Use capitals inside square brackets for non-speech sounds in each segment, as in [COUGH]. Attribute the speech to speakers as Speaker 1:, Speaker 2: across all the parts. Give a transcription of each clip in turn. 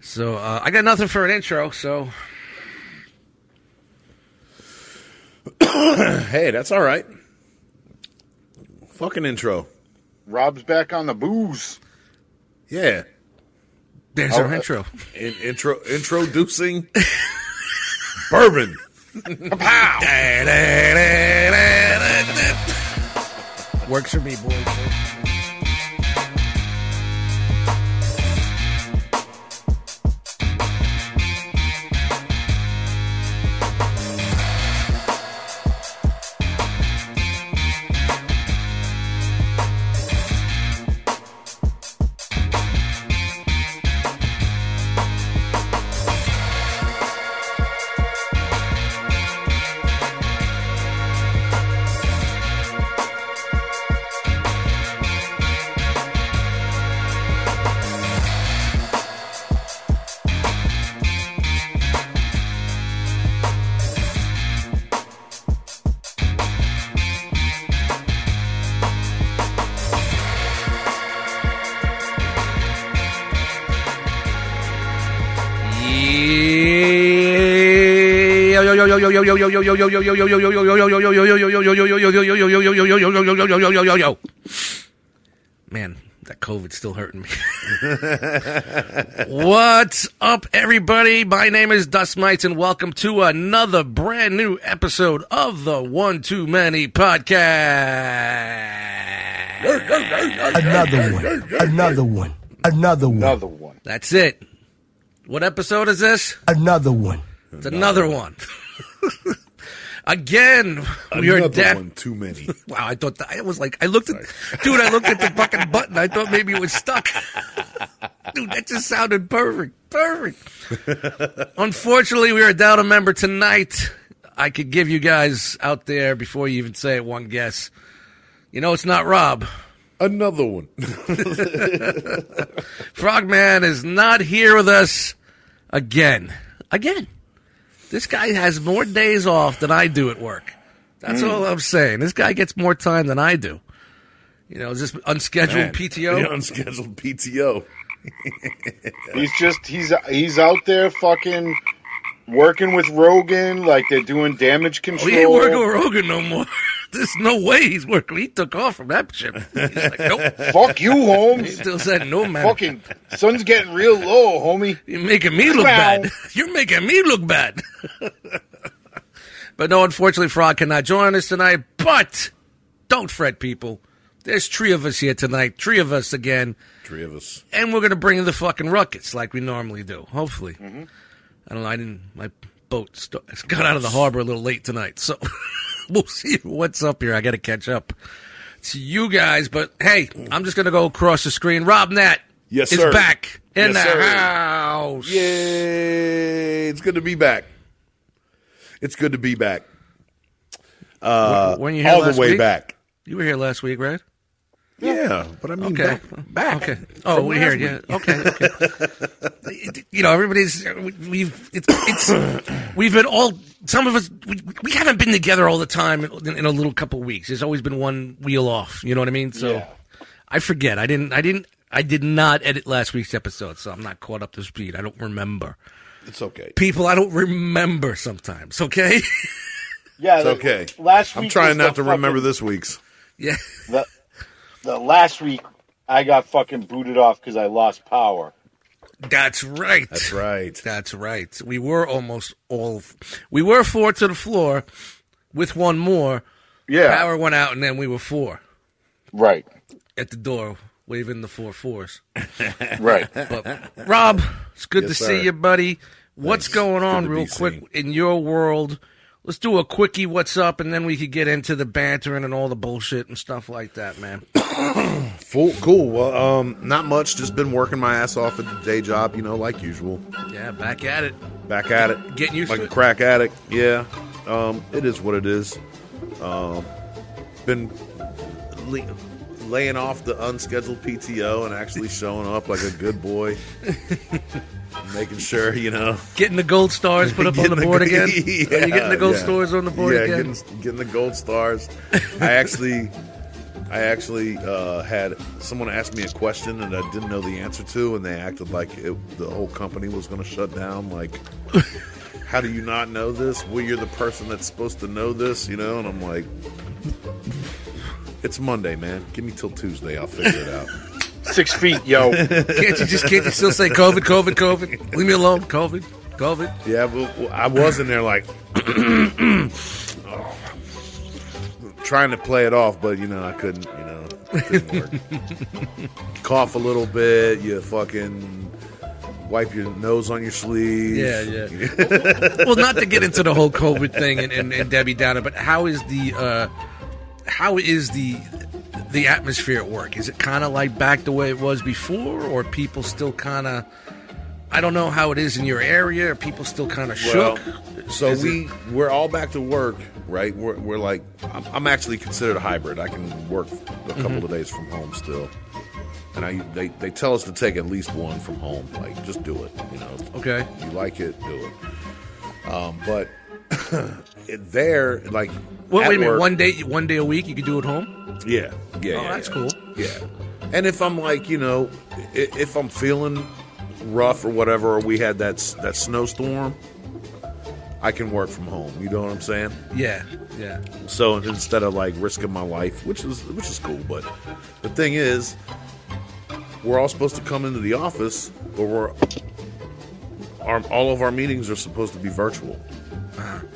Speaker 1: So uh, I got nothing for an intro. So
Speaker 2: Hey, that's all right. Fucking intro.
Speaker 3: Rob's back on the booze.
Speaker 2: Yeah.
Speaker 1: there's
Speaker 3: Oh,
Speaker 1: our
Speaker 3: uh,
Speaker 1: intro.
Speaker 2: In- intro
Speaker 1: [LAUGHS]
Speaker 2: introducing bourbon.
Speaker 1: Works for me, boys. Man, that COVID's still hurting me. What's up, everybody? My name is Dust Mites, and welcome to another brand new episode of the One Too Many Podcast.
Speaker 4: Another one. Another one. Another one.
Speaker 3: Another one.
Speaker 1: That's it. What episode is this?
Speaker 4: Another one.
Speaker 1: It's another one. [LAUGHS] Again, we are
Speaker 2: Another
Speaker 1: deaf.
Speaker 2: one too many.
Speaker 1: Wow, I thought that, I was like, I looked at, dude, I looked at the fucking button. I thought maybe it was
Speaker 2: [LAUGHS]
Speaker 1: stuck. dude, that just sounded perfect. Perfect. Unfortunately, we are down a member tonight. I could give you guys out there before you even say it one guess. You know, it's not Rob.
Speaker 2: Another
Speaker 1: [LAUGHS]
Speaker 2: one.
Speaker 1: Frogman is not here with us again. Again. This guy has more days off than I do at work. That's
Speaker 2: Hmm.
Speaker 1: all I'm saying. This guy gets more time than I do. You know, just unscheduled
Speaker 2: Man,
Speaker 1: PTO.
Speaker 2: the unscheduled PTO.
Speaker 3: He's just he's he's out there fucking working with Rogan like they're doing damage control.
Speaker 1: We Oh, ain't working
Speaker 3: [LAUGHS]
Speaker 1: with Rogan no more. [LAUGHS] There's no way he's working. He took off from that shit. He's like,
Speaker 2: [LAUGHS]
Speaker 1: nope.
Speaker 3: Fuck you,
Speaker 1: He
Speaker 3: Holmes.
Speaker 1: still said no, man.
Speaker 3: fucking sun's getting real low, homie.
Speaker 1: You're making me look
Speaker 3: Wow.
Speaker 1: bad. [LAUGHS] You're making me look bad. [LAUGHS] but no, unfortunately, Frog cannot join us tonight. But don't fret, people. There's three of us here tonight, three of us again,
Speaker 2: Three of us.
Speaker 1: and we're gonna bring in the fucking ruckus like we normally do. Hopefully, I don't know. I didn't. My boat st- got out of the harbor a little late tonight, so [LAUGHS] we'll see what's up here. I got to catch up to you guys. But hey, I'm just gonna go across the screen. Rob Nat
Speaker 2: Yes,
Speaker 1: is
Speaker 2: sir.
Speaker 1: back in
Speaker 2: Yes,
Speaker 1: the
Speaker 2: sir.
Speaker 1: house.
Speaker 2: Yay! It's good to be back. It's good to be back.
Speaker 1: when you
Speaker 2: Uh, All the way
Speaker 1: week?
Speaker 2: back.
Speaker 1: You were here last week, right?
Speaker 2: Yeah, but I mean
Speaker 1: Okay.
Speaker 2: back. back.
Speaker 1: Okay. Oh,
Speaker 2: From
Speaker 1: we're here.
Speaker 2: last
Speaker 1: Yeah. Okay. okay. you know, everybody's we've it's, it's we've been all some of us we, we haven't been together all the time in, in a little couple weeks. There's always been one wheel off. You know what I mean? So
Speaker 3: Yeah.
Speaker 1: I forget. I didn't. I didn't. I did not edit last week's episode, so I'm not caught up to speed. I don't remember.
Speaker 2: It's okay.
Speaker 1: People, I don't remember sometimes. Okay. [LAUGHS]
Speaker 3: Yeah,
Speaker 2: It's okay.
Speaker 3: Last week
Speaker 2: I'm trying
Speaker 3: was
Speaker 2: not
Speaker 3: the
Speaker 2: to remember
Speaker 3: fucking-
Speaker 2: this week's.
Speaker 1: yeah.
Speaker 3: The, the last week I got fucking booted off because I lost power.
Speaker 1: That's [LAUGHS] right.
Speaker 2: That's right.
Speaker 1: That's right. We were almost all. We were four to the floor, with one more.
Speaker 3: Yeah,
Speaker 1: Power went out, and then we were four
Speaker 3: right,
Speaker 1: at the door, waving the four fours.
Speaker 2: [LAUGHS]
Speaker 3: right.
Speaker 1: But Rob, it's good
Speaker 2: Yes,
Speaker 1: to
Speaker 2: sir.
Speaker 1: see you, buddy. What's going on,
Speaker 2: to be
Speaker 1: real quick,
Speaker 2: seen.
Speaker 1: in your world? Let's do a quickie. What's up, and then we could get into the bantering and all the bullshit and stuff like that, man.
Speaker 2: Full, cool. Well, um, not much. Just been working my ass off at the day job, you know, like usual.
Speaker 1: yeah, back at it.
Speaker 2: Back at it.
Speaker 1: Getting used
Speaker 2: like
Speaker 1: to
Speaker 2: a
Speaker 1: it.
Speaker 2: crack addict. Yeah. Um, it is what it is. Um, been le- laying off the unscheduled PTO and actually showing up like a
Speaker 1: [LAUGHS]
Speaker 2: good boy, making sure you know.
Speaker 1: Getting the gold stars put up on the
Speaker 2: Getting
Speaker 1: board
Speaker 2: go-
Speaker 1: again. Are
Speaker 2: [LAUGHS]
Speaker 1: you getting the gold
Speaker 2: yeah.
Speaker 1: stars on the board
Speaker 2: yeah,
Speaker 1: again?
Speaker 2: Getting, getting the gold stars. I actually, I I actually uh, had someone ask me a question that I didn't know the answer to, and they acted like it, the whole company was going to shut
Speaker 1: [LAUGHS]
Speaker 2: down. Like, how do you not know this? Well, you're the person that's supposed to know this, you know? And I'm like, it's Monday, man. Give me till Tuesday. I'll figure it out.
Speaker 3: Six feet,
Speaker 2: [LAUGHS]
Speaker 3: yo.
Speaker 1: Can't you just can't you still say COVID, COVID, COVID? Leave me alone, COVID, COVID.
Speaker 2: Yeah, well, well, I was in there like [CLEARS THROAT] Oh. trying to play it off, but you know I couldn't. You know, it didn't work.
Speaker 1: [LAUGHS]
Speaker 2: Cough a little bit. You fucking wipe your nose on your sleeve.
Speaker 1: Yeah,
Speaker 2: [LAUGHS]
Speaker 1: yeah. well, not to get into the whole COVID thing and, and, and Debbie Downer, but how is the uh, how is the the atmosphere at work? Is it kind of like back the way it was before, or people still kind of? I don't know how it is in your area. Are people still kind of
Speaker 2: Well,
Speaker 1: shook?
Speaker 2: so
Speaker 1: Is
Speaker 2: we we're all back to work, right? We're, we're like I'm, I'm actually considered a hybrid. I can work a couple
Speaker 1: Mm-hmm.
Speaker 2: of days from home still, and I they, they tell us to take at least one from home. Like just do it, you know.
Speaker 1: Okay.
Speaker 2: You like it, do it. Um, but [LAUGHS] it, there, like
Speaker 1: Well,
Speaker 2: at
Speaker 1: wait a minute.
Speaker 2: work-
Speaker 1: One day, one day a week, you could do it home.
Speaker 2: yeah, yeah.
Speaker 1: Oh,
Speaker 2: yeah,
Speaker 1: that's
Speaker 2: yeah.
Speaker 1: cool.
Speaker 2: Yeah. And if I'm like, you know, i- if I'm feeling rough or whatever, or we had that s- that snowstorm, I can work from home. You know what I'm saying?
Speaker 1: Yeah, yeah.
Speaker 2: So instead of like risking my life, which is which is cool, but the thing is, we're all supposed to come into the office, but we're our, all of our meetings are supposed to be virtual.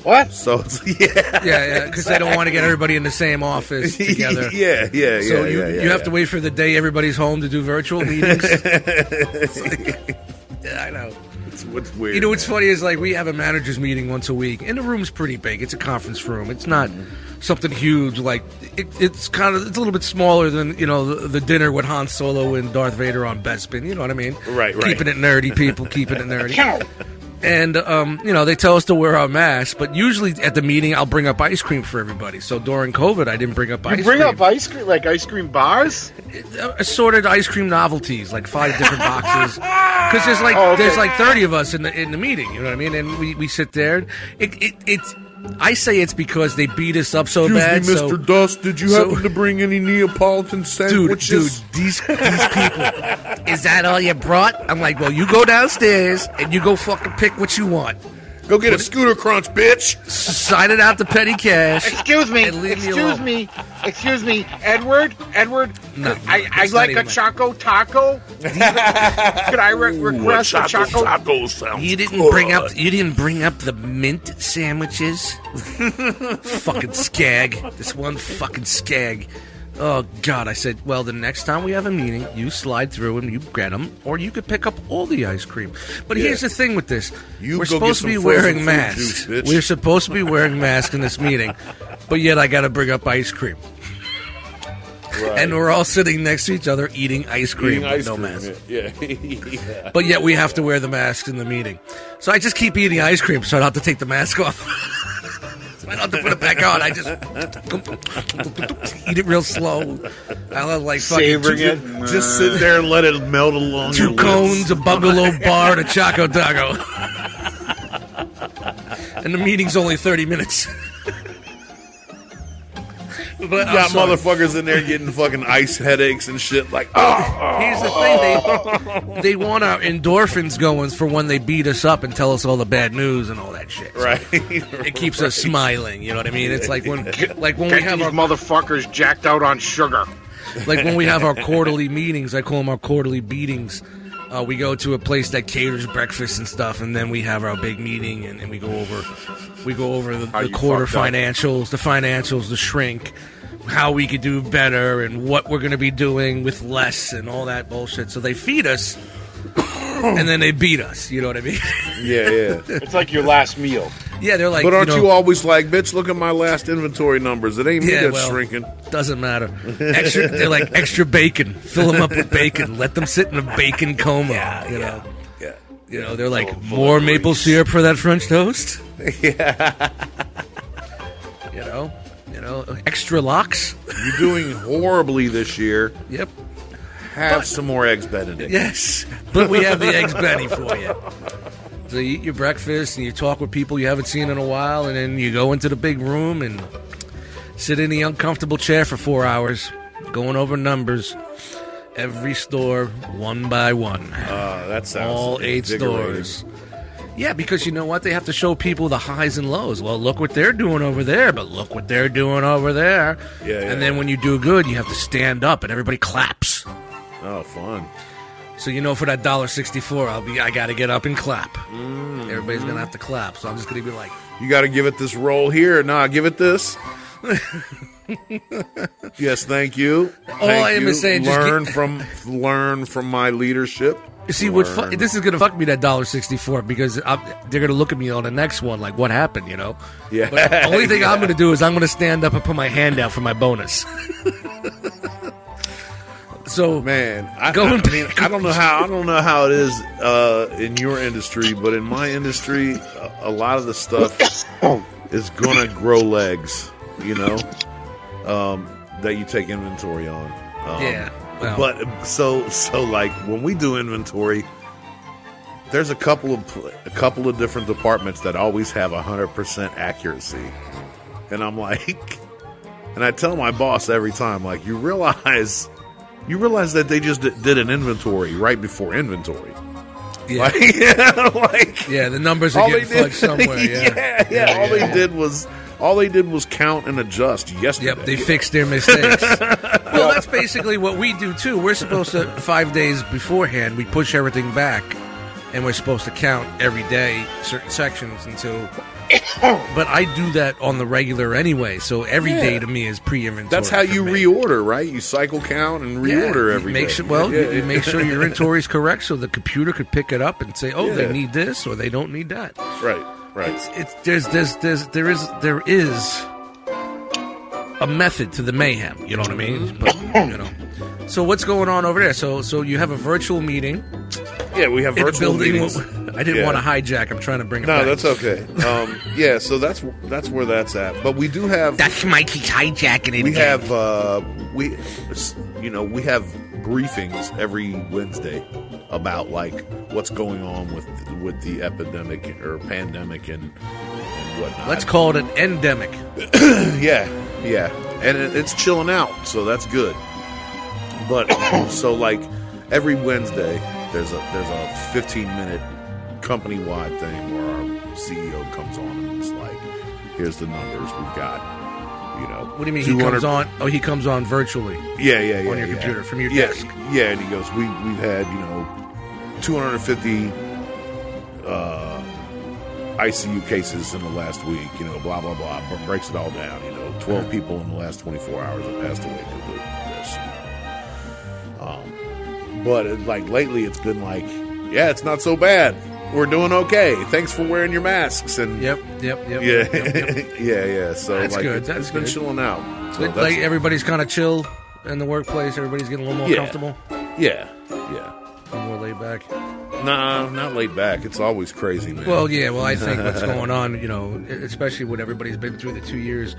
Speaker 3: What?
Speaker 2: So [LAUGHS] it's, yeah,
Speaker 1: Yeah, yeah, because they don't want to get everybody in the same
Speaker 2: [LAUGHS]
Speaker 1: office [LAUGHS] together.
Speaker 2: yeah, yeah,
Speaker 1: So
Speaker 2: yeah,
Speaker 1: you,
Speaker 2: yeah,
Speaker 1: you
Speaker 2: yeah,
Speaker 1: have
Speaker 2: yeah.
Speaker 1: to wait for the day everybody's home to do virtual
Speaker 2: [LAUGHS]
Speaker 1: meetings. It's like- yeah, I know.
Speaker 2: It's, it's weird.
Speaker 1: You know what's
Speaker 2: man.
Speaker 1: funny is like we have a managers meeting once a week, and the room's pretty big. It's a conference room. It's not
Speaker 2: Mm-hmm.
Speaker 1: something huge. Like it, it's kind of it's a little bit smaller than you know the, the dinner with Han Solo and Darth Vader on Bespin. You know what I mean?
Speaker 2: Right, right.
Speaker 1: Keeping it nerdy, people. keeping it nerdy
Speaker 3: Cow.
Speaker 1: and um, you know they tell us to wear our masks. But usually at the meeting, I'll bring up ice cream for everybody. So during COVID, I didn't bring up ice
Speaker 3: You bring
Speaker 1: cream.
Speaker 3: up ice cream, like ice cream bars?
Speaker 1: Uh, assorted ice cream novelties, like five different boxes, because there's like
Speaker 3: Oh, okay.
Speaker 1: there's like thirty of us in the in the meeting. You know what I mean? And we, we sit there. It, it it's I say it's because they beat us up so bad.
Speaker 2: Excuse me,
Speaker 1: so-
Speaker 2: Mr. Dust, did you
Speaker 1: so-
Speaker 2: happen to bring any Neapolitan
Speaker 1: dude,
Speaker 2: sandwiches?
Speaker 1: dude, these, these people. Is that all you brought? I'm like, well, you go downstairs and you go fucking pick what you want.
Speaker 2: Go get a scooter crunch, bitch.
Speaker 1: Sign it out to petty cash.
Speaker 3: Excuse me.
Speaker 1: And leave me
Speaker 3: excuse
Speaker 1: alone.
Speaker 3: me. Excuse me. Edward? Edward?
Speaker 1: No,
Speaker 3: I, I
Speaker 1: it's not
Speaker 3: like a
Speaker 1: even my-
Speaker 3: choco taco. Could I re- request a choco?
Speaker 2: sounds
Speaker 1: You didn't bring up. You didn't bring up the mint
Speaker 2: [LAUGHS]
Speaker 1: sandwiches. fucking skag. This one fucking skag. Oh God! I said, well, the next time we have a meeting, you slide through and you get them, or you could pick up all the ice cream. But here's the thing with this:
Speaker 2: You
Speaker 1: we're
Speaker 2: go get
Speaker 1: supposed to
Speaker 2: some
Speaker 1: be
Speaker 2: frozen
Speaker 1: wearing
Speaker 2: fruit
Speaker 1: masks.
Speaker 2: juice, bitch.
Speaker 1: we're supposed to be wearing masks in this meeting, but yet I got to bring up ice cream, and we're all sitting next to each other eating ice cream,
Speaker 2: Eating
Speaker 1: with
Speaker 2: ice
Speaker 1: no
Speaker 2: cream,
Speaker 1: mask
Speaker 2: Yeah. [LAUGHS] yeah.
Speaker 1: but yet we have to wear the masks in the meeting. So I just keep eating ice cream, so I don't have to take the mask off. [LAUGHS] So I don't have to put it back on. I just eat it real slow. I love like fucking
Speaker 3: Savoring
Speaker 1: two,
Speaker 3: it.
Speaker 2: Just sit there and let it melt along
Speaker 1: two
Speaker 2: your lips.
Speaker 1: cones, a bungalow bar, and a choco taco. [LAUGHS] and the meeting's only thirty minutes. but
Speaker 2: You
Speaker 1: I'm
Speaker 2: got
Speaker 1: sorry.
Speaker 2: motherfuckers in there getting fucking ice headaches and shit. Like, oh,
Speaker 1: Here's the thing they they want our endorphins going for when they beat us up and tell us all the bad news and all that shit. So
Speaker 2: oh, right. [LAUGHS]
Speaker 1: it keeps us smiling. You know what I mean? It's like when, like when we
Speaker 3: Get
Speaker 1: have
Speaker 3: these
Speaker 1: our,
Speaker 3: motherfuckers jacked out on sugar.
Speaker 1: like when we have our quarterly meetings. I call them our quarterly beatings. Uh, we go to a place that caters breakfast and stuff, and then we have our big meeting, and, and we go over, we go over the, the
Speaker 3: you
Speaker 1: quarter
Speaker 3: fucked up.
Speaker 1: financials, the financials, the shrink, how we could do better, and what we're going to be doing with less, and all that bullshit. So they feed us, [COUGHS] and then they beat us. You know what I mean? [LAUGHS]
Speaker 2: yeah, yeah.
Speaker 3: It's like your last meal.
Speaker 1: yeah, they're like,
Speaker 2: But aren't
Speaker 1: you,
Speaker 2: you,
Speaker 1: know,
Speaker 2: always like, bitch, look at my last inventory numbers. It ain't me
Speaker 1: Yeah,
Speaker 2: that's
Speaker 1: well,
Speaker 2: shrinking.
Speaker 1: Doesn't matter. Extra, they're like extra bacon. Fill them up with bacon. Let them sit in a bacon coma. you know,
Speaker 2: Yeah.
Speaker 1: you know. They're like more maple syrup for that French toast. Yeah. you know, you know, extra locks.
Speaker 2: You're doing horribly this year.
Speaker 1: Yep.
Speaker 2: Have some more eggs Benedict.
Speaker 1: Yes, but we have the eggs Benny for you. So you eat your breakfast and you talk with people you haven't seen in a while, and then you go into the big room and sit in the uncomfortable chair for four hours. going over numbers. Every store, one by one.
Speaker 2: Uh, that sounds
Speaker 1: all eight
Speaker 2: invigorating.
Speaker 1: stores. Yeah, because you know what? They have to show people the highs and lows. Well, look what they're doing over there, but look what they're doing over there.
Speaker 2: Yeah, yeah,
Speaker 1: and then
Speaker 2: yeah.
Speaker 1: when you do good, you have to stand up and everybody claps.
Speaker 2: Oh, fun.
Speaker 1: So you know for that dollar sixty four I'll be I gotta get up and clap.
Speaker 2: Mm.
Speaker 1: Everybody's gonna have to clap, so I'm just gonna be like
Speaker 2: You got to give it this roll here. Nah, give
Speaker 1: [LAUGHS]
Speaker 2: it this. yes, thank you. All
Speaker 1: I am is saying, just
Speaker 2: learn
Speaker 1: keep-
Speaker 2: from learn from my leadership.
Speaker 1: You See what?
Speaker 2: Learn.
Speaker 1: Fu- this is gonna fuck me that dollar sixty four because I'm, they're gonna look at me on the next one like what happened, you
Speaker 2: [LAUGHS]
Speaker 1: know?
Speaker 2: Yeah.
Speaker 1: But the only thing I'm gonna do is I'm gonna stand up and put my hand out for my bonus. [LAUGHS] so
Speaker 2: [LAUGHS] Man, I,
Speaker 1: Go
Speaker 2: I
Speaker 1: and-
Speaker 2: mean, I don't know how I don't know how it is uh, in your industry, but in my industry, a, a lot of the stuff
Speaker 3: Oh.
Speaker 2: is gonna grow legs. You know, um, that you take inventory on. Um,
Speaker 1: Yeah, well.
Speaker 2: but so so like when we do inventory, there's a couple of pl- a couple of different departments that always have hundred percent accuracy, and I'm like, [LAUGHS] and I tell my boss every time, like, you realize, you realize that they just d- did an inventory right before inventory.
Speaker 1: yeah,
Speaker 2: Like, yeah, [LAUGHS] like
Speaker 1: yeah, the numbers are
Speaker 2: all they
Speaker 1: getting
Speaker 2: did
Speaker 1: fudged
Speaker 2: [LAUGHS]
Speaker 1: somewhere. Yeah,
Speaker 2: yeah, yeah, all
Speaker 1: yeah.
Speaker 2: they did was all they did was count and adjust yesterday.
Speaker 1: Yep, they fixed their
Speaker 2: [LAUGHS]
Speaker 1: mistakes. well, that's basically what we do too. We're supposed to five days beforehand we push everything back, and we're supposed to count every day certain sections until.
Speaker 2: [COUGHS]
Speaker 1: But I do that on the regular anyway, so every day to me is pre-inventory.
Speaker 2: That's how
Speaker 1: for
Speaker 2: you
Speaker 1: me.
Speaker 2: reorder, right? You cycle count and
Speaker 1: Yeah,
Speaker 2: reorder
Speaker 1: you
Speaker 2: every
Speaker 1: make
Speaker 2: day.
Speaker 1: Sure, well,
Speaker 2: Yeah,
Speaker 1: you, you make sure your inventory is correct, so the computer could pick it up and say, "Oh,
Speaker 2: Yeah.
Speaker 1: they need this or they don't need that."
Speaker 2: right, right.
Speaker 1: It's there's there's there's there is there is a method to the mayhem. You know what I mean? But,
Speaker 2: Oh.
Speaker 1: you know. So what's going on over there? So so you have a virtual meeting
Speaker 2: Yeah, we have
Speaker 1: in a
Speaker 2: virtual
Speaker 1: building.
Speaker 2: meetings.
Speaker 1: I didn't
Speaker 2: Yeah.
Speaker 1: want to hijack. I'm trying to bring it
Speaker 2: No,
Speaker 1: back.
Speaker 2: that's okay. Um, yeah, so that's that's where that's at. But we do have
Speaker 1: that's Mikey's hijacking it
Speaker 2: we
Speaker 1: again.
Speaker 2: have uh, we you know we have briefings every Wednesday about like what's going on with with the epidemic or pandemic and, and whatnot.
Speaker 1: Let's call it an endemic.
Speaker 2: [CLEARS THROAT] yeah yeah, and it, it's chilling out, so that's good. But [COUGHS] so like every Wednesday there's a there's a 15 minute company wide thing where our CEO comes on and is like, here's the numbers we've got. You know,
Speaker 1: What do you mean he
Speaker 2: 200
Speaker 1: comes on? Oh, he comes on virtually.
Speaker 2: yeah, yeah, yeah.
Speaker 1: on your
Speaker 2: yeah.
Speaker 1: computer, from your
Speaker 2: yeah,
Speaker 1: desk.
Speaker 2: Yeah, and he goes, we we've had you know, 250 uh, ICU cases in the last week. You know, blah blah blah. But breaks it all down. You know,
Speaker 1: Uh-huh.
Speaker 2: 12 people in the last 24 hours have passed away due to this. Um, but it, like lately, it's been like, yeah, it's not so bad. We're doing okay. Thanks for wearing your masks and
Speaker 1: Yep, yep, yep.
Speaker 2: [LAUGHS] yeah,
Speaker 1: yep, yep.
Speaker 2: [LAUGHS] yeah, yeah. So
Speaker 1: That's
Speaker 2: like,
Speaker 1: good,
Speaker 2: It's,
Speaker 1: that's
Speaker 2: it's been
Speaker 1: good.
Speaker 2: chilling out. So
Speaker 1: Like,
Speaker 2: that's-
Speaker 1: everybody's kind of chill in the workplace. Everybody's getting a little more
Speaker 2: Yeah.
Speaker 1: comfortable,
Speaker 2: yeah, yeah.
Speaker 1: a little more laid back.
Speaker 2: Nah, not laid back. It's always crazy, man.
Speaker 1: Well, yeah. Well, I think
Speaker 2: [LAUGHS]
Speaker 1: what's going on, you know, e, especially what everybody's been through the two years,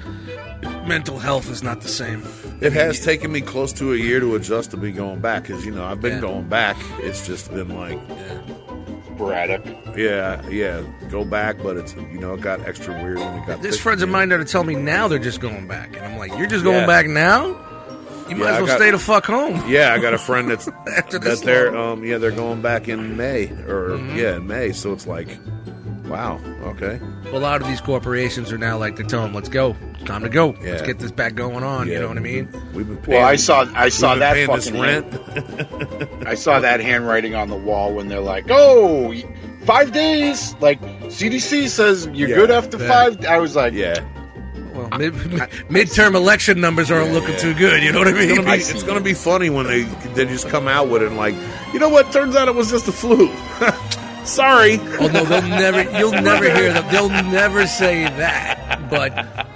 Speaker 1: mental health is not the same.
Speaker 2: it has taken me close to a year to adjust to be going back because you know I've been
Speaker 1: Yeah.
Speaker 2: going back. It's just been like,
Speaker 3: Braddock.
Speaker 2: yeah, yeah, go back, but it's you know it got extra weird when it got.
Speaker 1: There's
Speaker 2: thick
Speaker 1: friends of
Speaker 2: again.
Speaker 1: mine that are telling me now they're just going back, and I'm like, you're just going
Speaker 2: Yeah.
Speaker 1: back now? You might
Speaker 2: Yeah, I
Speaker 1: as well
Speaker 2: got-
Speaker 1: stay the fuck home.
Speaker 2: Yeah, I got a friend that's
Speaker 1: [LAUGHS] After
Speaker 2: that
Speaker 1: this Mm-hmm.
Speaker 2: they're um yeah they're going back in May or yeah in May, so it's like, wow, okay,
Speaker 1: A lot of these corporations are now like they're telling, 'em, let's go, it's time to go, let's
Speaker 2: Yeah.
Speaker 1: get this back going on.
Speaker 2: Yeah,
Speaker 1: You know what I
Speaker 2: we've
Speaker 1: mean?
Speaker 2: been- We've been paying,
Speaker 3: Well, I saw I saw
Speaker 2: we've been
Speaker 3: that
Speaker 2: paying this
Speaker 3: fucking hand-
Speaker 2: rent.
Speaker 3: I saw that handwriting on the wall when they're like, "Oh, y- five days." Like CDC says you're
Speaker 2: Yeah,
Speaker 3: good after
Speaker 1: yeah.
Speaker 3: five. I was like,
Speaker 2: Yeah,
Speaker 1: Well, mid, midterm election numbers aren't looking too good. You know what I
Speaker 2: It's [LAUGHS]
Speaker 1: mean?
Speaker 2: gonna, be, it's gonna be funny when they they just come out with it and like, you know what? Turns out it was just a flu. [LAUGHS] Sorry.
Speaker 1: Oh no, they'll never. You'll
Speaker 2: [LAUGHS]
Speaker 1: never hear them. They'll never say that. But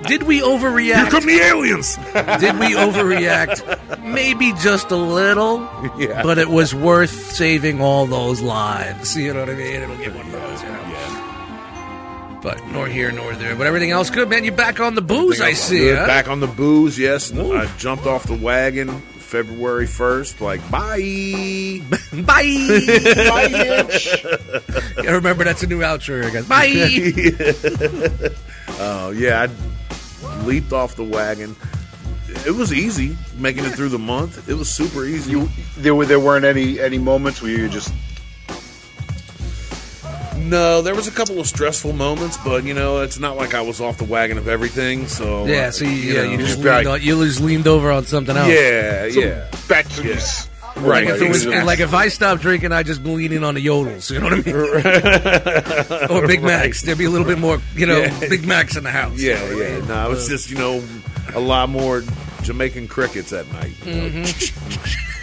Speaker 1: did we overreact?
Speaker 2: Come the aliens. [LAUGHS]
Speaker 1: Did we overreact? Maybe just a little.
Speaker 2: Yeah.
Speaker 1: But it was worth saving all those lives. You know what I mean? It'll get one of those. You know?
Speaker 2: Yeah.
Speaker 1: But nor here nor there. But everything else good, man. You back on the booze? I see.
Speaker 2: Good.
Speaker 1: huh?
Speaker 2: Back on the booze, yes.
Speaker 1: Woo.
Speaker 2: I jumped off the wagon February first. Like, [LAUGHS] bye.
Speaker 1: Bye.
Speaker 3: "Bye, bitch."
Speaker 1: Yeah, remember that's a new outro, guys. Bye.
Speaker 2: [LAUGHS] Oh yeah, I leaped off the wagon. it was easy making it through the month. It was super easy.
Speaker 3: You there were there weren't any any moments where you just
Speaker 2: no, there was a couple of stressful moments, but you know, it's not like I was off the wagon of everything. So
Speaker 1: Yeah,
Speaker 2: uh,
Speaker 1: so you, yeah,
Speaker 2: know,
Speaker 1: you just
Speaker 2: right.
Speaker 1: leaned on, you just leaned over on something else.
Speaker 2: yeah, yeah,
Speaker 3: back to this.
Speaker 2: right.
Speaker 1: Oh. If it was,
Speaker 2: exactly.
Speaker 1: like if I stopped drinking, I'd just be leaning on the yodels. You know what I
Speaker 2: [LAUGHS]
Speaker 1: mean? or Big Macs. There'd be a little bit more, you know,
Speaker 2: Yeah.
Speaker 1: Big Macs in the house.
Speaker 2: [LAUGHS] Yeah, yeah. No, it was just you know a lot more Jamaican crickets at night. you know.
Speaker 1: Mm-hmm.
Speaker 2: [LAUGHS]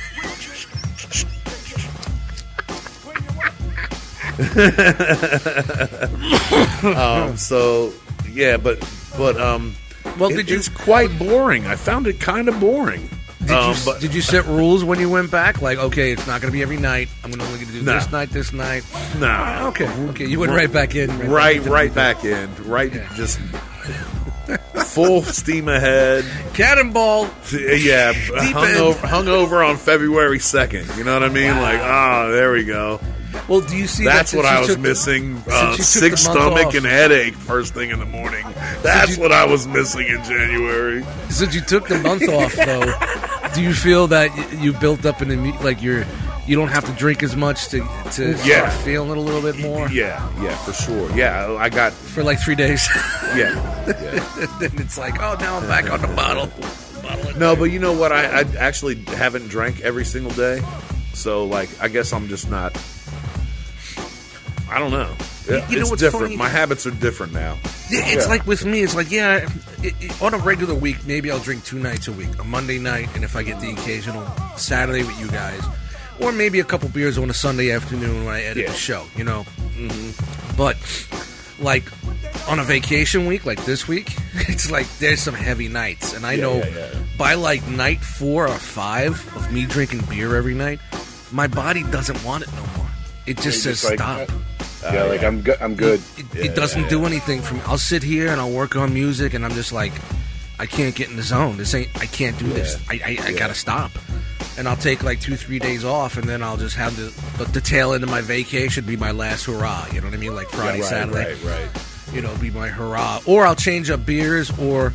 Speaker 2: um, so yeah, but but um,
Speaker 1: Well,
Speaker 2: it-
Speaker 1: did you-
Speaker 2: It's quite boring. I found it kind of boring.
Speaker 1: Did,
Speaker 2: um,
Speaker 1: you,
Speaker 2: but
Speaker 1: did you set rules when you went back? Like, okay, it's not going to be every night. I'm gonna only going to do
Speaker 2: No.
Speaker 1: this night, this night.
Speaker 2: nah,
Speaker 1: Ah, Okay, okay. You went right back in. back
Speaker 2: right,
Speaker 1: into the-
Speaker 2: right back in, right, just full steam ahead.
Speaker 1: Cannonball.
Speaker 2: Yeah, hung
Speaker 1: end.
Speaker 2: over, hung over on February 2nd. You know what I mean? Like, ah, there we go.
Speaker 1: Well, do you see? that
Speaker 2: That's
Speaker 1: since
Speaker 2: what
Speaker 1: you
Speaker 2: I was
Speaker 1: took-
Speaker 2: missing.
Speaker 1: since
Speaker 2: Uh,
Speaker 1: you took
Speaker 2: sick
Speaker 1: the month
Speaker 2: stomach
Speaker 1: off-
Speaker 2: and headache first thing in the morning. That's what I was missing in January.
Speaker 1: [LAUGHS] Since you took the month off, though, do you feel that y- you built up an immu- like you're you don't have to drink as much to to
Speaker 2: Yeah.
Speaker 1: start feeling it a little bit more
Speaker 2: Yeah, yeah, for sure. Yeah, I got,
Speaker 1: for like three days? [LAUGHS]
Speaker 2: yeah, yeah.
Speaker 1: then it's like, oh, now I'm back on the bottle. bottle it.
Speaker 2: No, but you know what? I, I actually haven't drank every single day. So, like, I guess I'm just not, I don't know. Yeah,
Speaker 1: you know
Speaker 2: it's
Speaker 1: what's
Speaker 2: different.
Speaker 1: funny?
Speaker 2: My habits are different now.
Speaker 1: Yeah, It's like with me, it's like, yeah, it, it, on a regular week, maybe I'll drink two nights a week. A Monday night, and if I get the occasional Saturday with you guys, or maybe a couple beers on a Sunday afternoon when I edit
Speaker 2: Yeah. Mm-hmm.
Speaker 1: the show, you know? But, like, on a vacation week, like this week, [LAUGHS] it's like there's some heavy nights. And I know
Speaker 2: yeah, yeah.
Speaker 1: by like night four or five of me drinking beer every night, my body doesn't want it no more. It just says
Speaker 3: just like,
Speaker 1: stop.
Speaker 2: "Uh,
Speaker 3: Oh, yeah, like I'm good. I'm good.
Speaker 1: It, it doesn't do anything for me. I'll sit here and I'll work on music, and I'm just like, I can't get in the zone. This ain't. I can't do this. I, I, I gotta stop. And I'll take like two, three days off, and then I'll just have the the, the tail end of my vacation be my last hurrah. You know what I mean? Like Friday,
Speaker 2: right,
Speaker 1: Saturday
Speaker 2: right, right.
Speaker 1: you know, be my hurrah. Or I'll change up beers. Or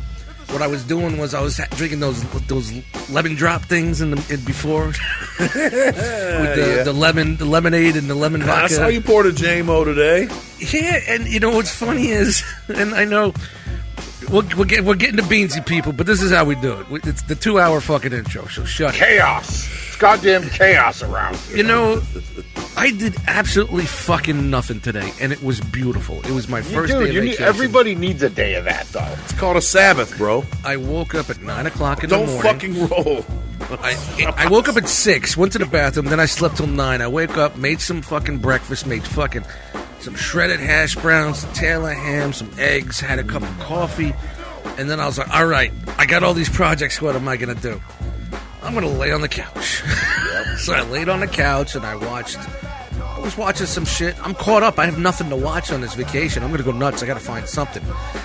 Speaker 1: what I was doing was I was ha- drinking those those lemon drop things in the in before [LAUGHS] with the, the lemon, the lemonade, and the lemon vodka.
Speaker 2: I saw you poured a JMO today.
Speaker 1: Yeah, and you know what's funny is, [LAUGHS] and I know we're, we're, get, we're getting to beansy people, but this is how we do it. We- It's the two hour fucking intro, so shut up.
Speaker 3: Chaos. It's goddamn chaos around.
Speaker 1: You know, I did absolutely fucking nothing today, and it was beautiful. It was my
Speaker 3: You
Speaker 1: first
Speaker 3: do.
Speaker 1: day of
Speaker 3: You need,
Speaker 1: vacation.
Speaker 3: everybody needs a day of that, though.
Speaker 2: It's called a Sabbath, bro.
Speaker 1: I woke up at 9 o'clock in
Speaker 2: Don't
Speaker 1: the morning.
Speaker 2: fucking roll.
Speaker 1: I, I woke up at 6, went to the bathroom, then I slept till 9. I wake up, made some fucking breakfast, made fucking some shredded hash browns, some tail of ham, some eggs, had a cup of coffee, and then I was like, all right, I got all these projects, what am I going to do? I'm going to lay on the couch. [LAUGHS] so I laid on the couch and I watched. I was watching some shit. I'm caught up. I have nothing to watch on this vacation. I'm gonna go nuts. I gotta find something.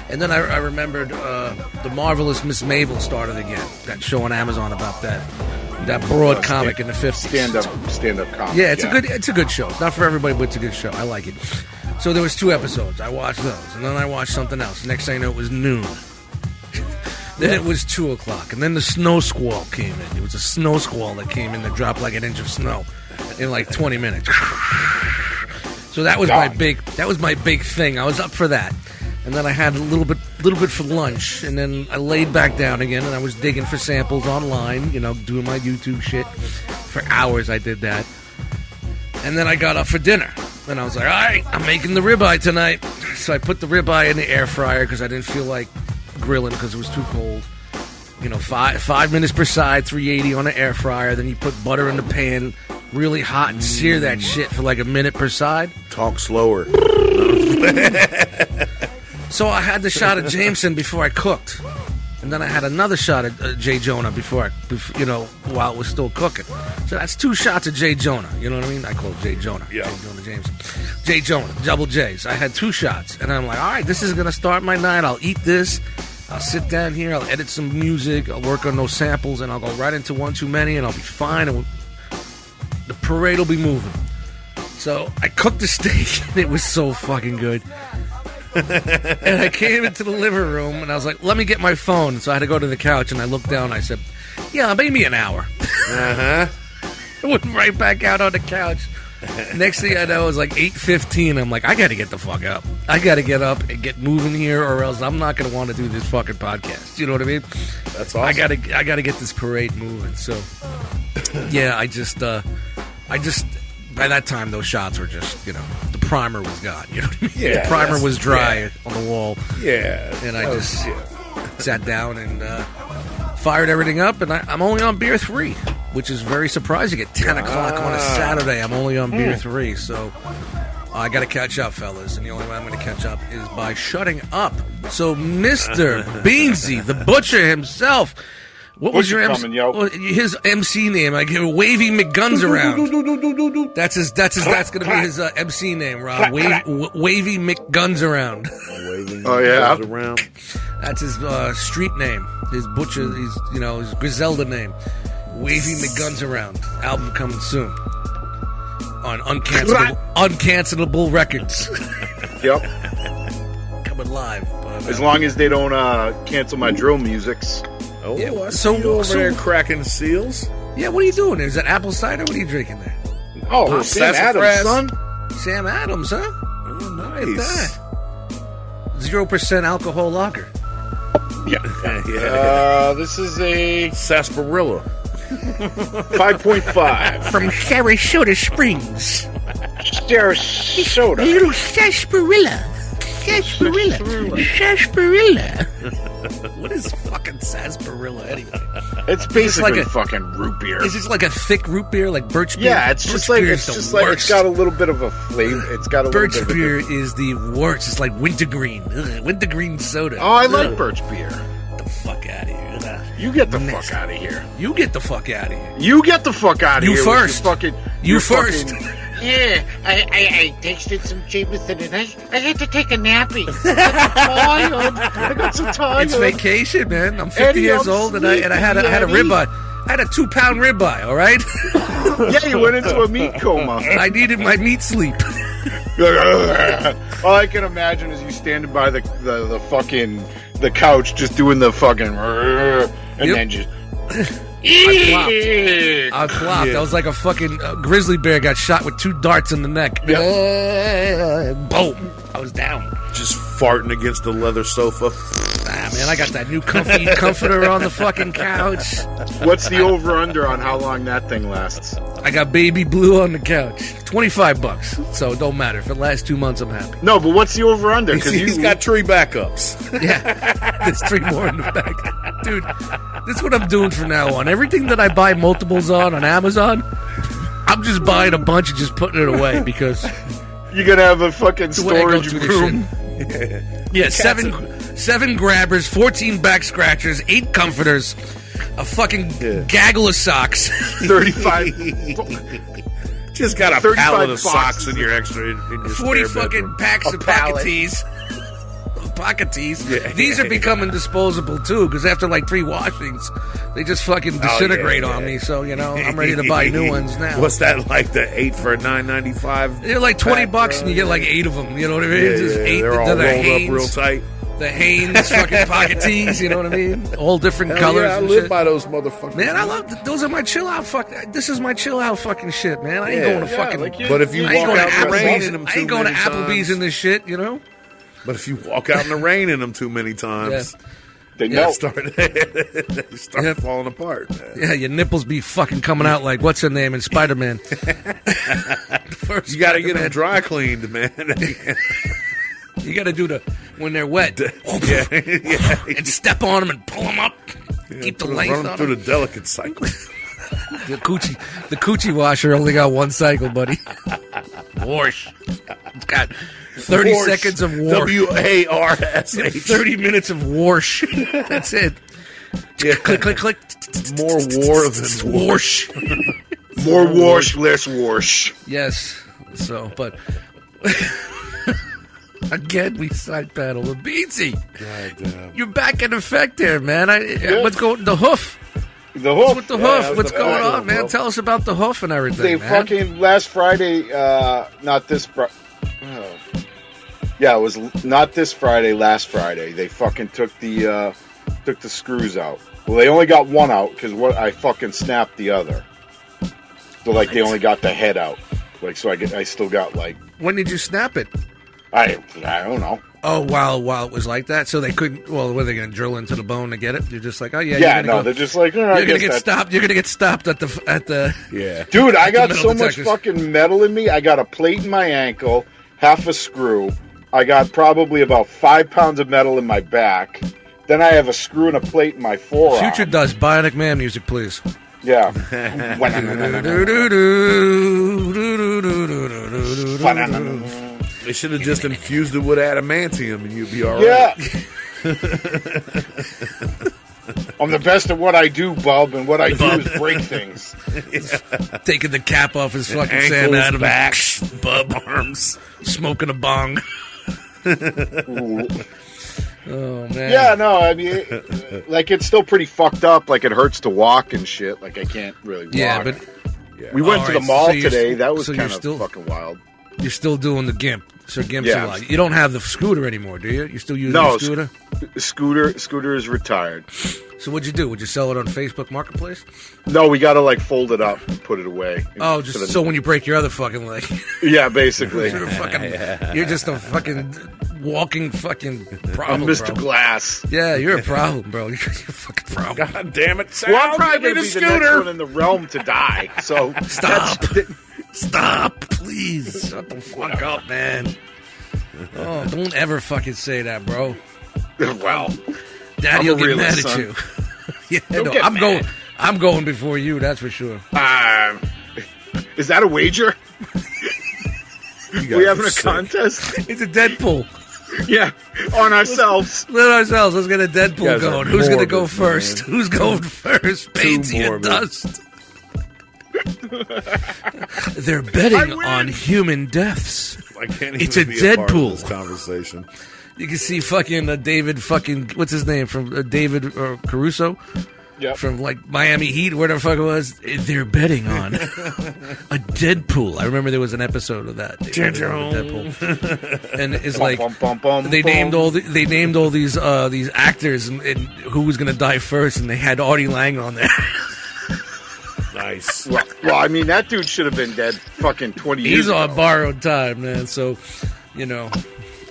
Speaker 1: And then I, I remembered uh, the marvelous Miss Mabel started again. That show on Amazon about that that broad comic in the fifties.
Speaker 3: Stand up, stand up comedy.
Speaker 1: Yeah, it's a good it's a good show. It's Not for everybody, but it's a good show. I like it. So there was two episodes. I watched those, and then I watched something else. Next thing I know, it was noon. [LAUGHS] then it was two o'clock, and then the snow squall came in. It was a snow squall that came in that dropped like an inch of snow in like twenty minutes. so that was my
Speaker 3: God.
Speaker 1: big that was my big thing. I was up for that. And then I had a little bit, little bit for lunch, and then I laid back down again, and I was digging for samples online, you know, doing my YouTube shit. For hours, I did that. And then I got up for dinner. And I was like, all right, I'm making the ribeye tonight. So I put the ribeye in the air fryer because I didn't feel like grilling because it was too cold. You know, five five minutes per side, 380 on the air fryer. Then you put butter in the pan really hot and sear that shit for like a minute per side.
Speaker 2: Talk slower.
Speaker 1: So I had the shot of Jameson before I cooked, and then I had another shot at uh, Jay Jonah before I, bef- you know, while it was still cooking. So that's two shots of Jay Jonah. You know what I mean? I call it Jay Jonah.
Speaker 2: Yeah.
Speaker 1: Jay Jonah Jameson. Jay Jonah, double J's. I had two shots, and I'm like, all right, this is gonna start my night. I'll eat this. I'll sit down here. I'll edit some music. I'll work on those samples, and I'll go right into one too many, and I'll be fine. And the parade [LAUGHS] will be moving. So I cooked the steak, and it was so fucking good. and I came into the living room and I was like, let me get my phone. So I had to go to the couch and I looked down. I said, yeah, maybe an hour.
Speaker 2: Uh huh.
Speaker 1: I [LAUGHS] went right back out on the couch. Next thing I know, it was like eight fifteen. I'm like, I got to get the fuck up. I got to get up and get moving here, or else I'm not going to want to do this fucking podcast. You know what I mean?
Speaker 2: That's awesome.
Speaker 1: I gotta, I gotta get this parade moving. So, yeah, I just, uh, I just, by that time those shots were just, you know, the primer was gone. You know what I mean?
Speaker 2: Yeah,
Speaker 1: the primer
Speaker 2: that's-
Speaker 1: was dry
Speaker 2: yeah.
Speaker 1: on the wall,
Speaker 2: Yeah. Oh,
Speaker 1: and I
Speaker 2: that was-
Speaker 1: just
Speaker 2: yeah.
Speaker 1: sat down and uh, fired everything up. And I, I'm only on beer three, which is very surprising. At ten o'clock on a Saturday, I'm only on beer three. So. I gotta catch up, fellas, and the only way I'm gonna catch up is by shutting up. So, Mister Beansy, the butcher himself, what was
Speaker 3: Butcher
Speaker 1: your MC,
Speaker 3: coming, yo.
Speaker 1: well, his MC name? I give Wavy McGuns around. That's his. That's his. That's gonna be his uh, MC name, Rob. Wavy, Wavy McGuns around. [LAUGHS]
Speaker 2: Waving
Speaker 3: Oh, yeah.
Speaker 2: those Around.
Speaker 1: That's his uh, street name. His butcher. His you know his Griselda name. Wavy McGuns around. Album coming soon on uncancelable, uncancelable records. [LAUGHS]
Speaker 3: Yep.
Speaker 1: coming live. Uh,
Speaker 3: As long as they don't uh, cancel my drill musics.
Speaker 2: Oh,
Speaker 1: Yeah,
Speaker 2: I see
Speaker 1: so-
Speaker 2: you over
Speaker 1: so-
Speaker 2: there cracking seals.
Speaker 1: yeah, what are you doing? Is that apple cider? What are you drinking there?
Speaker 3: Oh,
Speaker 2: Oh,
Speaker 3: Sam Adams,
Speaker 2: sassafras.
Speaker 3: son.
Speaker 1: Sam Adams, huh?
Speaker 2: Oh,
Speaker 1: Look at
Speaker 2: nice.
Speaker 1: that. Zero percent alcohol lager.
Speaker 2: [LAUGHS] Yeah, yeah.
Speaker 3: Uh, this is a
Speaker 2: sarsaparilla.
Speaker 3: [LAUGHS] 5.5.
Speaker 1: From Sarasota Springs.
Speaker 3: Sarah soda.
Speaker 1: Little sarsaparilla. Sarsaparilla. Sarsaparilla. [LAUGHS] what is fucking sarsaparilla anyway?
Speaker 3: It's
Speaker 1: It's like
Speaker 3: basically
Speaker 1: a-
Speaker 3: fucking root beer.
Speaker 1: Is this like a thick root beer, like birch beer?
Speaker 3: Yeah, it's
Speaker 1: birch
Speaker 3: just like
Speaker 1: beer
Speaker 3: it's
Speaker 1: is the
Speaker 3: just like
Speaker 1: worst.
Speaker 3: it's got a little bit of a flavor. It's got a
Speaker 1: Birch
Speaker 3: little bit
Speaker 1: beer
Speaker 3: Of
Speaker 1: is the worst. It's like wintergreen. Ugh, wintergreen soda.
Speaker 3: a, oh, I
Speaker 1: Ugh,
Speaker 3: like birch beer.
Speaker 1: Get the fuck out of here. Ugh.
Speaker 3: You get the
Speaker 1: Nasty.
Speaker 3: fuck out of here.
Speaker 1: You get the fuck out of here.
Speaker 3: You get the fuck out of
Speaker 1: You
Speaker 3: here. with your
Speaker 1: first.
Speaker 3: Fucking,
Speaker 1: You
Speaker 3: your
Speaker 1: first.
Speaker 3: fucking-
Speaker 5: [LAUGHS] Yeah, I, I, I tasted some Jameson and I, I had to take
Speaker 3: [LAUGHS]
Speaker 5: a nappy. I'm tired.
Speaker 3: I got some
Speaker 1: [LAUGHS]
Speaker 3: time.
Speaker 1: It's vacation, man. I'm 50
Speaker 3: Eddie,
Speaker 1: years
Speaker 3: I'm
Speaker 1: old, and I and I had a, I had a
Speaker 3: sleepy,
Speaker 1: ribeye. I had a two pound ribeye. All right, [LAUGHS]
Speaker 3: Yeah, you went into a meat
Speaker 5: [LAUGHS]
Speaker 3: coma.
Speaker 1: I needed my meat
Speaker 3: [LAUGHS]
Speaker 1: sleep.
Speaker 3: All I can imagine is you standing by the, the, the fucking the couch, just doing the fucking, and
Speaker 1: Yep.
Speaker 3: then just.
Speaker 1: I flopped.
Speaker 2: Yeah.
Speaker 1: I was like a fucking uh, grizzly bear got shot with two darts in the neck. Uh, Boom! I was down.
Speaker 2: Just farting against the leather sofa.
Speaker 1: Ah, man, I got that new comfy comforter on the fucking couch.
Speaker 3: What's the over under on how long that thing lasts?
Speaker 1: I got baby blue on the couch. Twenty five bucks, so it don't matter. If it lasts two months, I'm happy.
Speaker 3: No, but what's the
Speaker 1: [LAUGHS]
Speaker 3: over under?
Speaker 2: He's- [LAUGHS]
Speaker 3: Because
Speaker 2: he's got tree backups.
Speaker 1: Yeah, there's three more in the back, dude. This is what I'm doing from now on. Everything that I buy multiples on on Amazon, I'm just buying a bunch and just putting it away because
Speaker 3: you're gonna have a fucking
Speaker 1: the way I go
Speaker 3: storage
Speaker 1: through this
Speaker 3: room.
Speaker 1: shit.
Speaker 2: [LAUGHS]
Speaker 1: Yeah, seven seven grabbers, fourteen back scratchers, eight comforters, a fucking gaggle of socks. [LAUGHS]
Speaker 3: Thirty-five.
Speaker 2: [LAUGHS] Just got a
Speaker 3: 35
Speaker 2: pallet of socks
Speaker 3: boxes.
Speaker 2: in your extra. In your
Speaker 1: 40
Speaker 2: spare
Speaker 1: fucking
Speaker 2: bedroom.
Speaker 1: packs
Speaker 3: A
Speaker 1: of pocket
Speaker 3: pallet.
Speaker 1: tees. [LAUGHS] pocket tees.
Speaker 2: Yeah.
Speaker 1: These are becoming disposable too, because after like three washings, they just fucking
Speaker 2: Oh, yeah,
Speaker 1: disintegrate on
Speaker 2: yeah.
Speaker 1: me. So you know, I'm
Speaker 2: [LAUGHS]
Speaker 1: ready to buy new ones now.
Speaker 2: What's that like? The eight for nine ninety five.
Speaker 1: they're like twenty
Speaker 2: Pack,
Speaker 1: bucks,
Speaker 2: bro.
Speaker 1: and you get like eight of them. You know what I mean?
Speaker 2: Yeah,
Speaker 1: Just
Speaker 2: yeah,
Speaker 1: eight.
Speaker 2: they're all
Speaker 1: then
Speaker 2: rolled
Speaker 1: the
Speaker 2: up real
Speaker 1: Hanes,
Speaker 2: tight.
Speaker 1: the Hanes fucking pocket
Speaker 2: [LAUGHS]
Speaker 1: tees. You know what I mean? All different
Speaker 2: Hell
Speaker 1: colors.
Speaker 2: yeah, I
Speaker 1: and
Speaker 2: live
Speaker 1: shit.
Speaker 2: by those motherfuckers.
Speaker 1: Man, I love th- those. Are my chill out fuck? This is my chill out fucking shit, man. I ain't
Speaker 2: Yeah.
Speaker 1: going to
Speaker 2: Yeah,
Speaker 1: fucking.
Speaker 3: like you-
Speaker 2: But if you
Speaker 1: I ain't
Speaker 2: walk
Speaker 1: going to
Speaker 2: out in the rain
Speaker 1: Applebee's.
Speaker 2: in them
Speaker 1: I
Speaker 2: too
Speaker 1: ain't going to
Speaker 2: many
Speaker 1: Applebee's
Speaker 2: times.
Speaker 1: in this shit, you know.
Speaker 2: But if you walk out in the rain in them too many times,
Speaker 3: They
Speaker 2: they
Speaker 3: know.
Speaker 2: start [LAUGHS] they start
Speaker 1: Yeah.
Speaker 2: falling apart. Man.
Speaker 1: Yeah, your nipples be fucking coming out like what's her name in Spider [LAUGHS]
Speaker 2: [LAUGHS]
Speaker 1: Man.
Speaker 2: You got to get them dry cleaned, man. [LAUGHS]
Speaker 1: You got to do the when they're wet
Speaker 2: [LAUGHS] yeah, yeah.
Speaker 1: and step on them and pull them up. Keep the
Speaker 2: Run
Speaker 1: length on
Speaker 2: them
Speaker 1: 'em.
Speaker 2: through the delicate [LAUGHS] cycle.
Speaker 1: The coochie, the coochie washer only got one cycle, buddy. [LAUGHS] Warsh. It's got thirty
Speaker 2: Warsh.
Speaker 1: seconds of war.
Speaker 2: W A R S H. [LAUGHS]
Speaker 1: Thirty minutes of warsh. That's it.
Speaker 2: Yeah.
Speaker 1: Click, click, click.
Speaker 2: More war than [LAUGHS] war.
Speaker 1: Warsh.
Speaker 3: More wash, less wash.
Speaker 1: Yes. So, but [LAUGHS] again, we side battle with Beatsy.
Speaker 2: Goddamn.
Speaker 1: You're back in effect there, man. I, uh, What's going? The hoof.
Speaker 3: The whole
Speaker 1: With the
Speaker 2: Yeah,
Speaker 1: hoof.
Speaker 2: with
Speaker 1: What's
Speaker 2: the
Speaker 1: going
Speaker 2: back of
Speaker 1: on,
Speaker 2: the
Speaker 1: man?
Speaker 2: hoof.
Speaker 1: Tell us about the hoof and everything,
Speaker 3: they
Speaker 1: man.
Speaker 3: fucking last Friday, uh, not this Friday. oh. Yeah, it was l- not this Friday. Last Friday, they fucking took the uh, took the screws out. Well, they only got one out because what I fucking snapped the other. So like they only got the head out. Like so, I get I still got like
Speaker 1: When did you snap it?
Speaker 3: I I don't know.
Speaker 1: Oh, while while it was like that, so they couldn't. Well, were they going to drill into the bone to get it? You're just like, oh yeah,
Speaker 3: Yeah,
Speaker 1: you're
Speaker 3: no,
Speaker 1: gonna
Speaker 3: they're
Speaker 1: go,
Speaker 3: just like all
Speaker 1: you're
Speaker 3: right,
Speaker 1: gonna
Speaker 3: I
Speaker 1: get
Speaker 3: guess that.
Speaker 1: stopped. You're gonna get stopped at the at the.
Speaker 2: Yeah.
Speaker 3: Dude, I got
Speaker 1: metal
Speaker 3: so much
Speaker 1: detectors.
Speaker 3: fucking metal in me. I got a plate in my ankle, half a screw. I got probably about five pounds of metal in my back. Then I have a screw and a plate in my forearm.
Speaker 1: Future does Bionic Man music, please.
Speaker 3: Yeah.
Speaker 2: They should have just infused it with adamantium, and you'd
Speaker 1: [LAUGHS]
Speaker 2: be all right.
Speaker 3: yeah. I'm the best at what I do, Bob, and what I do is
Speaker 1: [LAUGHS]
Speaker 3: break things.
Speaker 1: Taking the cap off his fucking Sam
Speaker 2: Ankles,
Speaker 1: Adams,
Speaker 2: back, [LAUGHS]
Speaker 1: bub arms, smoking a
Speaker 3: [LAUGHS]
Speaker 1: bong. Oh man,
Speaker 3: Yeah, no, I mean, it- like it's still pretty fucked up. Like it hurts to walk and shit. Like I can't really walk.
Speaker 1: yeah, but
Speaker 3: we went
Speaker 1: All
Speaker 3: to the
Speaker 1: right,
Speaker 3: mall
Speaker 1: so you're-
Speaker 3: today. That was
Speaker 1: so you're
Speaker 3: kind of
Speaker 1: still-
Speaker 3: fucking wild.
Speaker 1: you're still doing the gimp. So gimp's a
Speaker 3: Yeah.
Speaker 1: lot. You don't have the scooter anymore, do you? You're still using
Speaker 3: No,
Speaker 1: the scooter.
Speaker 3: Scooter, Scooter is retired.
Speaker 1: So what'd you do? Would you sell it on Facebook Marketplace?
Speaker 3: No, we got to like fold it up, and put it away.
Speaker 1: Oh, just
Speaker 3: the-
Speaker 1: so when you break your other fucking leg, [LAUGHS]
Speaker 3: yeah, basically.
Speaker 1: you're a
Speaker 3: [LAUGHS]
Speaker 1: fucking, you're just a fucking walking fucking
Speaker 3: [LAUGHS] I'm
Speaker 1: problem,
Speaker 3: Mr.
Speaker 1: bro.
Speaker 3: Glass.
Speaker 1: yeah, you're a problem, bro. [LAUGHS] You're a fucking problem.
Speaker 2: God damn it, Sam!
Speaker 3: Well, I'm probably
Speaker 2: Give
Speaker 3: gonna
Speaker 2: me
Speaker 3: be
Speaker 2: the
Speaker 3: the next one
Speaker 2: scooter.
Speaker 3: in the realm to die. So
Speaker 1: Stop. Stop, please. Shut the fuck up, man. Oh, don't ever fucking say that, bro.
Speaker 3: wow.
Speaker 1: Daddy
Speaker 3: I'm a
Speaker 1: will get mad
Speaker 3: realist,
Speaker 1: at
Speaker 3: son.
Speaker 1: you. [LAUGHS] yeah,
Speaker 3: Don't
Speaker 1: no,
Speaker 3: get
Speaker 1: I'm
Speaker 3: mad.
Speaker 1: going. I'm going before you. That's for sure.
Speaker 3: Um, is that a wager?
Speaker 2: You
Speaker 3: We
Speaker 2: guys
Speaker 3: having
Speaker 2: are
Speaker 3: a
Speaker 2: sick.
Speaker 3: contest? [LAUGHS]
Speaker 1: It's a Deadpool.
Speaker 3: yeah, on ourselves.
Speaker 1: Let ourselves. Let's get a
Speaker 2: guys
Speaker 1: Deadpool
Speaker 2: are
Speaker 1: going. Who's going to go
Speaker 2: morbid,
Speaker 1: first? Who's going first? Painty and
Speaker 2: morbid.
Speaker 1: Dust. They're betting
Speaker 3: win.
Speaker 1: on human deaths.
Speaker 2: I can't even
Speaker 1: It's a
Speaker 2: be a part of
Speaker 1: Deadpool.
Speaker 2: this conversation.
Speaker 1: You can see fucking uh, David fucking what's his name from uh, David uh, Caruso
Speaker 3: Yep.
Speaker 1: from like Miami Heat, where the fuck it was. eh, They're betting
Speaker 3: [LAUGHS]
Speaker 1: on a Deadpool. I remember there was an episode of that. They betted on a Deadpool. and it's like
Speaker 3: Bum, bum, bum,
Speaker 1: they
Speaker 3: bum.
Speaker 1: named all the, they named all these uh, these actors and, and who was gonna die first, and they had Artie Lang on there. [LAUGHS]
Speaker 2: Nice.
Speaker 3: Well, well, I mean, that dude should have been dead fucking 20 years
Speaker 1: He's on
Speaker 3: ago.
Speaker 1: borrowed time, man. So you know,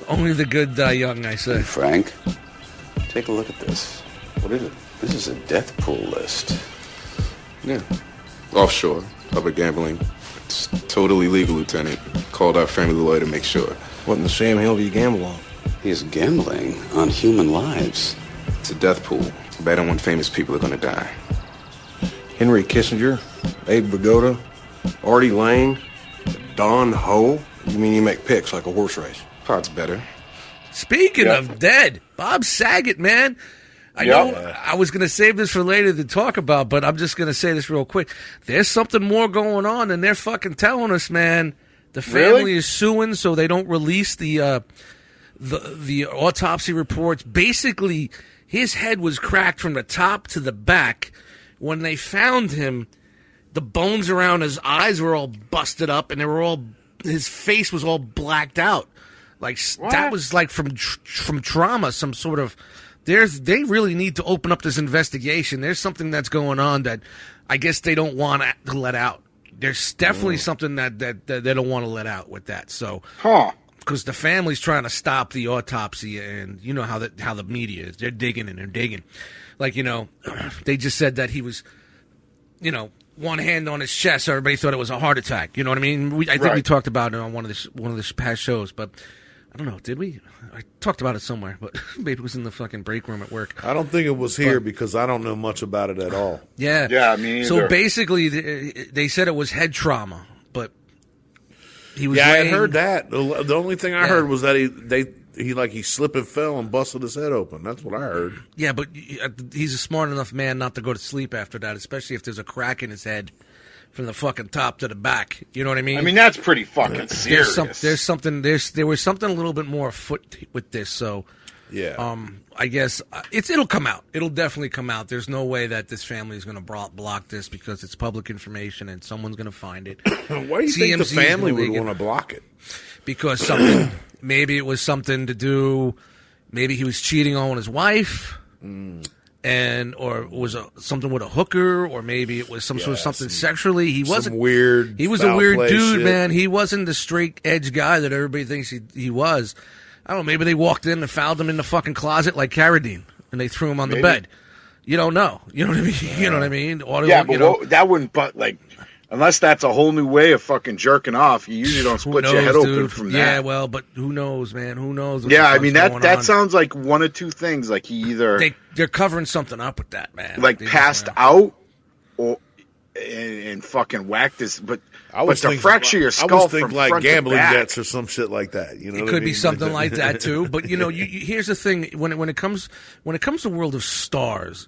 Speaker 1: only the good die young. I say.
Speaker 6: Frank, take a look at this. What is it? This is a death pool list.
Speaker 7: Yeah. Offshore, public gambling. It's totally legal, Lieutenant. Called our family lawyer to make sure.
Speaker 8: What in the Sam Hill do you gamble on?
Speaker 6: He is gambling on human lives.
Speaker 7: It's a death pool. Bet on when famous people are gonna die.
Speaker 8: Henry Kissinger, Abe Vigoda, Artie Lang, Don Ho. You mean you make picks like a horse race?
Speaker 7: Pot's better.
Speaker 1: Speaking
Speaker 3: Yeah.
Speaker 1: of dead, Bob Saget, man. I
Speaker 3: Yeah.
Speaker 1: know I was going to save this for later to talk about, but I'm just going to say this real quick. There's something more going on than they're fucking telling us, man. The family
Speaker 3: Really?
Speaker 1: is suing, so they don't release the uh, the the autopsy reports. Basically, his head was cracked from the top to the back. When they found him, the bones around his eyes were all busted up, and they were all his face was all blacked out. Like s- that was like from tr- from trauma, some sort of. There's they really need to open up this investigation. There's something that's going on that I guess they don't want to let out. There's definitely something that, that that they don't want to let out with that. So
Speaker 3: Huh.
Speaker 1: because the family's trying to stop the autopsy, and you know how the how the media is. They're digging and they're digging. Like you know, [CLEARS THROAT] they just said that he was, you know, one hand on his chest. so Everybody thought it was a heart attack. You know what I mean? We, I think we
Speaker 3: Right.
Speaker 1: talked about it on one of the sh- one of the sh- past shows, but I don't know. Did we? I talked about it somewhere, but [LAUGHS] maybe it was in the fucking break room at work.
Speaker 2: I don't think it was here because I don't know much about it at all.
Speaker 1: Yeah.
Speaker 3: Yeah, me
Speaker 1: So
Speaker 3: either.
Speaker 1: basically, th- they said it was head trauma, but he was.
Speaker 2: Yeah, I had
Speaker 1: laying-
Speaker 2: heard that. The the only thing I
Speaker 1: Yeah.
Speaker 2: heard was that he they he like he slipped and fell and busted his head open. That's what I heard.
Speaker 1: Yeah, but y- uh, he's a smart enough man not to go to sleep after that, especially if there's a crack in his head from the fucking top to the back. You know what I mean?
Speaker 3: I mean, that's pretty fucking
Speaker 1: there's,
Speaker 3: serious.
Speaker 1: some, there's something there's there was something a little bit more afoot t- with this. So,
Speaker 2: Yeah.
Speaker 1: um, I guess uh, it's it'll come out. It'll definitely come out. There's no way that this family is going to bro- block this because it's public information and someone's going to find it
Speaker 2: [COUGHS] Why do you think the
Speaker 1: TMZ 's gonna
Speaker 2: family would
Speaker 1: leak it.
Speaker 2: want to block it?
Speaker 1: because something [CLEARS THROAT] Maybe it was something to do. Maybe he was cheating on his wife, and or was a, something with a hooker, or maybe it was some sort of
Speaker 2: Yeah,
Speaker 1: something sexually. He wasn't
Speaker 2: weird
Speaker 1: He was a
Speaker 2: foul
Speaker 1: weird
Speaker 2: play
Speaker 1: dude,
Speaker 2: shit.
Speaker 1: man. He wasn't the straight edge guy that everybody thinks he he was. I don't. know. Maybe they walked in and fouled him in the fucking closet like Carradine, and they threw him on the
Speaker 3: Maybe.
Speaker 1: bed. You don't know. [LAUGHS] You know what I mean. You know what I mean. Or,
Speaker 3: Yeah,
Speaker 1: you
Speaker 3: but
Speaker 1: know,
Speaker 3: what, that wouldn't. But like, unless that's a whole new way of fucking jerking off, you usually don't
Speaker 1: who
Speaker 3: split
Speaker 1: knows,
Speaker 3: your head open
Speaker 1: dude?
Speaker 3: from that.
Speaker 1: Yeah, well, but who knows, man? Who knows? what
Speaker 3: Yeah,
Speaker 1: the
Speaker 3: I
Speaker 1: fuck's
Speaker 3: mean
Speaker 1: going
Speaker 3: that that
Speaker 1: on.
Speaker 3: sounds like one of two things. Like he either
Speaker 1: They they're covering something up with that, man.
Speaker 3: like
Speaker 1: They just
Speaker 3: passed
Speaker 1: went-
Speaker 3: out or and, and fucking whacked his but
Speaker 2: I
Speaker 3: but
Speaker 2: was
Speaker 3: to
Speaker 2: thinking,
Speaker 3: fracture your skull
Speaker 2: I was thinking
Speaker 3: from
Speaker 2: like
Speaker 3: front to
Speaker 2: gambling
Speaker 3: back.
Speaker 2: debts or some shit like that. You know,
Speaker 1: It
Speaker 2: what I
Speaker 1: could be
Speaker 2: mean?
Speaker 1: something
Speaker 2: [LAUGHS]
Speaker 1: like that too. But you know, you, you, here's the thing: when it, when it comes when it comes to world of stars,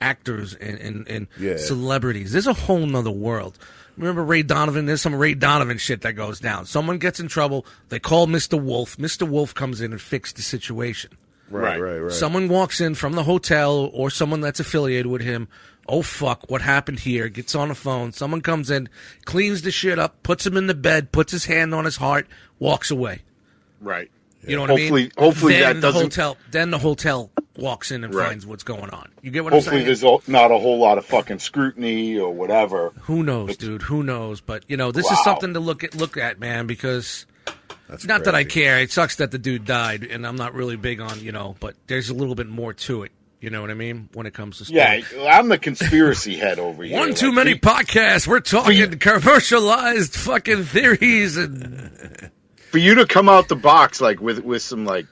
Speaker 1: actors, and and, and
Speaker 2: Yeah.
Speaker 1: celebrities, there's a whole nother world. Remember Ray Donovan? There's some Ray Donovan shit that goes down. Someone gets in trouble. They call Mr. Wolf. Mr. Wolf comes in and fixes the situation.
Speaker 2: right, right, right.
Speaker 1: Someone walks in from the hotel or someone that's affiliated with him. Oh fuck, what happened here? Gets on the phone. Someone comes in, cleans the shit up, puts him in the bed, puts his hand on his heart, walks away.
Speaker 3: right
Speaker 1: You know what I mean?
Speaker 3: Hopefully- hopefully
Speaker 1: then
Speaker 3: that
Speaker 1: the
Speaker 3: doesn't-
Speaker 1: hotel then the hotel walks in and
Speaker 3: Right.
Speaker 1: finds what's going on. You get what I'm
Speaker 3: hopefully
Speaker 1: saying?
Speaker 3: there's a- not a whole lot of fucking scrutiny or whatever
Speaker 1: Who knows, dude? Who knows? But you know, this is
Speaker 3: Wow.
Speaker 1: something to look at look at, man, because
Speaker 2: That's
Speaker 1: not that I
Speaker 2: crazy.
Speaker 1: care. It sucks that the dude died and I'm not really big on, you know, but there's a little bit more to it. You know what I mean? When it comes to sports.
Speaker 3: yeah i'm the conspiracy head over here
Speaker 1: One
Speaker 3: Like,
Speaker 1: too many
Speaker 3: be-
Speaker 1: podcasts. We're talking commercialized fucking theories and
Speaker 3: for you to come out the box like with with some like,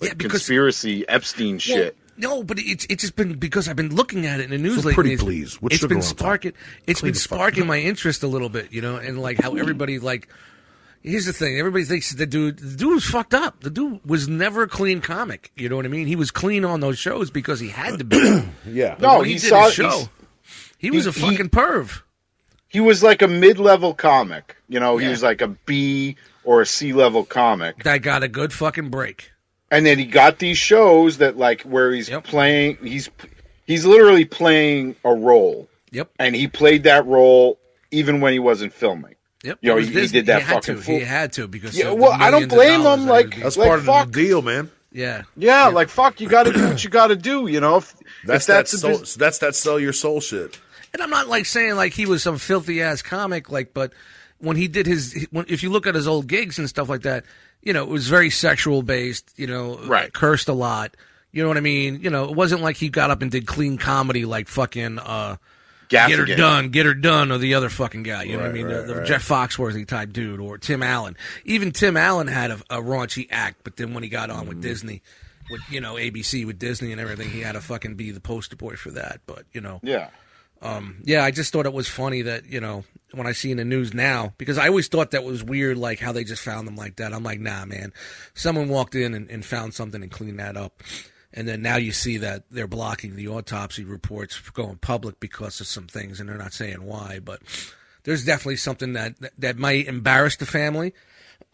Speaker 1: Yeah,
Speaker 3: like,
Speaker 1: because-
Speaker 3: conspiracy epstein shit
Speaker 1: Well, no, but it's it's just been because I've been looking at it in the news
Speaker 2: So
Speaker 1: lately.
Speaker 2: pretty
Speaker 1: It's-
Speaker 2: please, what
Speaker 1: it's
Speaker 2: sugar
Speaker 1: been
Speaker 2: on top?
Speaker 1: sparking. It's
Speaker 2: Clean
Speaker 1: been
Speaker 2: the fuck
Speaker 1: sparking my interest a little bit, you know, and like
Speaker 3: Mm-hmm.
Speaker 1: how everybody like. Here's the thing: everybody thinks the dude, the dude was fucked up. The dude was never a clean comic. You know what I mean? He was clean on those shows because he had to
Speaker 3: [CLEARS THROAT]
Speaker 1: be.
Speaker 2: Yeah.
Speaker 3: no
Speaker 1: When
Speaker 3: Oh, he,
Speaker 1: he did
Speaker 3: saw
Speaker 1: his show.
Speaker 3: he's-
Speaker 1: He was a
Speaker 3: he-
Speaker 1: fucking perv.
Speaker 3: he was like a mid-level comic you know
Speaker 1: Yeah.
Speaker 3: he was like a b or a c level comic
Speaker 1: That got a good fucking break.
Speaker 3: and then he got these shows that like where he's
Speaker 1: Yep.
Speaker 3: playing he's he's literally playing a role
Speaker 1: Yep.
Speaker 3: and he played that role even when he wasn't filming
Speaker 1: Yep.
Speaker 3: Yo,
Speaker 1: It was
Speaker 3: he- he did that
Speaker 1: had
Speaker 3: fucking
Speaker 1: to.
Speaker 3: fool.
Speaker 1: He had to because
Speaker 3: Yeah,
Speaker 1: of the
Speaker 3: well, I don't
Speaker 1: millions of
Speaker 3: blame
Speaker 1: dollars
Speaker 3: him,
Speaker 1: that would
Speaker 3: like-
Speaker 1: be-
Speaker 2: That's
Speaker 3: Like,
Speaker 2: part
Speaker 3: fuck.
Speaker 2: of the deal, man.
Speaker 1: yeah.
Speaker 3: yeah, like fuck you gotta do what you gotta do you know if,
Speaker 2: That's that.
Speaker 3: if that's, a
Speaker 2: Soul,
Speaker 3: bus-
Speaker 2: that's that. Sell your soul shit.
Speaker 1: And I'm not like saying like he was some filthy ass comic, like, but when he did his, when, if you look at his old gigs and stuff like that, you know, it was very sexual based, you know,
Speaker 3: Right.
Speaker 1: cursed a lot. You know what I mean? You know, it wasn't like he got up and did clean comedy like fucking, uh, Get her
Speaker 3: Gaffigan.
Speaker 1: done, get her done, or the other fucking guy. You know what I
Speaker 2: Right,
Speaker 1: mean?
Speaker 2: right,
Speaker 1: the the
Speaker 2: right.
Speaker 1: Jeff Foxworthy type dude, or Tim Allen. Even Tim Allen had a, a raunchy act, but then when he got on with
Speaker 2: Mm-hmm.
Speaker 1: Disney, with you know ABC with Disney and everything, he had to fucking be the poster boy for that. But you know,
Speaker 3: yeah
Speaker 1: yeah, I just thought it was funny that you know when I see in the news now because I always thought that was weird, like how they just found them like that. I'm like, nah, man, someone walked in and, and found something and cleaned that up, and then now you see that they're blocking the autopsy reports from going public because of some things, and they're not saying why, but there's definitely something that that, that might embarrass the family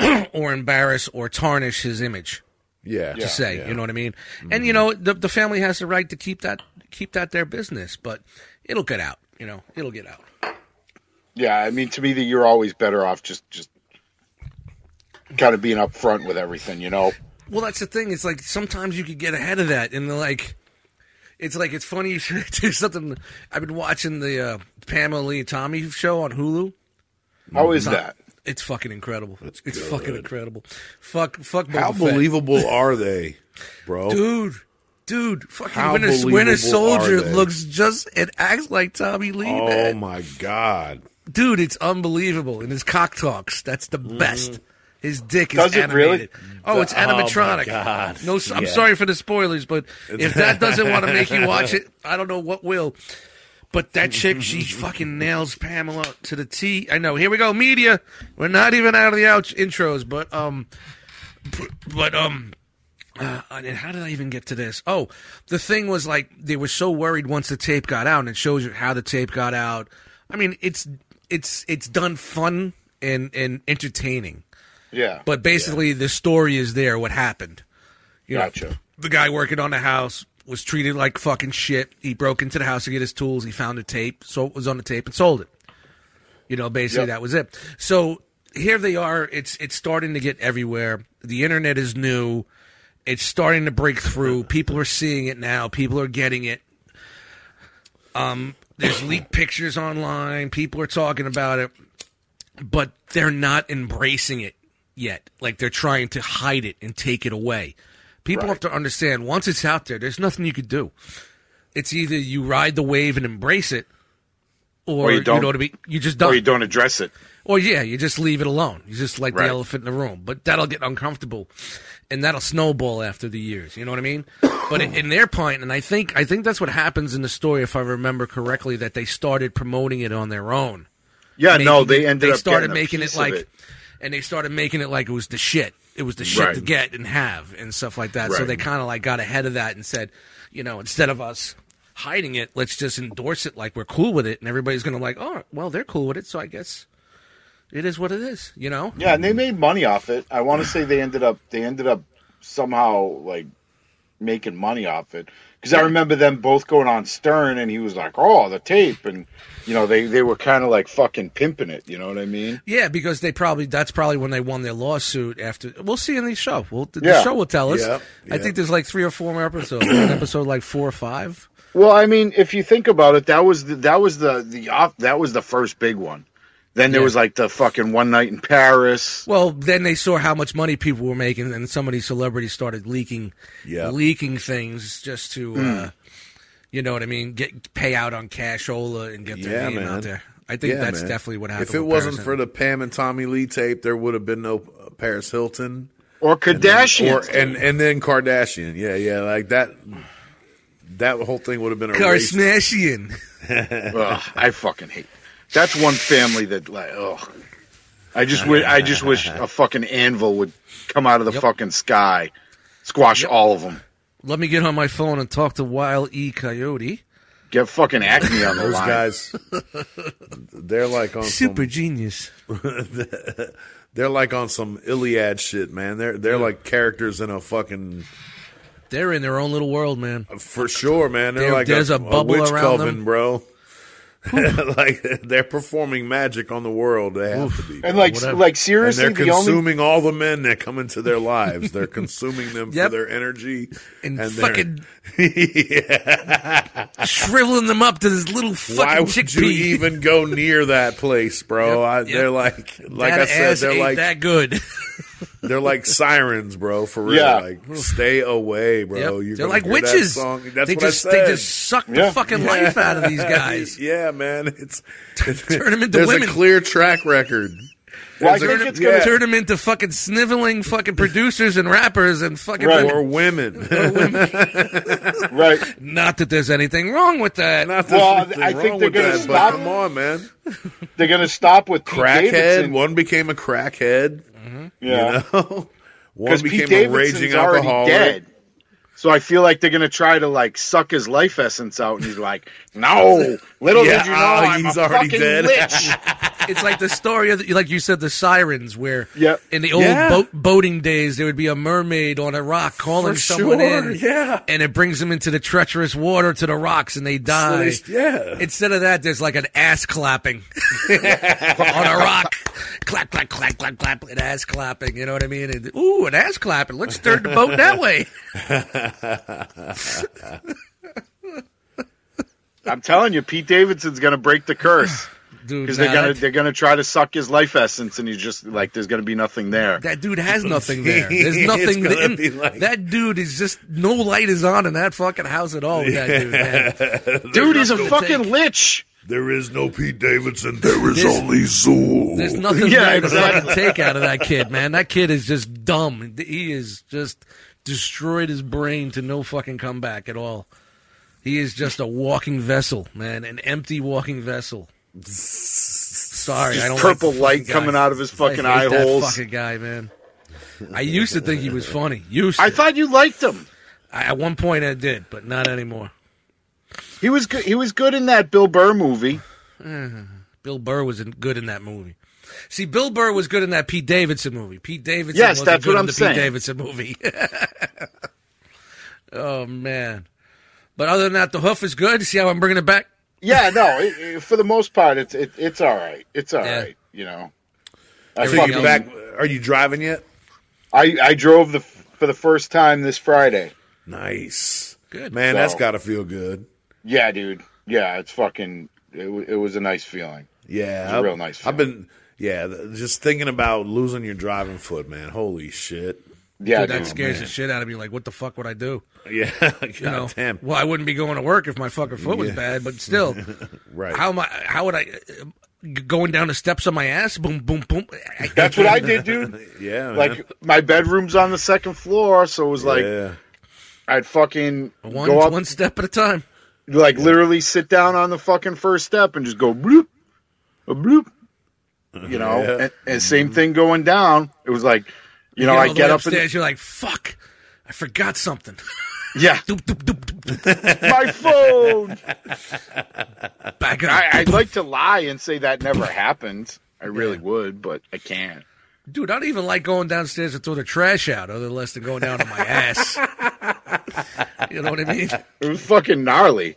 Speaker 1: [CLEARS THROAT] or embarrass or tarnish his image
Speaker 2: Yeah. Mm-hmm.
Speaker 1: to say. You know what I mean? And you know, the the family has the right to keep that keep that their business, but it'll get out. You know, it'll get out.
Speaker 3: yeah i mean to me that you're always better off just just kind of being upfront with everything you know
Speaker 1: Well, that's the thing. It's like sometimes you could get ahead of that, and like, it's like it's funny you [LAUGHS] should do something. I've been watching the uh, Pamela Lee and Tommy show on Hulu. Mm-hmm.
Speaker 3: how is that
Speaker 1: It's fucking incredible. it's fucking incredible. Fuck, fuck.
Speaker 2: How
Speaker 1: Boba Fett. [LAUGHS]
Speaker 2: believable are they, bro?
Speaker 1: dude. Dude, fucking
Speaker 2: How
Speaker 1: Winter,
Speaker 2: believable
Speaker 1: Winter
Speaker 2: are
Speaker 1: Soldier
Speaker 2: they?
Speaker 1: looks just and acts like Tommy Lee.
Speaker 2: oh
Speaker 1: man.
Speaker 2: my god.
Speaker 1: dude, it's unbelievable. And his cock talks. That's the best. His dick is
Speaker 3: Mm. Does it really?
Speaker 1: animated. Oh, it's animatronic.
Speaker 2: God.
Speaker 1: No, s- I'm
Speaker 2: Yeah.
Speaker 1: sorry for the spoilers, but if that doesn't want to make you
Speaker 2: [LAUGHS]
Speaker 1: watch it, I don't know what will. But that chick, she fucking nails Pamela to the T. I know. Here we go, media. We're not even out of the out- intros, but um, but, but um, uh, and how did I even get to this? Oh, the thing was like they were so worried once the tape got out, and it shows you how the tape got out. I mean, it's it's it's done fun and and entertaining,
Speaker 3: yeah
Speaker 1: but basically the story is there. What happened? You know,
Speaker 3: gotcha
Speaker 1: the guy working on the house was treated like fucking shit. He broke into the house to get his tools. He found a tape, so it was on the tape and sold it. You know, basically
Speaker 3: Yep.
Speaker 1: that was it. So here they are. It's it's starting to get everywhere. The internet is new. It's starting to break through. People are seeing it now. People are getting it. Um, there's leaked pictures online. People are talking about it, but they're not embracing it yet. Like they're trying to hide it and take it away. People have to understand once it's out there, there's nothing you could do. It's either you ride the wave and embrace it, or,
Speaker 3: you
Speaker 1: you,
Speaker 3: don't.
Speaker 1: know what I mean. You just
Speaker 3: Or
Speaker 1: don't.
Speaker 3: you don't address it.
Speaker 1: Or yeah, you just leave it alone. You just like
Speaker 3: Right.
Speaker 1: the elephant in the room. But that'll get uncomfortable, and that'll snowball after the years. You know what I
Speaker 3: [COUGHS]
Speaker 1: mean? But in, in their point, and I think I think that's what happens in the story, if I remember correctly, that they started promoting it on their own.
Speaker 3: Yeah, no,
Speaker 1: Making-
Speaker 3: they ended
Speaker 1: they
Speaker 3: up
Speaker 1: started
Speaker 3: getting a
Speaker 1: making
Speaker 3: piece
Speaker 1: it
Speaker 3: of
Speaker 1: like, and they started making it like it was the shit. It was the shit to
Speaker 3: Right.
Speaker 1: get and have and stuff like that. So
Speaker 3: Right.
Speaker 1: they kind of like got ahead of that and said, you know, instead of us hiding it, let's just endorse it like we're cool with it, and everybody's gonna like, oh, well, they're cool with it, so I guess it is what it is, you know.
Speaker 3: Yeah, and they made money off it. I want to say they ended up they ended up somehow like making money off it because I remember them both going on Stern, and he was like, "Oh, the tape," and you know they they were kind of like fucking pimping it. You know what I mean?
Speaker 1: Yeah, because they probably that's probably when they won their lawsuit. After we'll see in the show, we'll, the
Speaker 3: Yeah.
Speaker 1: show will tell us.
Speaker 2: Yeah,
Speaker 1: I
Speaker 2: yeah.
Speaker 1: think there's like three or four more episodes. An episode like four or five.
Speaker 3: Well, I mean, if you think about it, that was the, that was the the off, that was the first big one. Then there
Speaker 1: Yeah.
Speaker 3: was like the fucking one night in Paris.
Speaker 1: Well, then they saw how much money people were making, and some of these celebrities started leaking,
Speaker 2: Yeah.
Speaker 1: leaking things just to,
Speaker 2: Hmm.
Speaker 1: uh, you know what I mean, get pay out on cashola and get their
Speaker 2: Yeah,
Speaker 1: name out
Speaker 2: man.
Speaker 1: there. I think
Speaker 2: Yeah,
Speaker 1: that's
Speaker 2: man.
Speaker 1: definitely what happened.
Speaker 2: If it
Speaker 1: with
Speaker 2: wasn't
Speaker 1: Paris
Speaker 2: for the Pam and Tommy Lee tape, there would have been no uh, Paris Hilton
Speaker 3: Or Kardashian.
Speaker 2: or and and then Kardashian. Yeah, yeah, like that. That whole thing would have been erased.
Speaker 1: Kardashian,
Speaker 3: Ugh, I fucking hate. That's one family that like. Ugh. I just wish. I just
Speaker 2: [LAUGHS]
Speaker 3: wish a fucking anvil would come out of the fucking sky, squash all of them.
Speaker 1: let me get on my phone and talk to Wild E Coyote.
Speaker 2: [LAUGHS]
Speaker 3: Get fucking acne on the
Speaker 2: Those
Speaker 1: [LAUGHS]
Speaker 3: line.
Speaker 2: guys, they're like on
Speaker 1: Super
Speaker 2: some,
Speaker 1: genius.
Speaker 2: they're like on some Iliad shit, man. They're they're like characters in a fucking
Speaker 1: They're in their own little world, man.
Speaker 2: for sure, man. They're
Speaker 1: There-
Speaker 2: like
Speaker 1: there's a bubble
Speaker 2: witch
Speaker 1: around
Speaker 2: coven,
Speaker 1: them. [LAUGHS]
Speaker 2: bro. [LAUGHS] like they're performing magic on the world. They have to be.
Speaker 3: And like,
Speaker 1: Whatever.
Speaker 3: like
Speaker 2: And
Speaker 3: seriously,
Speaker 2: they're
Speaker 3: the only
Speaker 2: consuming all the men that come into their lives. They're consuming them
Speaker 1: Yep.
Speaker 2: for their energy
Speaker 1: And,
Speaker 2: they're- [LAUGHS]
Speaker 1: fucking shriveling them up to this little fucking
Speaker 2: Why would
Speaker 1: chickpea.
Speaker 2: you even go near that place, bro? I, They're like, like
Speaker 1: that
Speaker 2: I said,
Speaker 1: ass
Speaker 2: they're
Speaker 1: ain't
Speaker 2: like
Speaker 1: that good. [LAUGHS]
Speaker 2: they're like sirens, bro. For real,
Speaker 3: Yeah.
Speaker 2: like stay away, bro.
Speaker 1: Yep.
Speaker 2: You're
Speaker 1: They're
Speaker 2: gonna
Speaker 1: like
Speaker 2: hear that
Speaker 1: witches.
Speaker 2: song. That's
Speaker 1: they
Speaker 2: what
Speaker 1: just
Speaker 2: I said.
Speaker 1: they just suck the
Speaker 3: Yeah.
Speaker 1: fucking life out of
Speaker 2: [LAUGHS]
Speaker 1: these guys.
Speaker 2: yeah, man. It's
Speaker 1: Turn them into
Speaker 2: there's
Speaker 1: women.
Speaker 2: a clear track record.
Speaker 3: well, I
Speaker 2: there's a-
Speaker 3: think
Speaker 1: turn,
Speaker 3: it's gonna.
Speaker 2: yeah.
Speaker 1: them into fucking sniveling fucking producers and rappers and fucking
Speaker 3: Right.
Speaker 2: Or women. [LAUGHS]
Speaker 3: Right.
Speaker 1: not that there's anything wrong with that.
Speaker 2: Not that
Speaker 3: Well,
Speaker 2: there's anything
Speaker 3: I think
Speaker 2: wrong
Speaker 3: they're
Speaker 2: with
Speaker 3: gonna
Speaker 2: that, but
Speaker 3: stop-
Speaker 2: Come on, man.
Speaker 3: They're gonna stop with Pete
Speaker 2: Crackhead.
Speaker 3: Davidson.
Speaker 2: One became a crackhead.
Speaker 3: yeah.
Speaker 2: [LAUGHS] One
Speaker 3: Because Pete
Speaker 2: became a
Speaker 3: Davidson's
Speaker 2: raging
Speaker 3: already
Speaker 2: alcoholic.
Speaker 3: dead. So I feel like they're gonna try to like suck his life essence out, and he's like, "No, little
Speaker 2: Yeah,
Speaker 3: did you know,
Speaker 2: ah,
Speaker 3: I'm
Speaker 2: he's
Speaker 3: a
Speaker 2: already
Speaker 3: fucking
Speaker 2: dead." [LAUGHS]
Speaker 3: lich."
Speaker 1: it's like the story of, the, like you said, the sirens, where
Speaker 3: Yep.
Speaker 1: in the old
Speaker 2: Yeah.
Speaker 1: boat, boating days, there would be a mermaid on a rock calling
Speaker 2: For
Speaker 1: someone
Speaker 2: sure,
Speaker 1: in,
Speaker 2: yeah.
Speaker 1: and it brings them into the treacherous water to the rocks, and they die.
Speaker 2: they- yeah.
Speaker 1: Instead of that, there's like an ass clapping [LAUGHS] on a rock, clap, clap, clap, clap, clap, an ass clapping. You know what I mean? And, ooh, an ass clapping. Let's turn the boat that
Speaker 2: [LAUGHS]
Speaker 1: way.
Speaker 3: I'm telling you, Pete Davidson's gonna break
Speaker 1: [SIGHS]
Speaker 3: the curse
Speaker 1: Dude,
Speaker 3: because they're
Speaker 1: nah,
Speaker 3: gonna
Speaker 1: that-
Speaker 3: they're gonna try to suck his life essence, and he's just like, "There's gonna be nothing there."
Speaker 1: That dude has
Speaker 2: [LAUGHS]
Speaker 1: nothing there. There's
Speaker 2: It's
Speaker 1: nothing.
Speaker 2: gonna
Speaker 1: in-
Speaker 2: be like-
Speaker 1: that dude is just no light is on in that fucking house at all. With that dude, man.
Speaker 3: Dude, he's a
Speaker 1: nothing.
Speaker 3: fucking lich.
Speaker 2: There is no Pete Davidson. There is
Speaker 1: There's-
Speaker 2: only Zool.
Speaker 3: [LAUGHS]
Speaker 1: There's nothing
Speaker 3: Yeah,
Speaker 1: there that I
Speaker 3: exactly.
Speaker 1: can take out of that kid, man. That kid is just dumb. He is just destroyed his brain to no fucking comeback at all. He is just a walking vessel, man, an empty walking vessel. Sorry, I don't
Speaker 3: Purple
Speaker 1: like the
Speaker 3: light
Speaker 1: fucking
Speaker 3: coming
Speaker 1: guy.
Speaker 3: out of his fucking
Speaker 1: I
Speaker 3: eye
Speaker 1: hate that
Speaker 3: holes.
Speaker 1: fucking guy, man. I used to think he was funny. Used to.
Speaker 3: I thought you liked him.
Speaker 1: I, at one point I did, but not anymore.
Speaker 3: He was good. He was good in that Bill Burr movie.
Speaker 1: Bill Burr was in, good in that movie. See, Bill Burr was good in that Pete Davidson movie. Pete Davidson.
Speaker 3: Yes,
Speaker 1: wasn't
Speaker 3: that's
Speaker 1: good
Speaker 3: what
Speaker 1: in
Speaker 3: I'm
Speaker 1: the
Speaker 3: saying.
Speaker 1: Pete Davidson movie. [LAUGHS] oh man! But other than that, the hoof is good. See how I'm bringing it back?
Speaker 3: Yeah, no. It, it- for the most part, it's it, it's all right. It's all right.
Speaker 1: Yeah.
Speaker 3: You know, I
Speaker 2: So
Speaker 1: Everything
Speaker 2: you're
Speaker 1: else-
Speaker 2: back. Are you driving yet?
Speaker 3: I, I drove the for the first time this Friday.
Speaker 2: Nice.
Speaker 1: Good.
Speaker 2: Man, that's
Speaker 3: So-
Speaker 2: got to feel good.
Speaker 3: Yeah, dude. Yeah, it's fucking. It, wa- it was a nice feeling.
Speaker 2: Yeah.
Speaker 3: It's a
Speaker 2: I've-
Speaker 3: real nice
Speaker 2: I've been, yeah, th- just thinking about losing your driving foot, man. Holy shit.
Speaker 3: Yeah,
Speaker 1: Dude, that
Speaker 3: dude.
Speaker 1: scares the shit out of me. Like, what the fuck would I do?
Speaker 2: Yeah. [LAUGHS] God
Speaker 1: You know,
Speaker 2: damn.
Speaker 1: well, I wouldn't be going to work if my fucking foot was
Speaker 2: Yeah.
Speaker 1: bad. But
Speaker 3: [LAUGHS]
Speaker 1: still,
Speaker 2: Right.
Speaker 1: how am I? How would I? uh, g- Going down the steps on my ass, boom, boom, boom. I- I
Speaker 3: That's what
Speaker 1: [LAUGHS]
Speaker 3: I did, dude.
Speaker 2: yeah. man.
Speaker 3: Like my bedroom's on the second floor, so it was like
Speaker 2: yeah.
Speaker 3: I'd fucking
Speaker 1: One,
Speaker 3: go up,
Speaker 1: one step at a time.
Speaker 3: like literally sit down on the fucking first step and just go bloop,
Speaker 2: [LAUGHS]
Speaker 3: a bloop. You know,
Speaker 2: Yeah.
Speaker 3: and, and same thing going down. It was like, you know,
Speaker 1: You know,
Speaker 3: I
Speaker 1: the
Speaker 3: get
Speaker 1: way
Speaker 3: up
Speaker 1: upstairs, you're like, fuck, I forgot something. [LAUGHS]
Speaker 3: and yeah,
Speaker 1: doop, doop, doop, doop,
Speaker 3: my phone.
Speaker 1: doop, back up.
Speaker 3: I, I'd like to lie and say that never happened. I really would, but I can't.
Speaker 1: Dude, I don't even like going downstairs to throw the trash out, other less than going down on my
Speaker 3: [LAUGHS]
Speaker 1: ass. you know what I mean?
Speaker 3: It was fucking gnarly.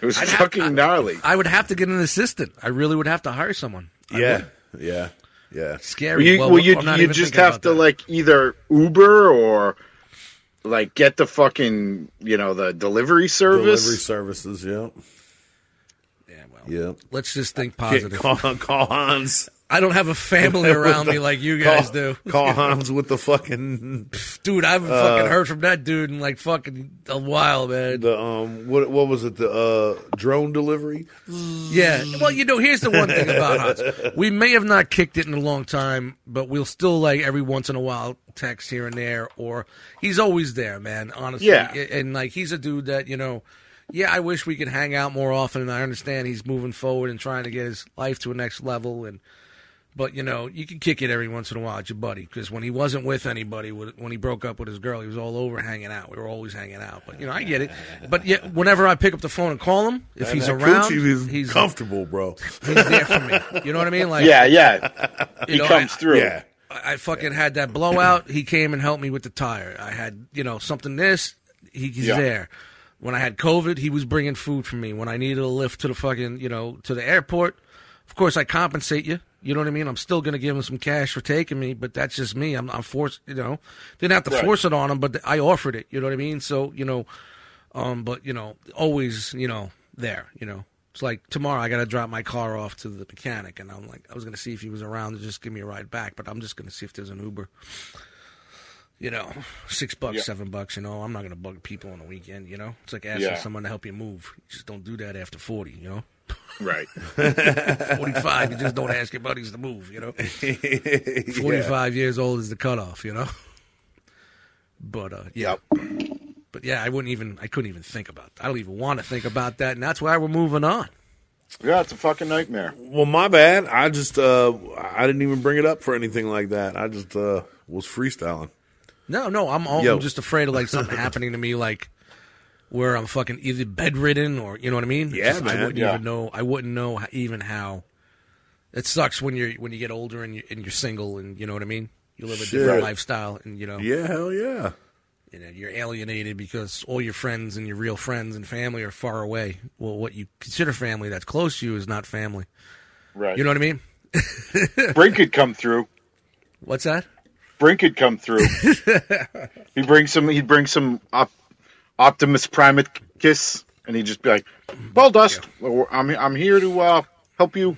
Speaker 3: It was fucking gnarly.
Speaker 1: I would have to get an assistant. I really would have to hire someone.
Speaker 2: Yeah. Yeah. Yeah.
Speaker 1: Scary.
Speaker 3: Well, you, well, you,
Speaker 1: I'm not
Speaker 3: you
Speaker 1: even
Speaker 3: just
Speaker 1: thinking
Speaker 3: have
Speaker 1: about
Speaker 3: to
Speaker 1: that.
Speaker 3: like either Uber or like get the fucking you know the delivery service.
Speaker 2: Delivery services. Yep.
Speaker 1: Yeah, well,
Speaker 2: Yep.
Speaker 1: Let's just think
Speaker 2: Get,
Speaker 1: positive.
Speaker 2: call, [LAUGHS] call Hans.
Speaker 1: I don't have a
Speaker 3: [LAUGHS]
Speaker 1: family around me like you guys
Speaker 2: call,
Speaker 1: do,
Speaker 2: [LAUGHS] Call Hans with the fucking
Speaker 1: dude. I haven't
Speaker 3: Uh,
Speaker 1: fucking heard from that dude in like fucking a while, man.
Speaker 2: the um what what was it the uh drone delivery?
Speaker 1: Yeah. Well, you know, here's the one thing about Hans. We may have not kicked it in a long time, but we'll still like every once in a while text here and there, or he's always there, man. Honestly,
Speaker 3: Yeah.
Speaker 1: A- And like he's a dude that you know. Yeah, I wish we could hang out more often. And I understand he's moving forward and trying to get his life to a next level. And but you know, you can kick it every once in a while at your buddy because when he wasn't with anybody, with- when he broke up with his girl, he was all over hanging out. We were always hanging out. But you know, I get it. But yet, whenever I pick up the phone and call him, if he's
Speaker 2: That
Speaker 1: around,
Speaker 2: coochie is
Speaker 1: he's
Speaker 2: comfortable, bro.
Speaker 1: he's there for me. You know what I mean? Like,
Speaker 3: Yeah, yeah,
Speaker 1: you
Speaker 3: he
Speaker 1: know,
Speaker 3: comes
Speaker 1: I,
Speaker 3: through.
Speaker 2: Yeah.
Speaker 1: I I fucking had that blowout. He came and helped me with the tire. I had, you know, something this. He, he's
Speaker 3: Yeah.
Speaker 1: there. When I had COVID, he was bringing food for me. When I needed a lift to the fucking, you know, to the airport, of course I compensate you. You know what I mean? I'm still gonna give him some cash for taking me, but that's just me. I'm, I'm forced, you know. Didn't have to
Speaker 3: Right.
Speaker 1: force it on him, but I offered it. You know what I mean? So you know, um, but you know, always, you know, there, you know. It's like tomorrow I gotta drop my car off to the mechanic, and I'm like, I was gonna see if he was around to just give me a ride back, but I'm just gonna see if there's an Uber. You know, six bucks,
Speaker 3: Yeah.
Speaker 1: seven bucks. You know, I'm not gonna bug people on the weekend. You know, it's like asking
Speaker 3: Yeah.
Speaker 1: someone to help you move. You just don't do that after forty. You know,
Speaker 3: Right.
Speaker 1: forty five, you just don't ask your buddies to move.
Speaker 2: [LAUGHS]
Speaker 1: You know, forty five years old is the cutoff. You know, but uh, yeah.
Speaker 3: Yep.
Speaker 1: But yeah, I wouldn't even. I couldn't even think about. I don't even want to think about that, and that's why we're moving on.
Speaker 3: Yeah, it's a fucking nightmare.
Speaker 2: Well, my bad. I just uh I didn't even bring it up for anything like that. I just uh was freestyling.
Speaker 1: No, no, I'm, all,
Speaker 2: Yo.
Speaker 1: I'm just afraid of like
Speaker 2: [LAUGHS]
Speaker 1: something happening to me, like where I'm fucking either bedridden or you know what I mean.
Speaker 2: Yeah,
Speaker 1: Just,
Speaker 2: man.
Speaker 1: I wouldn't
Speaker 3: Yeah.
Speaker 1: even know. I wouldn't know h- even how. It sucks when you're when you get older and you're, and you're single and you know what I mean. You live a
Speaker 2: Shit.
Speaker 1: different lifestyle and you know,
Speaker 2: Yeah, hell yeah.
Speaker 1: you know you're alienated because all your friends and your real friends and family are far away. Well, what you consider family that's close to you is not family.
Speaker 3: Right.
Speaker 1: You know what I mean?
Speaker 3: Brink could come through.
Speaker 1: What's that?
Speaker 3: Brink could
Speaker 1: [LAUGHS]
Speaker 3: come through. he brings some. He'd bring some op, Optimus Primicus, and he'd just be like, "Goldust, or I'm I'm here to uh, help you.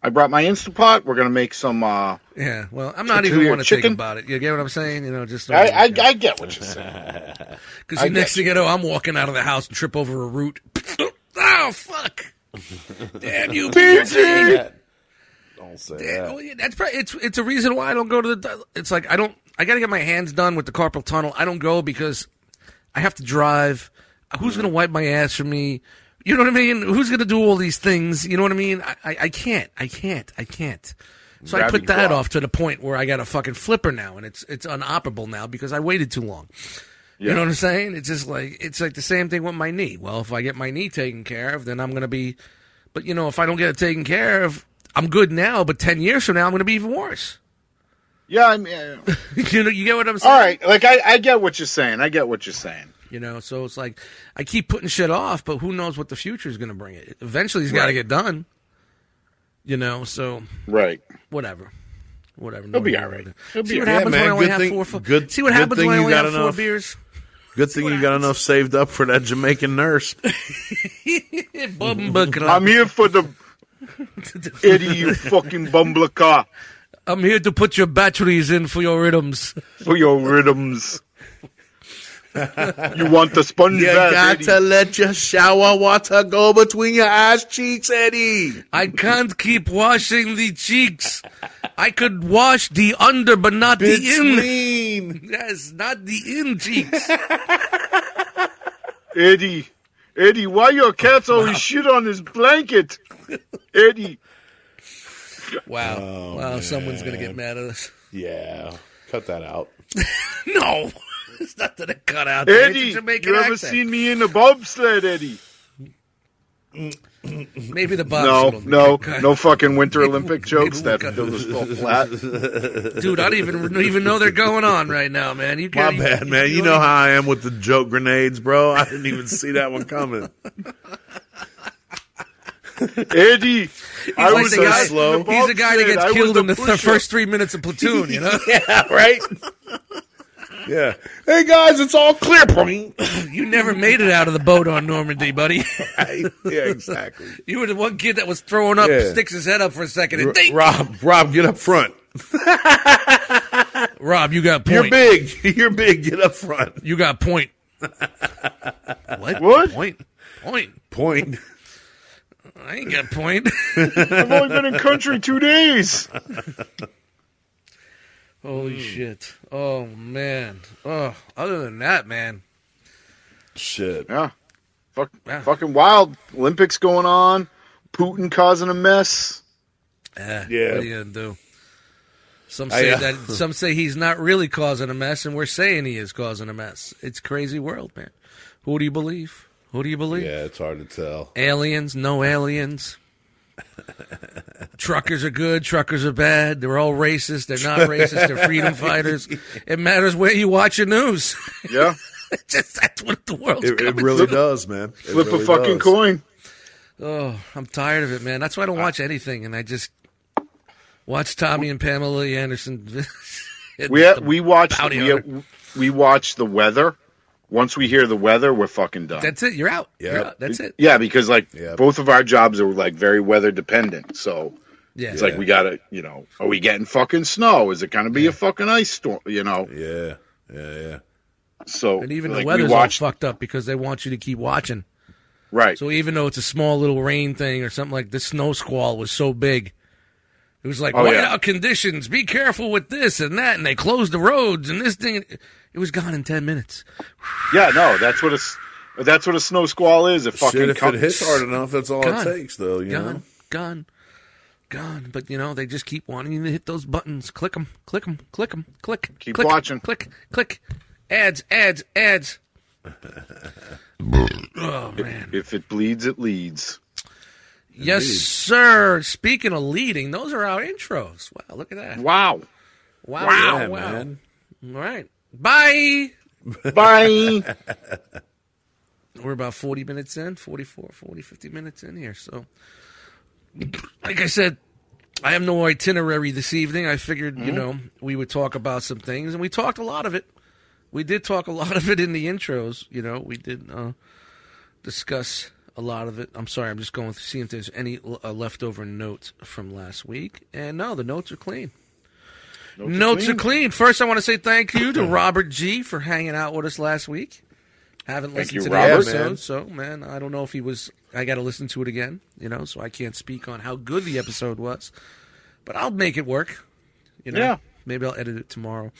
Speaker 3: I brought my Instapot. We're gonna make some." Uh,
Speaker 1: Yeah. Well, I'm not
Speaker 3: Chicken
Speaker 1: even
Speaker 3: or
Speaker 1: want to think
Speaker 3: chicken?
Speaker 1: about it. You get what I'm saying? You know, just
Speaker 3: I, I I get what
Speaker 1: [LAUGHS]
Speaker 3: you're saying.
Speaker 1: Because the
Speaker 3: get
Speaker 1: next thing you know, I'm walking out of the house and trip over a root. [LAUGHS] oh fuck! Damn
Speaker 3: [LAUGHS]
Speaker 1: you, bitch!
Speaker 2: Don't say
Speaker 1: That's probably, it's it's a reason why I don't go to the. It's like I don't. I got to get my hands done with the carpal tunnel. I don't go because I have to drive. Who's gonna wipe my ass for me? You know what I mean? Who's gonna do all these things? You know what I mean? I I, I can't. I can't. I can't. So I
Speaker 3: Rabbit
Speaker 1: put that
Speaker 3: drop.
Speaker 1: off to the point where I got a fucking flipper now, and it's it's unoperable now because I waited too long. You know what I'm saying? It's just like it's like the same thing with my knee. Well, if I get my knee taken care of, then I'm gonna be. But you know, if I don't get it taken care of, I'm good now. But ten years from now, I'm gonna be even worse. [LAUGHS]
Speaker 3: Yeah, I mean, uh,
Speaker 1: you know, you get what I'm saying?
Speaker 3: all right. Like I, I get what you're saying. I get what you're saying.
Speaker 1: You know, so it's like I keep putting shit off, but who knows what the future is gonna bring? It eventually, it's got to get done. You know, so
Speaker 3: Right.
Speaker 1: whatever. Whatever.
Speaker 3: He'll be
Speaker 1: no,
Speaker 3: all right.
Speaker 1: no, no.
Speaker 3: He'll be
Speaker 1: See
Speaker 3: all
Speaker 1: what
Speaker 3: right.
Speaker 2: Yeah,
Speaker 1: happens when
Speaker 2: man,
Speaker 1: I only
Speaker 2: good
Speaker 1: have
Speaker 2: thing-
Speaker 1: four. fu-
Speaker 2: good-
Speaker 1: See what
Speaker 2: good
Speaker 1: happens
Speaker 2: thing
Speaker 1: when I
Speaker 2: you
Speaker 1: only
Speaker 2: got
Speaker 1: have four
Speaker 2: enough. [LAUGHS]
Speaker 1: beers.
Speaker 2: Good thing you got enough saved up for that
Speaker 1: [LAUGHS]
Speaker 2: Jamaican nurse.
Speaker 1: Bum bucket.
Speaker 3: I'm here for the idiot you fucking bumbler car
Speaker 1: I'm here to put your batteries in for your rhythms.
Speaker 3: for your rhythms. you want the sponge
Speaker 2: You
Speaker 3: bath,
Speaker 2: got
Speaker 3: Eddie.
Speaker 2: to let your shower water go between your ass cheeks, Eddie.
Speaker 1: I can't keep washing the cheeks. I could wash the under, but not the in.
Speaker 2: Between.
Speaker 1: Yes, not the in
Speaker 2: [LAUGHS]
Speaker 1: cheeks.
Speaker 3: Eddie. Eddie, why your cats always shit on his blanket? Eddie.
Speaker 1: Wow.
Speaker 2: Oh,
Speaker 1: wow, someone's going to get mad at us.
Speaker 2: Yeah, cut that out.
Speaker 1: No. [LAUGHS] It's not going to cut out. there. It's a
Speaker 3: Eddie, you
Speaker 1: Jamaican
Speaker 3: ever
Speaker 1: accent.
Speaker 3: seen me in a bobsled, Eddie?
Speaker 1: Maybe the box.
Speaker 3: No,
Speaker 1: will be
Speaker 3: no,
Speaker 1: cut.
Speaker 3: no fucking Winter Olympic
Speaker 1: maybe we'll
Speaker 3: jokes. That
Speaker 1: cut
Speaker 3: was
Speaker 1: [LAUGHS]
Speaker 3: so flat.
Speaker 1: Dude, I don't even, don't even know they're going on right now, man. You
Speaker 2: My
Speaker 1: can't even-
Speaker 2: bad, man. You know how I am with the joke grenades, bro. I didn't even see that one coming.
Speaker 3: [LAUGHS] Eddie, I
Speaker 1: like
Speaker 3: was
Speaker 1: the
Speaker 3: so
Speaker 1: guy-
Speaker 2: slow.
Speaker 1: He's the guy that
Speaker 3: Bobsled, I
Speaker 1: gets
Speaker 3: was
Speaker 1: killed
Speaker 3: a
Speaker 1: in the th-
Speaker 3: pusher.
Speaker 2: [LAUGHS]
Speaker 1: first three minutes of platoon,
Speaker 3: [LAUGHS]
Speaker 1: you know?
Speaker 2: Yeah, right? yeah. Hey, guys, it's all clear. Boing. [LAUGHS]
Speaker 1: You never made it out of the boat on Normandy, buddy. [LAUGHS]
Speaker 2: yeah, exactly.
Speaker 1: You were the one kid that was throwing up,
Speaker 2: Yeah.
Speaker 1: sticks his head up for a second, and
Speaker 2: R-
Speaker 1: ding!
Speaker 2: Rob, Rob, get up front.
Speaker 1: Rob, you got
Speaker 2: You're
Speaker 1: point.
Speaker 2: big. [LAUGHS] You're big. Get up front.
Speaker 1: You got
Speaker 3: [LAUGHS]
Speaker 1: point. what?
Speaker 3: What?
Speaker 1: Point. Point.
Speaker 2: Point.
Speaker 1: I ain't got point.
Speaker 3: I've only been in country two days.
Speaker 1: Holy
Speaker 2: Mm.
Speaker 1: shit. Oh, man. Oh, other than that, man.
Speaker 2: Shit.
Speaker 3: Yeah. Fuck,
Speaker 1: Yeah.
Speaker 3: Fucking wild. Olympics going on. Putin causing a mess.
Speaker 1: Eh,
Speaker 2: Yeah.
Speaker 1: What are you going to do? Some say
Speaker 2: I, uh,
Speaker 1: that
Speaker 2: [LAUGHS]
Speaker 1: some say he's not really causing a mess, and we're saying he is causing a mess. It's crazy world, man. Who do you believe? Who do you believe?
Speaker 2: Yeah, it's hard to tell.
Speaker 1: Aliens, no aliens. truckers are good, truckers are bad. They're all racist. They're
Speaker 2: [LAUGHS]
Speaker 1: not racist. They're freedom fighters. It matters where you watch your news. [LAUGHS]
Speaker 3: Yeah.
Speaker 1: Just that's what the world's
Speaker 2: It,
Speaker 1: coming.
Speaker 2: it really does, man. It
Speaker 3: Flip
Speaker 2: really
Speaker 3: a fucking
Speaker 2: does.
Speaker 3: coin.
Speaker 1: Oh, I'm tired of it, man. That's why I don't watch anything, and I just watch Tommy and Pamela Lee Anderson. [LAUGHS]
Speaker 3: We ha- we watch
Speaker 1: bounty
Speaker 3: we,
Speaker 1: hunter.
Speaker 3: we watch the weather. Once we hear the weather, we're fucking done.
Speaker 1: that's it. You're out. You're
Speaker 2: Yep.
Speaker 1: out. That's it.
Speaker 3: yeah, because like
Speaker 2: Yeah.
Speaker 3: both of our jobs are like very weather dependent. So
Speaker 1: Yeah.
Speaker 3: it's like we gotta, you know, are we getting fucking snow? Is it gonna be a fucking ice storm? You know.
Speaker 2: Yeah. Yeah, yeah.
Speaker 3: So
Speaker 1: and even
Speaker 3: like,
Speaker 1: the
Speaker 3: we
Speaker 1: weather's
Speaker 3: watched
Speaker 1: all fucked up because they want you to keep watching.
Speaker 3: right.
Speaker 1: So even though it's a small little rain thing or something like this, snow squall was so big. It was like
Speaker 3: Oh,
Speaker 1: whiteout
Speaker 3: yeah.
Speaker 1: conditions. Be careful with this and that, and they closed the roads and this thing. It was gone in ten minutes.
Speaker 3: yeah, no, that's what a s- that's what a snow squall is. It fucking
Speaker 2: Shit, if
Speaker 3: comes.
Speaker 2: it hits hard enough, that's all
Speaker 1: Gone.
Speaker 2: it takes, though. You
Speaker 1: Gone,
Speaker 2: know?
Speaker 1: gone, gone. But you know they just keep wanting you to hit those buttons. Click them, click them, click them, click.
Speaker 3: Keep
Speaker 1: click,
Speaker 3: watching.
Speaker 1: Click, click. Ads, ads, ads. oh man.
Speaker 3: If it bleeds, it leads.
Speaker 1: Yes, sir. Speaking of leading, those are our intros. Wow, look at that.
Speaker 3: Wow.
Speaker 1: Wow,
Speaker 2: Yeah,
Speaker 1: Oh, wow, wow.
Speaker 2: man.
Speaker 1: All right. Bye.
Speaker 3: Bye.
Speaker 1: We're about 40 minutes in, 44, 40, 50 minutes in here. So, like I said, I have no itinerary this evening. I figured, you know, we would talk about some things, and we talked a lot of it. We did talk a lot of it in the intros. You know, we did uh, discuss a lot of it. I'm sorry, I'm just going to see if there's any l- uh, leftover notes from last week. And no, the notes are clean. Notes, are, clean. First, I want to say thank you to Robert G for hanging out with us last week. Haven't listened
Speaker 3: you,
Speaker 1: to the
Speaker 3: Robert.
Speaker 1: episode,
Speaker 2: Yeah, man.
Speaker 1: so man, I don't know if he was. I got to listen to it again, you know, so I can't speak on how good the episode was. But I'll make it work. You know,
Speaker 3: Yeah.
Speaker 1: maybe I'll edit it tomorrow,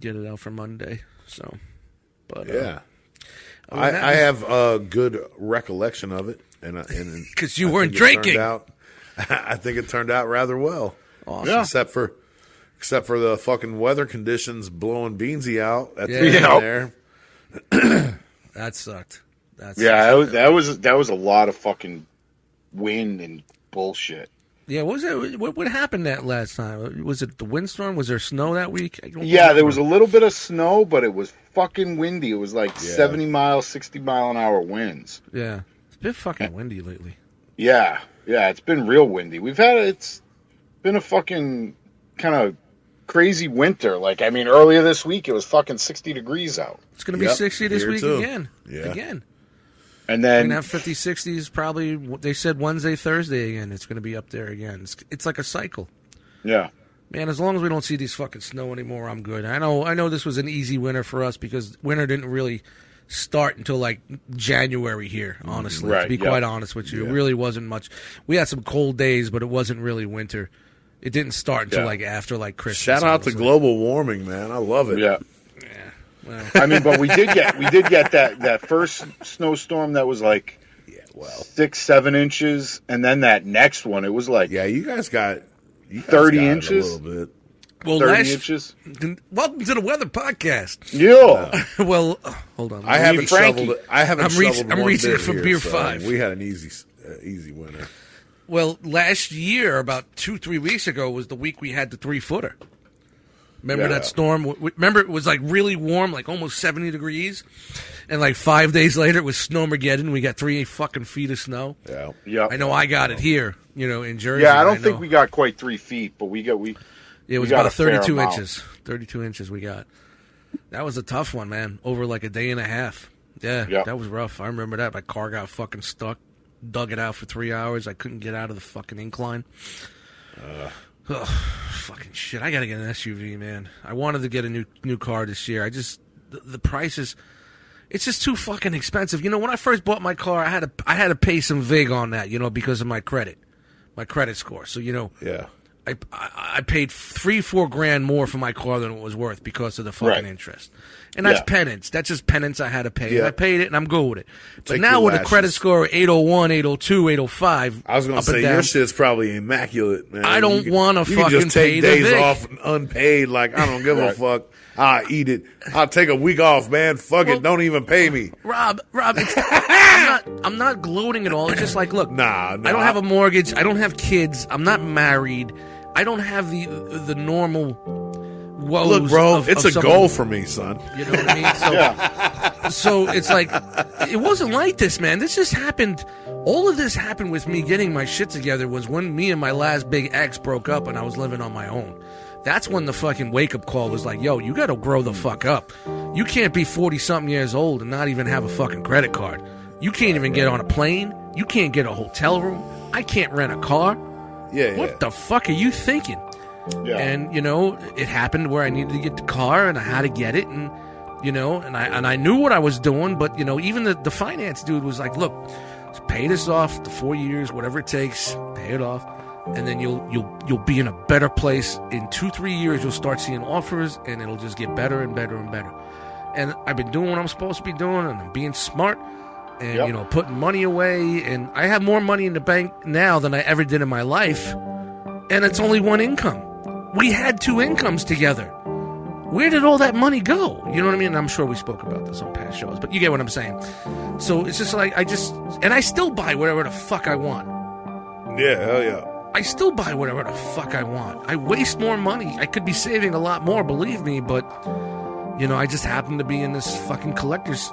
Speaker 1: get it out for Monday. So, but uh,
Speaker 2: Yeah.
Speaker 1: mean, Oh, that
Speaker 2: I, I
Speaker 1: was-
Speaker 2: have a good recollection of it, and I- and
Speaker 1: [LAUGHS] 'Cause you
Speaker 2: I think
Speaker 1: weren't
Speaker 2: it turned
Speaker 1: drinking.
Speaker 2: Out, [LAUGHS] I think it turned out rather well,
Speaker 1: awesome.
Speaker 3: Yeah.
Speaker 2: except for except for the fucking weather conditions blowing Beansy out at
Speaker 1: Yeah.
Speaker 2: the end
Speaker 3: Yeah.
Speaker 2: there.
Speaker 1: That sucked. That's
Speaker 3: [LAUGHS] Yeah, that was, that was that was a lot of fucking wind and bullshit.
Speaker 1: yeah. What was that? What, what happened that last time? Was it the windstorm? Was there snow that week? I don't
Speaker 3: Yeah, there was a
Speaker 1: remember.
Speaker 3: little bit of snow, but it was fucking windy. It was like seventy mile, sixty mile an hour winds.
Speaker 1: yeah. It's been fucking windy lately.
Speaker 3: Yeah, yeah, it's been real windy. We've had it's been a fucking kind of crazy winter. Like I mean, earlier this week it was fucking sixty degrees out,
Speaker 1: It's going to be
Speaker 2: Yep,
Speaker 1: 60 this
Speaker 2: here
Speaker 1: week
Speaker 2: too.
Speaker 1: again.
Speaker 2: Yeah.
Speaker 1: Again.
Speaker 3: and
Speaker 1: We're going
Speaker 3: then
Speaker 1: to have 50, 60s probably, they said Wednesday, Thursday again. It's going to be up there again. It's, it's like a cycle.
Speaker 3: yeah,
Speaker 1: Man, as long as we don't see these fucking snow anymore, I'm good. I know I know this was an easy winter for us because winter didn't really start until like January here, honestly. to
Speaker 3: Right,
Speaker 1: be
Speaker 3: yeah.
Speaker 1: quite honest with you. It really wasn't much. We had some cold days, but it wasn't really winter. It didn't start until
Speaker 3: Yeah.
Speaker 1: like after like Christmas.
Speaker 2: Shout out to
Speaker 1: honestly.
Speaker 2: global warming, man. I love it.
Speaker 3: yeah.
Speaker 1: Well,
Speaker 3: I mean, but we did get we did get that that first snowstorm that was like
Speaker 2: Well,
Speaker 3: six seven inches, and then that next one it was like
Speaker 2: yeah, you guys got you guys
Speaker 3: 30
Speaker 2: got it
Speaker 3: inches?
Speaker 2: A little bit.
Speaker 1: well
Speaker 3: thirty
Speaker 1: last-
Speaker 3: inches.
Speaker 1: [LAUGHS] welcome to the weather podcast. [LAUGHS]
Speaker 3: Yeah,
Speaker 1: well, uh, hold on.
Speaker 2: I haven't
Speaker 3: Frankie.
Speaker 2: shoveled. I haven't
Speaker 1: I'm reach-
Speaker 2: shoveled
Speaker 1: I'm
Speaker 2: one
Speaker 1: reaching
Speaker 2: bit
Speaker 1: for
Speaker 2: here,
Speaker 1: beer
Speaker 2: so
Speaker 1: five.
Speaker 2: We had an easy, s- uh, easy winter.
Speaker 1: Well, last year, about two, three weeks ago, was the week we had the three footer. Remember
Speaker 3: Yeah.
Speaker 1: that storm? W- w- Remember it was like really warm, like almost 70 degrees. And like five days later, it was Snowmageddon. We got three fucking feet of snow.
Speaker 2: Yeah.
Speaker 3: yeah.
Speaker 1: I know I got it here, you know, in Jersey.
Speaker 3: Yeah, I don't
Speaker 1: know
Speaker 3: think we got quite three feet, but we got we.
Speaker 1: It was
Speaker 3: got
Speaker 1: about
Speaker 3: a fair
Speaker 1: 32
Speaker 3: amount.
Speaker 1: inches. 32 inches we got. That was a tough one, man. Over like a day and a half. Yeah,
Speaker 3: Yeah.
Speaker 1: that was rough. I remember that. My car got fucking stuck. Dug it out for three hours. I couldn't get out of the fucking incline.
Speaker 3: Uh.
Speaker 1: Ugh, fucking shit. I gotta get an SUV, man. I wanted to get a new new car this year. I just the, the price is it's just too fucking expensive. You know, when I first bought my car, I had to I had to pay some vig on that, you know, because of my credit, my credit score. So you know,
Speaker 2: Yeah.
Speaker 1: I, I I paid three four grand more for my car than it was worth because of the fucking
Speaker 3: Right.
Speaker 1: interest, and that's
Speaker 3: Yeah.
Speaker 1: penance. That's just penance I had to pay. And
Speaker 2: Yeah.
Speaker 1: I paid it, and I'm good with it. But
Speaker 2: Take
Speaker 1: now
Speaker 2: your
Speaker 1: with a credit
Speaker 2: lashes.
Speaker 1: score of 801, 802, 805,
Speaker 2: I was gonna
Speaker 1: up
Speaker 2: say
Speaker 1: and down,
Speaker 2: your shit's probably immaculate, man.
Speaker 1: I don't
Speaker 2: You can-
Speaker 1: wanna
Speaker 2: You can
Speaker 1: fucking
Speaker 2: just take
Speaker 1: pay the
Speaker 2: days
Speaker 1: Vic.
Speaker 2: off unpaid. Like I don't give
Speaker 3: [LAUGHS] Right.
Speaker 2: a fuck. I eat it. I'll take a week off, man. Fuck
Speaker 1: Well-
Speaker 2: it. Don't even pay me.
Speaker 1: Rob, Rob,
Speaker 2: [LAUGHS]
Speaker 1: it's, I'm not I'm not gloating at all. It's just like, look,
Speaker 2: Nah, nah.
Speaker 1: I don't have a mortgage. I don't have kids. I'm not married. I don't have the the normal woes.
Speaker 2: Look, bro,
Speaker 1: of-
Speaker 2: it's
Speaker 1: of
Speaker 2: a
Speaker 1: someone-
Speaker 2: goal for me, son.
Speaker 1: You know what I mean? So,
Speaker 3: Yeah,
Speaker 1: so it's like it wasn't like this man this just happened all of this happened with me getting my shit together was when me and my last big ex broke up and i was living on my own that's when the fucking wake up call was like yo you gotta grow the fuck up you can't be 40 something years old and not even have a fucking credit card you can't even get on a plane you can't get a hotel room i can't rent a car
Speaker 2: Yeah, yeah.
Speaker 1: what the fuck are you thinking
Speaker 3: yeah.
Speaker 1: and you know it happened where i needed to get the car and i had to get it and you know and i and i knew what i was doing but you know even the, the finance dude was like look just pay this off the four years whatever it takes pay it off and then you'll you'll you'll be in a better place in two three years you'll start seeing offers and it'll just get better and better and better and i've been doing what i'm supposed to be doing and i'm being smart and
Speaker 3: Yep.
Speaker 1: you know putting money away and i have more money in the bank now than i ever did in my life and it's only one income. We had two incomes together. Where did all that money go? You know what I mean? And I'm sure we spoke about this on past shows, but you get what I'm saying. So it's just like I just and I still buy whatever the fuck I want.
Speaker 2: Yeah, hell yeah.
Speaker 1: I still buy whatever the fuck I want. I waste more money. I could be saving a lot more, believe me, but you know, I just happen to be in this fucking collector's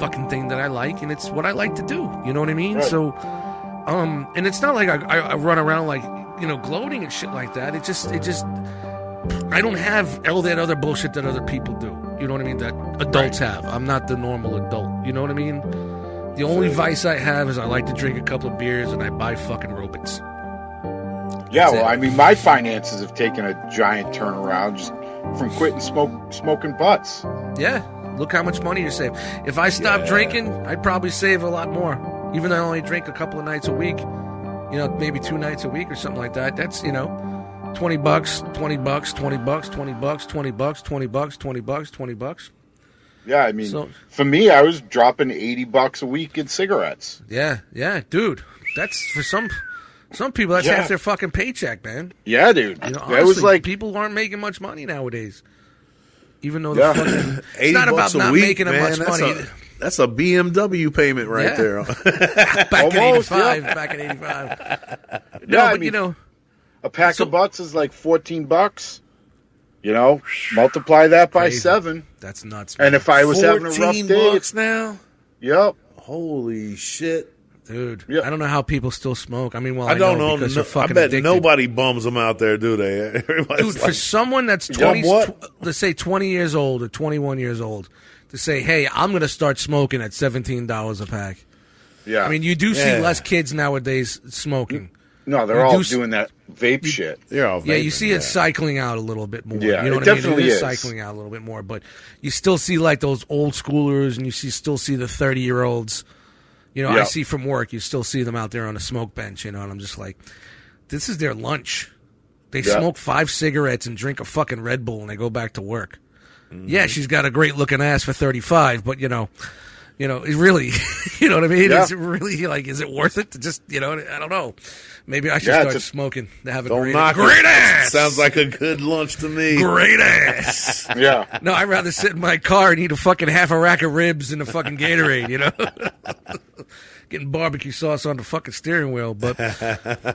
Speaker 1: fucking thing that I like, and it's what I like to do. You know what I mean?
Speaker 3: Right.
Speaker 1: So, um, and it's not like I, I, I run around like you know gloating and shit like that. It just, it just, I don't have all that other bullshit that other people do. You know what I mean? That adults have. I'm not the normal adult. You know what I mean? The only vice I have is I like to drink a couple of beers and I buy fucking robots.
Speaker 3: Yeah,
Speaker 1: That's
Speaker 3: well,
Speaker 1: it.
Speaker 3: I mean, my finances have taken a giant turnaround just from quitting smoke smoking butts.
Speaker 1: Yeah. Look how much money you save. If I stop drinking, I'd probably save a lot more. Even though I only drink a couple of nights a week, you know, maybe two nights a week or something like that. That's, you know, 20 bucks, 20 bucks, 20 bucks, 20 bucks, 20 bucks, 20 bucks, 20 bucks, 20 bucks.
Speaker 3: Yeah, I mean,
Speaker 1: So-
Speaker 3: for me, I was dropping eighty bucks a week in cigarettes.
Speaker 1: Yeah, yeah, dude. That's for some some people that's
Speaker 3: Yeah.
Speaker 1: half their fucking paycheck, man.
Speaker 3: Yeah, dude,
Speaker 1: You know,
Speaker 3: that was
Speaker 1: honestly,
Speaker 3: like
Speaker 1: people aren't making much money nowadays. Even though the
Speaker 3: Yeah. [LAUGHS]
Speaker 1: fucking it's
Speaker 2: 80
Speaker 1: not about
Speaker 2: bucks a
Speaker 1: not
Speaker 2: week,
Speaker 1: making
Speaker 2: man.
Speaker 1: much
Speaker 2: that's
Speaker 1: money.
Speaker 2: A, that's a BMW payment right
Speaker 1: Yeah.
Speaker 2: there. [LAUGHS]
Speaker 1: back in
Speaker 3: Almost,
Speaker 1: 85, back in
Speaker 3: [LAUGHS]
Speaker 1: 85. No,
Speaker 3: Yeah, I
Speaker 1: but you
Speaker 3: mean-
Speaker 1: know,
Speaker 3: a pack
Speaker 1: so-
Speaker 3: of butts is like fourteen bucks. You know, multiply that by
Speaker 1: Crazy.
Speaker 3: seven,
Speaker 1: That's nuts.
Speaker 3: and
Speaker 1: man.
Speaker 3: if I was having a rough
Speaker 2: Fourteen
Speaker 3: day,
Speaker 2: bucks
Speaker 3: it's,
Speaker 2: now.
Speaker 3: yep,
Speaker 2: Holy shit!
Speaker 1: dude.
Speaker 3: Yeah.
Speaker 1: I don't know how people still smoke. I mean, well, I,
Speaker 2: I don't know.
Speaker 1: because
Speaker 2: no-
Speaker 1: you're fucking
Speaker 2: I bet
Speaker 1: addicted.
Speaker 2: nobody bums them out there, do they? [LAUGHS] Everybody's
Speaker 1: dude, for
Speaker 2: like-
Speaker 1: someone that's
Speaker 2: You know
Speaker 1: 20,
Speaker 2: what?
Speaker 1: tw- let's say 20 years old or 21 years old, to say, hey, I'm going to start smoking at $17 a pack.
Speaker 3: Yeah.
Speaker 1: I mean, you do
Speaker 2: Yeah.
Speaker 1: see less kids nowadays smoking.
Speaker 3: no,
Speaker 1: you
Speaker 3: they're all
Speaker 1: do s-
Speaker 3: doing that vape shit.
Speaker 2: They're all
Speaker 1: Yeah, you
Speaker 2: vaping,
Speaker 1: see
Speaker 2: yeah.
Speaker 1: it cycling out a little bit more.
Speaker 3: Yeah,
Speaker 1: you know
Speaker 3: it
Speaker 1: what I
Speaker 3: definitely
Speaker 1: mean? It
Speaker 3: is.
Speaker 1: cycling out a little bit more, but you still see like those old schoolers, and you see still see the thirty year olds. You know, I
Speaker 3: Yeah.
Speaker 1: see from work, you still see them out there on a smoke bench. You know, and I'm just like, this is their lunch. They
Speaker 3: Yeah.
Speaker 1: smoke five cigarettes and drink a fucking Red Bull, and they go back to work.
Speaker 3: Mm-hmm.
Speaker 1: Yeah, she's got a great looking ass for thirty five, but you know. You know, it really, [LAUGHS] you know what I mean?
Speaker 3: Yeah.
Speaker 1: Is it really like, is it worth it to just, you know, I don't know. Maybe I should
Speaker 3: Yeah,
Speaker 1: start
Speaker 3: it's a-
Speaker 1: smoking to have a [LAUGHS]
Speaker 2: Don't
Speaker 1: great,
Speaker 2: knock it.
Speaker 1: great ass.
Speaker 2: Sounds like a good lunch to me.
Speaker 1: great ass.
Speaker 3: Yeah.
Speaker 1: [LAUGHS] No, I'd rather sit in my car and eat a fucking half a rack of ribs and a fucking Gatorade, you know? [LAUGHS] Getting barbecue sauce on the fucking steering wheel, but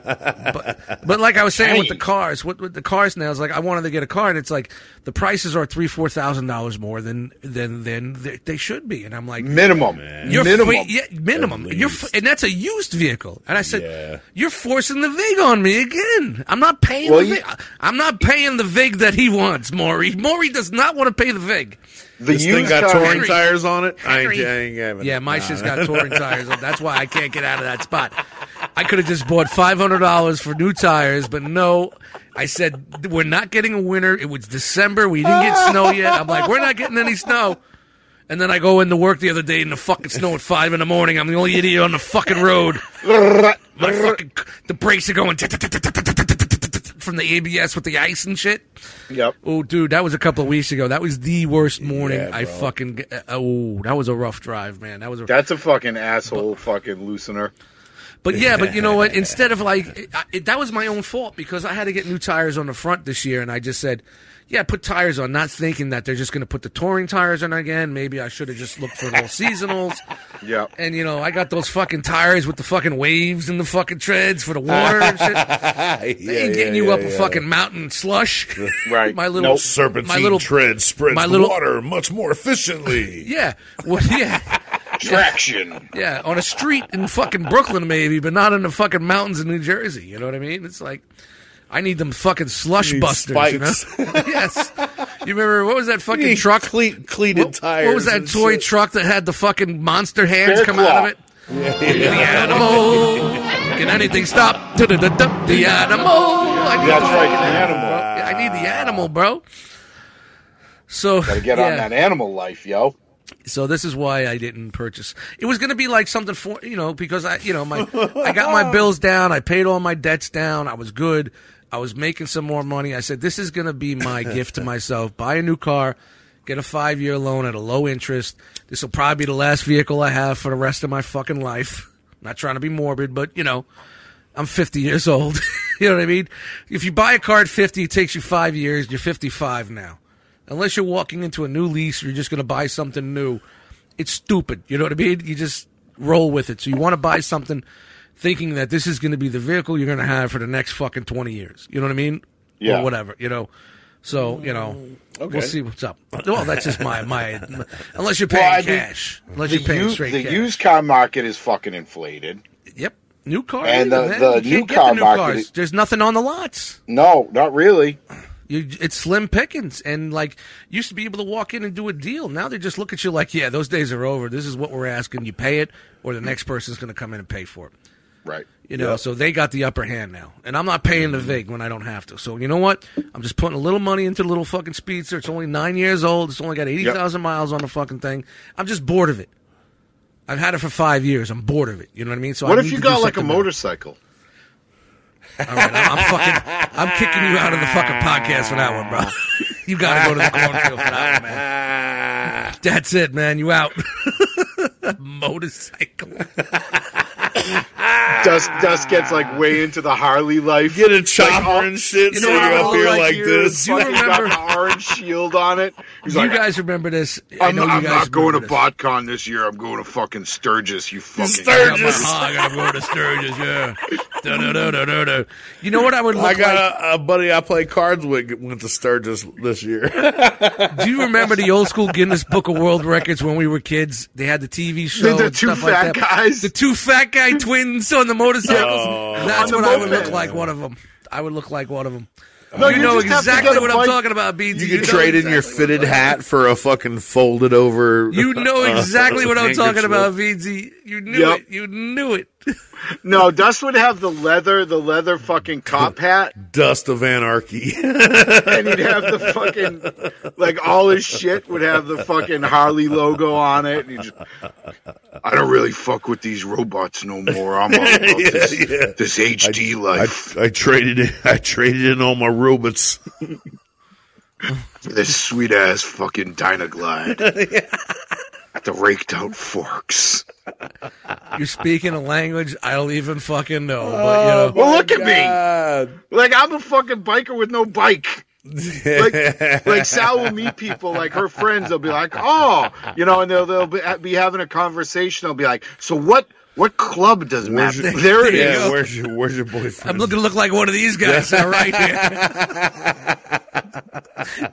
Speaker 1: but, but like I was saying with the cars, what with the cars now is like I wanted to get a car and it's like the prices are three four thousand dollars more than than than they, they should be, and I'm like
Speaker 3: Minimum.
Speaker 1: you're
Speaker 3: minimum.
Speaker 1: free- yeah, minimum. You're f- and that's a used vehicle. And I said,
Speaker 2: Yeah.
Speaker 1: "You're forcing the vig on me again. I'm not paying
Speaker 3: Well,
Speaker 1: the
Speaker 3: you-
Speaker 1: vig. I'm not paying the vig that he wants, Maury. Maury does not want to pay the vig.
Speaker 3: The
Speaker 2: This thing
Speaker 3: used
Speaker 2: got
Speaker 3: car-
Speaker 2: touring
Speaker 1: Henry.
Speaker 2: tires on it. I ain't,
Speaker 1: Henry.
Speaker 2: I ain't having
Speaker 1: Yeah,
Speaker 2: it.
Speaker 1: my
Speaker 2: Nah.
Speaker 1: shit's got touring tires. on. That's why I can't get out of that spot. I could have just bought five hundred dollars for new tires, but no. I said we're not getting a winter. It was December. We didn't get snow yet. I'm like, we're not getting any snow. And then I go into work the other day in the fucking snow at five in the morning. I'm the only idiot on the fucking road. My fucking the brakes are going [LAUGHS] from the ABS with the ice and shit.
Speaker 3: Yep.
Speaker 1: Oh, dude, that was a couple of weeks ago. That was the worst morning
Speaker 2: Yeah,
Speaker 1: I
Speaker 2: bro.
Speaker 1: fucking. g- Oh, that was a rough drive, man. That was a.
Speaker 3: That's a fucking asshole fucking loosener.
Speaker 1: But yeah, but you know
Speaker 2: [LAUGHS]
Speaker 1: what? Instead of like, I, it, that was my own fault because I had to get new tires on the front this year, and I just said, "Yeah, put tires on," not thinking that they're just going to put the touring tires on again. Maybe I should have just looked for all
Speaker 2: [LAUGHS]
Speaker 1: seasonals.
Speaker 3: Yeah.
Speaker 1: And you know, I got those fucking tires with the fucking waves and the fucking treads for the water and
Speaker 2: [LAUGHS]
Speaker 1: shit.
Speaker 2: [LAUGHS] Yeah,
Speaker 1: They ain't getting
Speaker 2: yeah,
Speaker 1: you up
Speaker 2: yeah,
Speaker 1: a
Speaker 2: yeah.
Speaker 1: fucking mountain
Speaker 2: [LAUGHS]
Speaker 1: slush.
Speaker 3: Right.
Speaker 1: my little
Speaker 3: Nope.
Speaker 2: serpentine
Speaker 1: my little-
Speaker 2: tread spreads
Speaker 1: my little-
Speaker 2: water much more efficiently.
Speaker 1: Yeah. Well, yeah.
Speaker 3: Traction.
Speaker 1: Yeah. On a street in fucking Brooklyn, maybe, but not in the fucking mountains in New Jersey. You know what I mean? It's like, I need them fucking slush
Speaker 2: need
Speaker 1: busters.
Speaker 2: spikes.
Speaker 1: You know? [LAUGHS] yes. You remember, what was that [LAUGHS] fucking
Speaker 2: Fucking
Speaker 1: truck?
Speaker 2: truck cleat, cleated
Speaker 1: What,
Speaker 2: tires.
Speaker 1: what was that
Speaker 2: and
Speaker 1: toy
Speaker 2: shit.
Speaker 1: truck that had the fucking monster hands
Speaker 3: Bear
Speaker 1: come
Speaker 3: claw.
Speaker 1: out of it? The animal. Can anything stop? Da-da-da-da. The animal. I need
Speaker 3: That's
Speaker 1: the
Speaker 3: right,
Speaker 1: fucking
Speaker 3: the
Speaker 1: animal.
Speaker 3: animal.
Speaker 1: bro. I need the animal, bro. So
Speaker 3: Gotta get on that animal life, yo.
Speaker 1: so this is why I didn't purchase. It was going to be like something for you know because I you know my I got my bills down, I paid all my debts down, I was good, I was making some more money. I said this is going to be my gift to myself: buy a new car, get a five year loan at a low interest. This will probably be the last vehicle I have for the rest of my fucking life. Not trying to be morbid, but you know, I'm 50 years old. [LAUGHS] you know what I mean? If you buy a car at 50, it takes you five years. You're 55 now. Unless you're walking into a new lease or you're just going to buy something new, it's stupid. You know what I mean? You just roll with it. So you want to buy something thinking that this is going to be the vehicle you're going to have for the next fucking 20 years. You know what I mean?
Speaker 3: Yeah. Mm,
Speaker 1: Or whatever, you know? So, you know,
Speaker 2: okay.
Speaker 1: we'll see what's up. Well, that's just my,
Speaker 3: [LAUGHS]
Speaker 1: my, unless you're paying
Speaker 3: Well, I mean,
Speaker 1: cash. unless
Speaker 3: The,
Speaker 1: you're paying
Speaker 3: u-
Speaker 1: straight
Speaker 3: the
Speaker 1: cash.
Speaker 3: used car market is fucking inflated.
Speaker 1: Yep. New car.
Speaker 3: And
Speaker 1: either,
Speaker 3: the-
Speaker 1: man.
Speaker 3: the
Speaker 1: You can't
Speaker 3: new
Speaker 1: get
Speaker 3: car
Speaker 1: the new
Speaker 3: market
Speaker 1: cars.
Speaker 3: is-
Speaker 1: There's nothing on the lots.
Speaker 3: No, not really.
Speaker 1: You, it's slim pickings. And like, you used to be able to walk in and do a deal. Now they just look at you like, yeah, those days are over. This is what we're asking. You pay it, or the next person's going to come in and pay for it.
Speaker 3: Right.
Speaker 1: You know, so they got the upper hand now. And I'm not paying the
Speaker 3: Mm-hmm.
Speaker 1: VIG when I don't have to. So you know what? I'm just putting a little money into the little fucking speedster. It's only nine years old. It's only got 80,000 miles on the fucking thing. I'm just bored of it. I've had it for five years. I'm bored of it. You know what I mean? So
Speaker 3: What
Speaker 1: I
Speaker 3: if
Speaker 1: need
Speaker 3: you
Speaker 1: to do
Speaker 3: got like a
Speaker 1: something better.
Speaker 3: motorcycle?
Speaker 1: All right, I'm I'm fucking, I'm kicking you out of the fucking podcast for that one, bro. [LAUGHS] You gotta go to the cornfield for that one, man.
Speaker 2: Ah,
Speaker 1: [LAUGHS] That's it, man. You out. Motorcycle.
Speaker 3: Dust Dust gets like way into the Harley life.
Speaker 2: Get a chopper
Speaker 3: all-
Speaker 2: and shit,
Speaker 3: You know,
Speaker 2: sitting
Speaker 3: all
Speaker 2: up here
Speaker 3: like
Speaker 2: like
Speaker 3: you're
Speaker 2: this.
Speaker 1: Do you
Speaker 3: fucking got
Speaker 1: remember-
Speaker 3: the orange shield on it. He's
Speaker 1: you
Speaker 3: like,
Speaker 1: guys remember this? I
Speaker 3: I'm,
Speaker 1: know you
Speaker 3: I'm
Speaker 1: guys
Speaker 3: not going to
Speaker 1: remember this.
Speaker 3: BotCon this year. I'm going to fucking Sturgis. You fucking
Speaker 1: I got my
Speaker 2: Sturgis.
Speaker 1: hog, I'm going to Sturgis. Yeah. Da, da, da, da, da, da. You know what I would look
Speaker 2: I
Speaker 1: like?
Speaker 2: got a, a buddy I play cards with went to Sturgis
Speaker 1: [LAUGHS]
Speaker 2: this year.
Speaker 1: Do you remember the old school Guinness Book of World Records when we were kids? They had the TV show.
Speaker 3: the
Speaker 1: and
Speaker 3: two
Speaker 1: stuff like that.
Speaker 3: fat guys.
Speaker 1: The two fat guy twins on the motorcycles.
Speaker 2: Oh.
Speaker 1: That's
Speaker 3: On
Speaker 1: what
Speaker 3: the
Speaker 1: I would
Speaker 3: moped.
Speaker 1: look like one of them. I would look like one of them.
Speaker 3: No,
Speaker 1: you,
Speaker 3: you
Speaker 1: know
Speaker 3: just have to
Speaker 1: exactly
Speaker 3: get a
Speaker 1: what I'm
Speaker 3: bike.
Speaker 1: talking about, BT.
Speaker 2: You could
Speaker 1: know
Speaker 2: trade in
Speaker 1: exactly what
Speaker 2: your
Speaker 1: I'm
Speaker 2: fitted
Speaker 1: talking
Speaker 2: hat for a fucking folded over. uh,
Speaker 1: You
Speaker 2: [LAUGHS]
Speaker 1: know exactly what I'm talking
Speaker 2: handkerchief.
Speaker 1: about, VZ. You knew
Speaker 3: Yep.
Speaker 1: it. You knew it.
Speaker 3: No, Dust would have the leather, the leather fucking cop hat,
Speaker 2: Dust of Anarchy. [LAUGHS]
Speaker 3: and he'd have the fucking like all his shit would have the fucking Harley logo on it. And he'd just, I don't really fuck with these robots no more. I'm
Speaker 1: [LAUGHS]
Speaker 3: all about this, this HD
Speaker 2: I,
Speaker 3: life,
Speaker 2: I traded in, I traded in all my robots.
Speaker 3: this sweet ass
Speaker 1: [LAUGHS]
Speaker 3: fucking Dynaglide, the raked out forks.
Speaker 1: You're speaking a language I don't even fucking know. But you know,
Speaker 3: Well, Oh, look at
Speaker 2: uh,
Speaker 3: me. Like I'm a fucking biker with no bike. like, like Sal will meet people, like her friends. They'll be like, "Oh, you know," and they'll they'll be, be having a conversation. I'll be like, "So what? What club does Matt?
Speaker 2: your-
Speaker 3: There it is.
Speaker 2: yeah, where's your where's your boyfriend?
Speaker 1: I'm looking to look like one of these guys now, right here.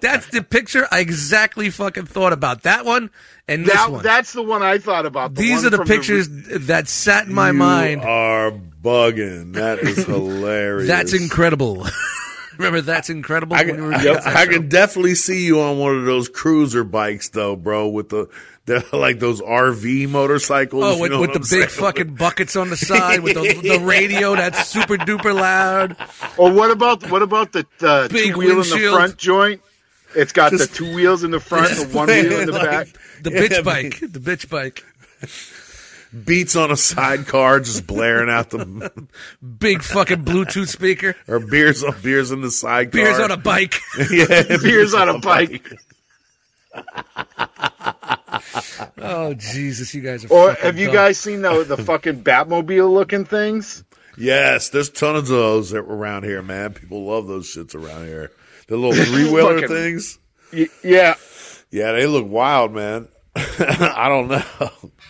Speaker 1: That's the picture I exactly fucking thought about. That one and this
Speaker 3: That-
Speaker 1: one.
Speaker 3: that's the one I thought about. The
Speaker 1: These
Speaker 3: one
Speaker 1: are the
Speaker 3: from
Speaker 1: pictures that sat in my
Speaker 2: you
Speaker 1: mind.
Speaker 2: are bugging.
Speaker 1: [LAUGHS]
Speaker 2: That is hilarious.
Speaker 1: That's incredible. [LAUGHS] Remember, that's incredible.
Speaker 2: I
Speaker 1: when we
Speaker 2: can,
Speaker 1: were
Speaker 2: yep,
Speaker 1: kids?
Speaker 2: I can definitely see you on one of those cruiser bikes, though, bro, with the, the like those RV motorcycles.
Speaker 1: Oh,
Speaker 2: [LAUGHS] you
Speaker 1: with,
Speaker 2: know
Speaker 1: with
Speaker 2: what
Speaker 1: the
Speaker 2: I'm
Speaker 1: big
Speaker 2: saying?
Speaker 1: fucking buckets
Speaker 2: [LAUGHS]
Speaker 1: on the side, with the, the radio that's super duper loud.
Speaker 3: Or what about what about the uh,
Speaker 1: Big
Speaker 3: two wheel in the
Speaker 1: windshield.
Speaker 3: front joint? It's got the two wheels in the front, and
Speaker 1: [LAUGHS]
Speaker 3: the one wheel in the back.
Speaker 1: The
Speaker 2: Yeah,
Speaker 1: bitch
Speaker 2: man.
Speaker 1: bike. The bitch bike.
Speaker 2: beats on a sidecar, just blaring out the [LAUGHS]
Speaker 1: Big fucking Bluetooth speaker.
Speaker 2: or beers on beers in the sidecar.
Speaker 1: Beers on a bike.
Speaker 2: yeah,
Speaker 3: Beers on a bike,
Speaker 1: Oh Jesus, you guys are.
Speaker 3: or
Speaker 1: fucking
Speaker 3: have you
Speaker 1: dumb.
Speaker 3: guys seen the the fucking Batmobile looking things?
Speaker 2: Yes, there's tons of those that- around here, man. People love those shits around here. The little three wheeler
Speaker 3: Fucking-
Speaker 2: things.
Speaker 3: Y- yeah,
Speaker 2: Yeah, they look wild, man. [LAUGHS] I don't know.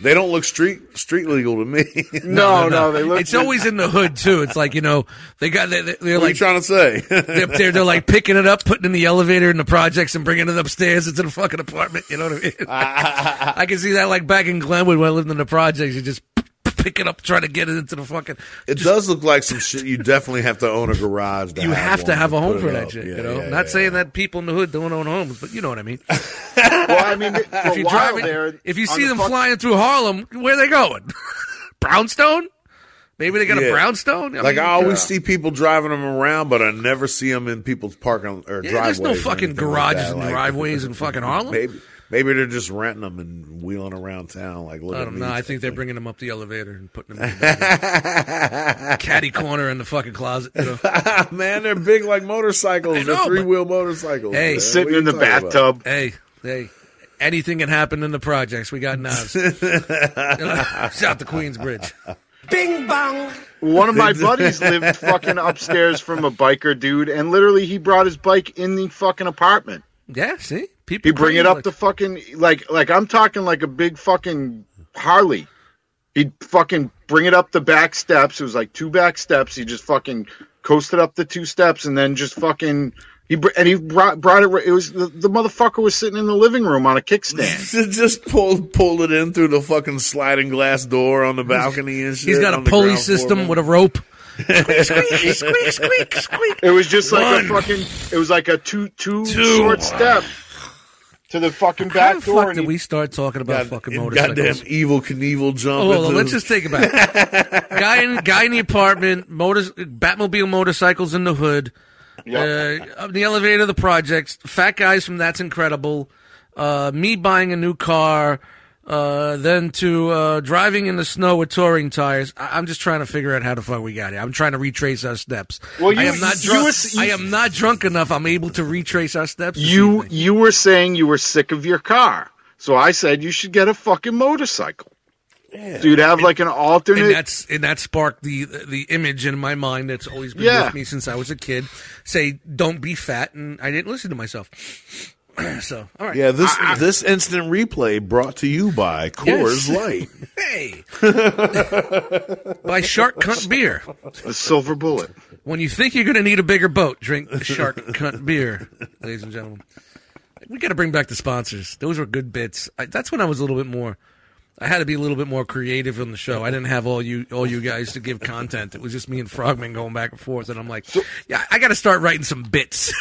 Speaker 2: They don't look street street legal to me. [LAUGHS]
Speaker 3: no, no, they look.
Speaker 1: It's always in the hood too. It's like you know they got they, they- they're
Speaker 2: what are you
Speaker 1: like
Speaker 2: trying to say? [LAUGHS]
Speaker 1: they're, they're they're like picking it up, putting it in the elevator in the projects, and bringing it upstairs into the fucking apartment. You know what I
Speaker 2: [LAUGHS]
Speaker 1: mean? I can see that like back in Glenwood when I lived in the projects, you just pick it up, trying to get it into the fucking.
Speaker 2: it does look like some shit. You definitely have to own a garage. To
Speaker 1: You have to
Speaker 2: one
Speaker 1: have a
Speaker 2: put
Speaker 1: home
Speaker 2: it
Speaker 1: for that
Speaker 2: up.
Speaker 1: shit.
Speaker 2: Yeah,
Speaker 1: you know,
Speaker 2: yeah,
Speaker 1: not
Speaker 2: yeah.
Speaker 1: saying that people in the hood don't own homes, but you know what I mean.
Speaker 3: Well, I
Speaker 1: [LAUGHS]
Speaker 3: mean, if
Speaker 1: If you drive it- if you see them flying through Harlem, where they going? [LAUGHS] brownstone? Maybe they got
Speaker 2: Yeah.
Speaker 1: a brownstone. I
Speaker 2: Like
Speaker 1: mean,
Speaker 2: I always see people driving them around, but I never see them in people's parking or
Speaker 1: yeah,
Speaker 2: driveways.
Speaker 1: there's no
Speaker 2: or
Speaker 1: fucking
Speaker 2: anything like
Speaker 1: garages
Speaker 2: that.
Speaker 1: and
Speaker 2: Like,
Speaker 1: driveways
Speaker 2: [LAUGHS]
Speaker 1: in fucking Harlem.
Speaker 2: Maybe maybe they're just renting them and wheeling around town. Like look
Speaker 1: I
Speaker 2: at
Speaker 1: don't
Speaker 2: me. [LAUGHS]
Speaker 1: know. I think they're bringing them up the elevator and putting them in the bathroom. caddy corner in the fucking closet. You know?
Speaker 2: Ah, man, they're big like motorcycles.
Speaker 1: know,
Speaker 2: they're
Speaker 1: but-
Speaker 2: three wheel motorcycles.
Speaker 1: Hey.
Speaker 2: man. What
Speaker 3: sitting
Speaker 2: are
Speaker 3: in
Speaker 2: you
Speaker 3: the
Speaker 2: talking about?
Speaker 3: bathtub.
Speaker 1: hey, hey, anything can happen in the projects. We got
Speaker 3: [LAUGHS]
Speaker 1: knives. Shout the Queensbridge.
Speaker 4: Bing bong.
Speaker 3: One of [LAUGHS] my buddies lived fucking upstairs from a biker dude, and literally he brought his bike in the fucking apartment.
Speaker 1: Yeah, see, people
Speaker 3: He bring it up
Speaker 1: like-
Speaker 3: the fucking like like I'm talking like a big fucking Harley. He'd fucking bring it up the back steps. It was like two back steps. He just fucking coasted up the two steps and then just fucking he br- and he brought brought it. It was the, the motherfucker was sitting in the living room on a
Speaker 2: [LAUGHS]
Speaker 3: kickstand.
Speaker 2: just pulled pulled it in through the fucking sliding glass door on the balcony and shit.
Speaker 1: He's got a
Speaker 2: on the
Speaker 1: pulley
Speaker 2: ground floor,
Speaker 1: system
Speaker 2: man.
Speaker 1: with a
Speaker 3: [LAUGHS]
Speaker 1: rope. Squeak, squeak, squeak, squeak, squeak.
Speaker 3: It was just like a
Speaker 1: One.
Speaker 3: fucking. It was like a two two
Speaker 1: Two.
Speaker 3: short step to the fucking
Speaker 1: How
Speaker 3: back
Speaker 1: the
Speaker 3: door.
Speaker 1: fuck
Speaker 3: and
Speaker 1: did
Speaker 3: he-
Speaker 1: we start talking about fucking motorcycles?
Speaker 2: goddamn evil Knievel jump.
Speaker 1: Oh, well,
Speaker 2: into-
Speaker 1: let's just think about it. guy in guy in the apartment, motors, Batmobile motorcycles in the hood, uh, up the elevator, of the projects, fat guys from That's Incredible, uh, me buying a new car, uh, then to uh, driving in the snow with touring tires. I- I'm just trying to figure out how the fuck we got here. I'm trying to retrace our steps.
Speaker 3: Well,
Speaker 1: I
Speaker 3: you-
Speaker 1: am not
Speaker 3: you
Speaker 1: drunk.
Speaker 3: was- you-
Speaker 1: I am not drunk enough. I'm able to retrace our steps. this
Speaker 3: You
Speaker 1: evening.
Speaker 3: you were saying you were sick of your car, so I said you should get a fucking motorcycle. So you'd have like an alternate.
Speaker 1: and that's and that sparked the the image in my mind that's always been
Speaker 3: Yeah.
Speaker 1: with me since I was a kid. Say, don't be fat, and I didn't listen to myself. [CLEARS THROAT] so, all right,
Speaker 2: Yeah, this this instant replay brought to you by Coors
Speaker 1: Ah! Yes. [LAUGHS]
Speaker 2: Light.
Speaker 1: hey, by Shark Cunt beer.
Speaker 3: a
Speaker 1: [LAUGHS]
Speaker 3: silver bullet.
Speaker 1: When you think you're going to need a bigger boat, drink Shark Cunt beer, ladies and gentlemen. We got to bring back the sponsors. Those were good bits. I, that's when I was a little bit more. I had to be a little bit more creative on the show. I didn't have all you all you guys to give content. It was just me and Frogman going back and forth, and I'm like, yeah, I got to start writing some bits.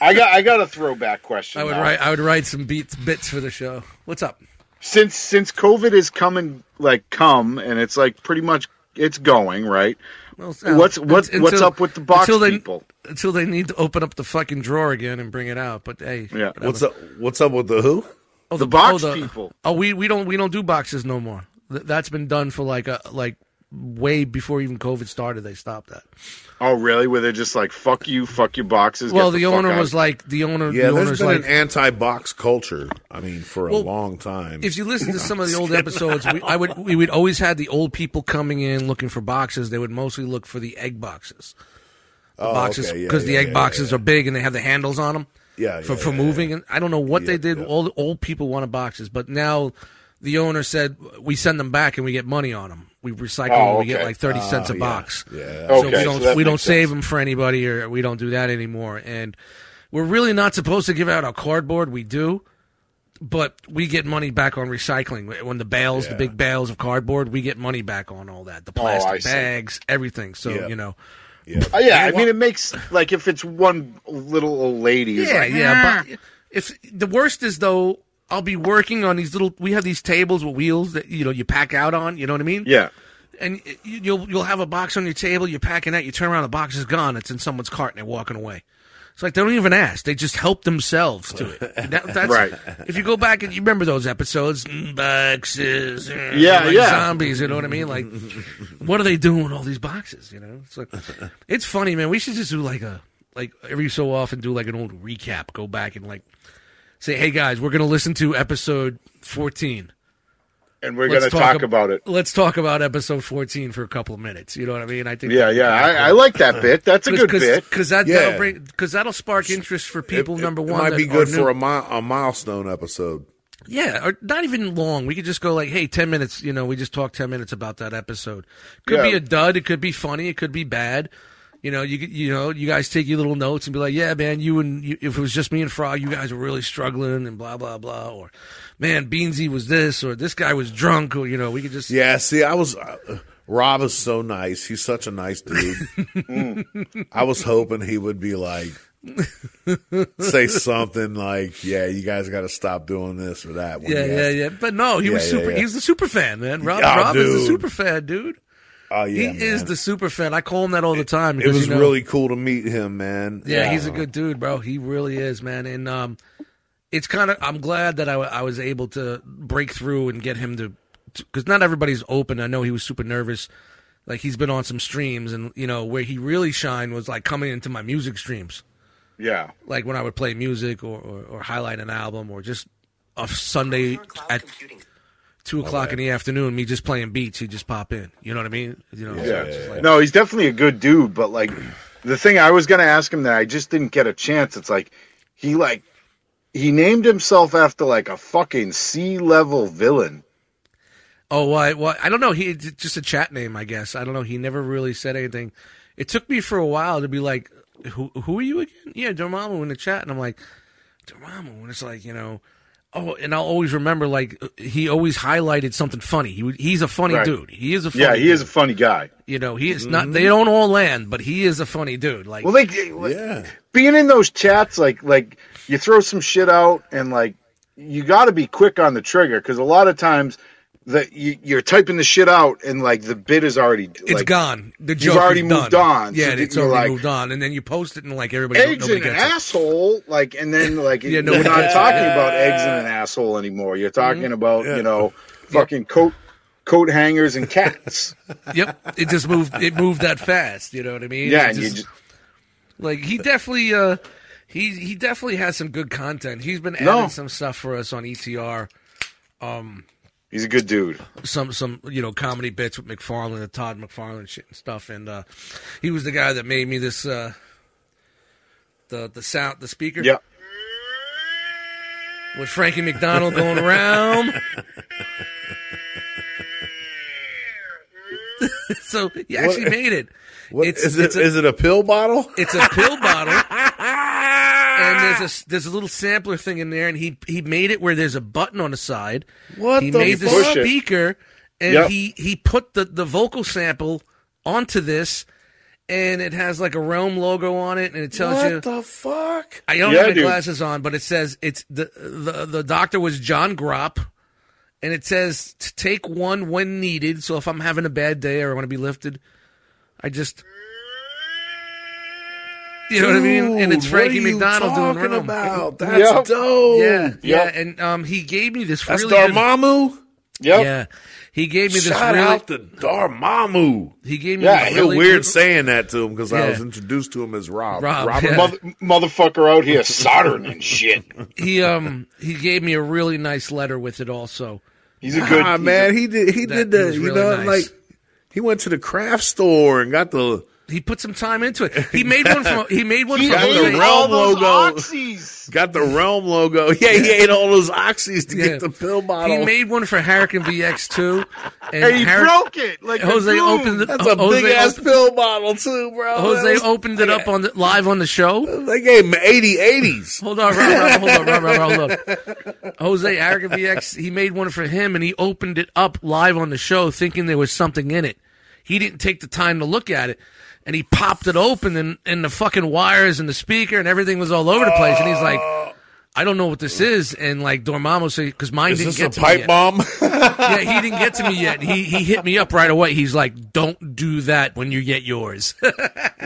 Speaker 3: I got I got a throwback question.
Speaker 1: I would
Speaker 3: now.
Speaker 1: write I would write some beats bits for the show. What's up?
Speaker 3: since since COVID is coming like come and it's like pretty much it's going right.
Speaker 1: Well, uh,
Speaker 3: What's- what's-
Speaker 1: until-
Speaker 3: what's up with the box
Speaker 1: until they,
Speaker 3: people?
Speaker 1: Until they need to open up the fucking drawer again and bring it out. But hey,
Speaker 3: Yeah.
Speaker 2: What's up? What's up with the who?
Speaker 1: Oh,
Speaker 3: The box people.
Speaker 1: Oh, we, we don't we don't do boxes no more. Th- that's been done for like a like way before even COVID started. They stopped that.
Speaker 3: Oh really? Where they're just like fuck you, fuck your boxes.
Speaker 1: Well,
Speaker 3: get
Speaker 1: the,
Speaker 3: fuck
Speaker 1: owner
Speaker 3: out.
Speaker 1: was like the owner.
Speaker 2: Yeah,
Speaker 1: the
Speaker 2: there's
Speaker 1: owner's
Speaker 2: been
Speaker 1: like.
Speaker 2: an anti-box culture. I mean, for a
Speaker 1: Well,
Speaker 2: long time.
Speaker 1: if you listen to some of
Speaker 2: [LAUGHS]
Speaker 1: the old episodes, we, I would we would always had the old people coming in looking for boxes. They would mostly look for the egg boxes. The
Speaker 2: Oh,
Speaker 1: boxes
Speaker 2: okay, yeah,
Speaker 1: because
Speaker 2: yeah,
Speaker 1: the egg
Speaker 2: yeah,
Speaker 1: boxes are big and they have the handles on them.
Speaker 2: Yeah,
Speaker 1: for
Speaker 2: yeah,
Speaker 1: for
Speaker 2: yeah,
Speaker 1: moving. And I don't know what they
Speaker 2: Yeah,
Speaker 1: did.
Speaker 2: yeah.
Speaker 1: All the old people wanted boxes, but now the owner said we send them back and we get money on them. We recycle them.
Speaker 3: Oh,
Speaker 1: We get
Speaker 3: okay.
Speaker 1: like thirty cents a box.
Speaker 2: Ah, yeah.
Speaker 1: So
Speaker 3: okay,
Speaker 1: we don't
Speaker 3: so that
Speaker 1: we don't
Speaker 3: makes
Speaker 1: save
Speaker 3: sense.
Speaker 1: them for anybody, or we don't do that anymore. And we're really not supposed to give out our cardboard. We do, but we get money back on recycling when the bales, the
Speaker 2: Yeah.
Speaker 1: big bales of cardboard, we get money back on all that, the
Speaker 3: Oh, I
Speaker 1: plastic
Speaker 3: see.
Speaker 1: bags, everything. So
Speaker 2: Yeah.
Speaker 1: you know,
Speaker 3: Oh, yeah, I
Speaker 1: wa-
Speaker 3: mean it makes like if it's one little old lady. who's
Speaker 1: yeah,
Speaker 3: like,
Speaker 1: yeah. But if the worst is though, I'll be working on these little. We have these tables with wheels that you know you pack out on. You know what I mean?
Speaker 3: yeah.
Speaker 1: and y- you'll you'll have a box on your table. You're packing out. You turn around, the box is gone. It's in someone's cart, and they're walking away. It's like they don't even ask. They just help themselves to
Speaker 3: [LAUGHS]
Speaker 1: it. That- that's,
Speaker 3: Right.
Speaker 1: If you go back and you remember those episodes, mm, boxes, eh,
Speaker 3: Yeah,
Speaker 1: like
Speaker 3: yeah.
Speaker 1: zombies. You know what I
Speaker 3: [LAUGHS]
Speaker 1: mean? Like, what are they doing with all these boxes? You know, it's like it's funny, man. We should just do like a like every so often do like an old recap. Go back and like say, hey guys, we're gonna listen to episode fourteen
Speaker 3: And we're
Speaker 1: Let's
Speaker 3: gonna talk,
Speaker 1: ab-
Speaker 3: about it.
Speaker 1: Let's talk about episode 14 for a couple of minutes. You know what I mean? I think.
Speaker 3: Yeah, yeah. I, I like that bit. That's a good bit.
Speaker 1: Because that,
Speaker 2: Yeah.
Speaker 1: that'll bring because that'll spark interest for people.
Speaker 2: It-
Speaker 1: number
Speaker 2: it
Speaker 1: one,
Speaker 2: might be
Speaker 1: that
Speaker 2: good
Speaker 1: are
Speaker 2: for
Speaker 1: new-
Speaker 2: a, mi- a milestone episode.
Speaker 1: yeah, or not even long. We could just go like, hey, ten minutes. You know, we just talked ten minutes about that episode. Could be
Speaker 3: Yeah.
Speaker 1: a dud. It could be funny. It could be bad. You know, you could- you know, you guys take your little notes and be like, yeah, man, you and you, if it was just me and Frog, you guys were really struggling and blah blah blah. Or, man, Beansy was this or this guy was drunk or you know, we could just
Speaker 2: Yeah, see, I was. Uh, Rob is so nice. He's such a nice
Speaker 1: [LAUGHS]
Speaker 2: dude. I was hoping he would be like, say something like, "Yeah, you guys got to stop doing this or that." when
Speaker 1: Yeah,
Speaker 2: he
Speaker 1: yeah,
Speaker 2: asked-
Speaker 1: yeah. But no, he
Speaker 2: Yeah,
Speaker 1: was
Speaker 2: yeah,
Speaker 1: super.
Speaker 2: yeah.
Speaker 1: He's the super fan, man. Rob,
Speaker 2: Yeah,
Speaker 1: Rob is the
Speaker 2: dude.
Speaker 1: super fan, dude.
Speaker 2: Oh yeah,
Speaker 1: he is
Speaker 2: man.
Speaker 1: the super fan. I call him that all the time.
Speaker 2: It
Speaker 1: Because,
Speaker 2: was
Speaker 1: you know,
Speaker 2: really cool to meet him, man.
Speaker 1: Yeah, he's a good dude, bro. He really is, man. And um, it's kind of. I'm glad that I, wa- I was able to break through and get him to, because not everybody's open. I know he was super nervous. Like he's been on some streams, and you know where he really shined was like coming into my music streams.
Speaker 3: Yeah.
Speaker 1: like when I would play music or, or, or highlight an album or just a Sunday at two o'clock in the afternoon, me just playing beats, he'd just pop in. You know what I mean? You know, so
Speaker 3: Yeah.
Speaker 1: it's just like-
Speaker 3: No, he's definitely a good dude, but like the thing I was gonna ask him that I just didn't get a chance. It's like he like he named himself after like a fucking C level villain.
Speaker 1: Oh, why? Why? I don't know. He it's just a chat name, I guess. I don't know. He never really said anything. It took me for a while to be like, "Who? Who are you again?" Yeah, Dormammu in the chat, and I'm like, Dormammu, and it's like you know. Oh, and I'll always remember like he always highlighted something funny. He would- he's a funny
Speaker 3: Right.
Speaker 1: dude. He is a funny
Speaker 3: Yeah, he is
Speaker 1: dude.
Speaker 3: a funny guy.
Speaker 1: You know, he is not. They don't all land, but he is a funny dude. Like,
Speaker 3: Mm-hmm. Well, like, like,
Speaker 2: Yeah.
Speaker 3: being in those chats, like like you throw some shit out, and like you got to be quick on the trigger because a lot of times that you, you're typing the shit out, and like the bit is already
Speaker 1: it's
Speaker 3: like,
Speaker 1: gone. The joke
Speaker 3: already
Speaker 1: is
Speaker 3: moved
Speaker 1: done.
Speaker 3: on,
Speaker 1: Yeah,
Speaker 3: so that
Speaker 1: it's
Speaker 3: you're
Speaker 1: already
Speaker 3: like-
Speaker 1: moved on, and then you post it, and like everybody,
Speaker 3: Eggs
Speaker 1: nobody
Speaker 3: and an
Speaker 1: gets it.
Speaker 3: asshole, like, and then like
Speaker 1: Yeah,
Speaker 3: you're
Speaker 1: nobody
Speaker 3: not
Speaker 1: gets it. Mm-hmm.
Speaker 3: talking about eggs and an asshole anymore. You're talking about you know fucking coat coat hangers and cats.
Speaker 1: Yep, it just moved. It moved that fast. [LAUGHS] You know what I mean?
Speaker 3: yeah,
Speaker 1: It
Speaker 3: and you
Speaker 1: just-
Speaker 3: just,
Speaker 1: Like he definitely uh he he definitely has some good content. He's been adding
Speaker 3: No.
Speaker 1: some stuff for us on ETR. Um
Speaker 3: He's a good dude.
Speaker 1: some some you know comedy bits with McFarlane, the Todd McFarlane shit and stuff, and uh, he was the guy that made me this uh, the the sound the speaker
Speaker 3: Yeah.
Speaker 1: with Frankie McDonald going around. [LAUGHS] so he actually made it.
Speaker 2: What,
Speaker 1: It's-
Speaker 2: is it?
Speaker 1: it's
Speaker 2: Is
Speaker 1: a-
Speaker 2: it a pill bottle?
Speaker 1: It's a pill bottle. And there's a there's a little sampler thing in there, and he he made it where there's a button on the side.
Speaker 2: What
Speaker 1: he
Speaker 2: the
Speaker 1: made the
Speaker 3: fuck?
Speaker 1: speaker, and
Speaker 3: Yep.
Speaker 1: he he put the the vocal sample onto this, and it has like a Rome logo on it, and it tells you.
Speaker 2: What the fuck?
Speaker 1: I don't
Speaker 3: Yeah,
Speaker 1: have my
Speaker 3: dude.
Speaker 1: glasses on, but it says it's the the the doctor was John Gropp, and it says to take one when needed. So if I'm having a bad day or I want to be lifted, I just. You know what I mean? And it's
Speaker 2: Dude,
Speaker 1: Frankie
Speaker 2: what are you
Speaker 1: McDonald doing
Speaker 2: talking
Speaker 1: Rome.
Speaker 2: about. That's
Speaker 3: Yep.
Speaker 2: dope.
Speaker 1: Yeah, yeah,
Speaker 3: Yep.
Speaker 1: and um, he gave me this
Speaker 2: That's
Speaker 1: really good-
Speaker 2: Darmamu.
Speaker 3: Yep.
Speaker 1: yeah, he gave me this
Speaker 2: Shout
Speaker 1: really.
Speaker 2: out to Darmamu.
Speaker 1: he gave me
Speaker 3: Yeah,
Speaker 2: I
Speaker 1: this
Speaker 2: feel
Speaker 1: really
Speaker 2: weird
Speaker 1: good-
Speaker 2: saying that to him because I
Speaker 1: Yeah.
Speaker 2: was introduced to him as Rob.
Speaker 1: Rob,
Speaker 2: Robert
Speaker 1: yeah.
Speaker 3: Mother, motherfucker out here soldering and shit.
Speaker 1: He um he gave me a really nice letter with it also.
Speaker 3: He's a good
Speaker 2: Ah,
Speaker 3: he's a-
Speaker 2: man, he did. He
Speaker 1: that-
Speaker 2: did
Speaker 1: he
Speaker 2: the.
Speaker 1: was
Speaker 2: You
Speaker 1: really
Speaker 2: know,
Speaker 1: nice.
Speaker 2: like he went to the craft store and got the.
Speaker 1: He put some time into it. He made one from he made
Speaker 2: [LAUGHS]
Speaker 1: one
Speaker 3: He
Speaker 1: from
Speaker 2: got
Speaker 3: ate
Speaker 2: the
Speaker 1: Jose-
Speaker 2: Realm
Speaker 3: those
Speaker 2: logo.
Speaker 3: Oxys.
Speaker 2: Got the realm logo. [LAUGHS] Yeah, he ate all those oxys to
Speaker 1: Yeah.
Speaker 2: get the pill bottle.
Speaker 1: He made one for Hurricane VX too, and,
Speaker 3: And he
Speaker 1: Har-
Speaker 3: broke it. Like a
Speaker 1: Jose
Speaker 3: dude.
Speaker 1: opened it.
Speaker 2: That's a
Speaker 1: Jose
Speaker 2: big ass
Speaker 1: opened-
Speaker 2: pill bottle too, bro.
Speaker 1: Jose
Speaker 2: That was-
Speaker 1: opened it up on the, live on the show.
Speaker 2: They gave him eighty eighties.
Speaker 1: Hold on, Rob, Rob, hold on, Rob, Rob, Rob, look. Jose Hurricane VX, he made one for him, and he opened it up live on the show, thinking there was something in it. He didn't take the time to look at it, and he popped it open, and, and the fucking wires and the speaker and everything was all over the place, and he's like.
Speaker 2: Oh.
Speaker 1: I don't know what this is, and like Dormammu said, because mine
Speaker 2: Is
Speaker 1: didn't
Speaker 2: this
Speaker 1: get
Speaker 2: a
Speaker 1: to me
Speaker 2: pipe
Speaker 1: yet.
Speaker 2: bomb?
Speaker 1: yeah, he didn't get to me yet. He he hit me up right away. He's like, "Don't do that when you get yours." [LAUGHS]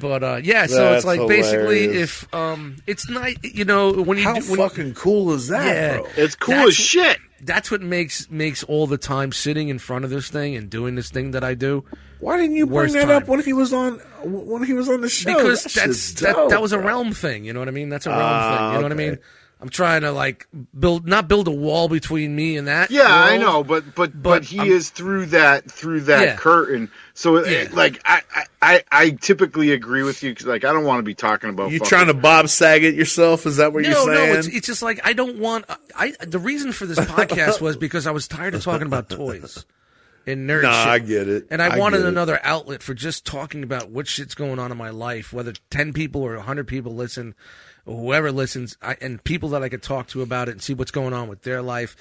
Speaker 1: but uh, yeah, so
Speaker 2: That's
Speaker 1: it's like basically
Speaker 2: hilarious.
Speaker 1: if um, it's nice, you know, when you
Speaker 2: How
Speaker 1: do, when,
Speaker 2: fucking cool is that,
Speaker 1: Yeah.
Speaker 2: bro?
Speaker 3: It's cool
Speaker 1: That's-
Speaker 3: as shit.
Speaker 1: that's what makes makes all the time sitting in front of this thing and doing this thing that I do
Speaker 2: Why didn't you bring
Speaker 1: Worst
Speaker 2: that
Speaker 1: time.
Speaker 2: up when he was on when he was on the show?
Speaker 1: because
Speaker 2: That
Speaker 1: that's
Speaker 2: shit's
Speaker 1: that,
Speaker 2: dope,
Speaker 1: that was a
Speaker 2: bro.
Speaker 1: realm thing. You know what I mean? That's a realm
Speaker 2: Ah,
Speaker 1: thing. You know what I
Speaker 2: okay.
Speaker 1: mean? I'm trying to like build not build a wall between me and that.
Speaker 3: Yeah, I
Speaker 1: world.
Speaker 3: know, but but but,
Speaker 1: But
Speaker 3: he
Speaker 1: I'm-
Speaker 3: is through that through that
Speaker 1: Yeah.
Speaker 3: curtain. So it-
Speaker 1: Yeah.
Speaker 3: like I, I- I I typically agree with you because like I don't want to be talking about.
Speaker 2: You
Speaker 3: fucking-
Speaker 2: trying to Bob Saget yourself? Is that what you're
Speaker 1: no,
Speaker 2: saying?
Speaker 1: no, it's, it's just like I don't want. I the reason for
Speaker 2: [LAUGHS]
Speaker 1: this podcast was because I was tired of talking about toys and nerd
Speaker 2: Nah,
Speaker 1: shit.
Speaker 2: I get it.
Speaker 1: And I,
Speaker 2: I
Speaker 1: wanted
Speaker 2: get it.
Speaker 1: another outlet for just talking about what shit's going on in my life, whether ten people or hundred people listen, or whoever listens, I, and people that I could talk to about it and see what's going on with their life,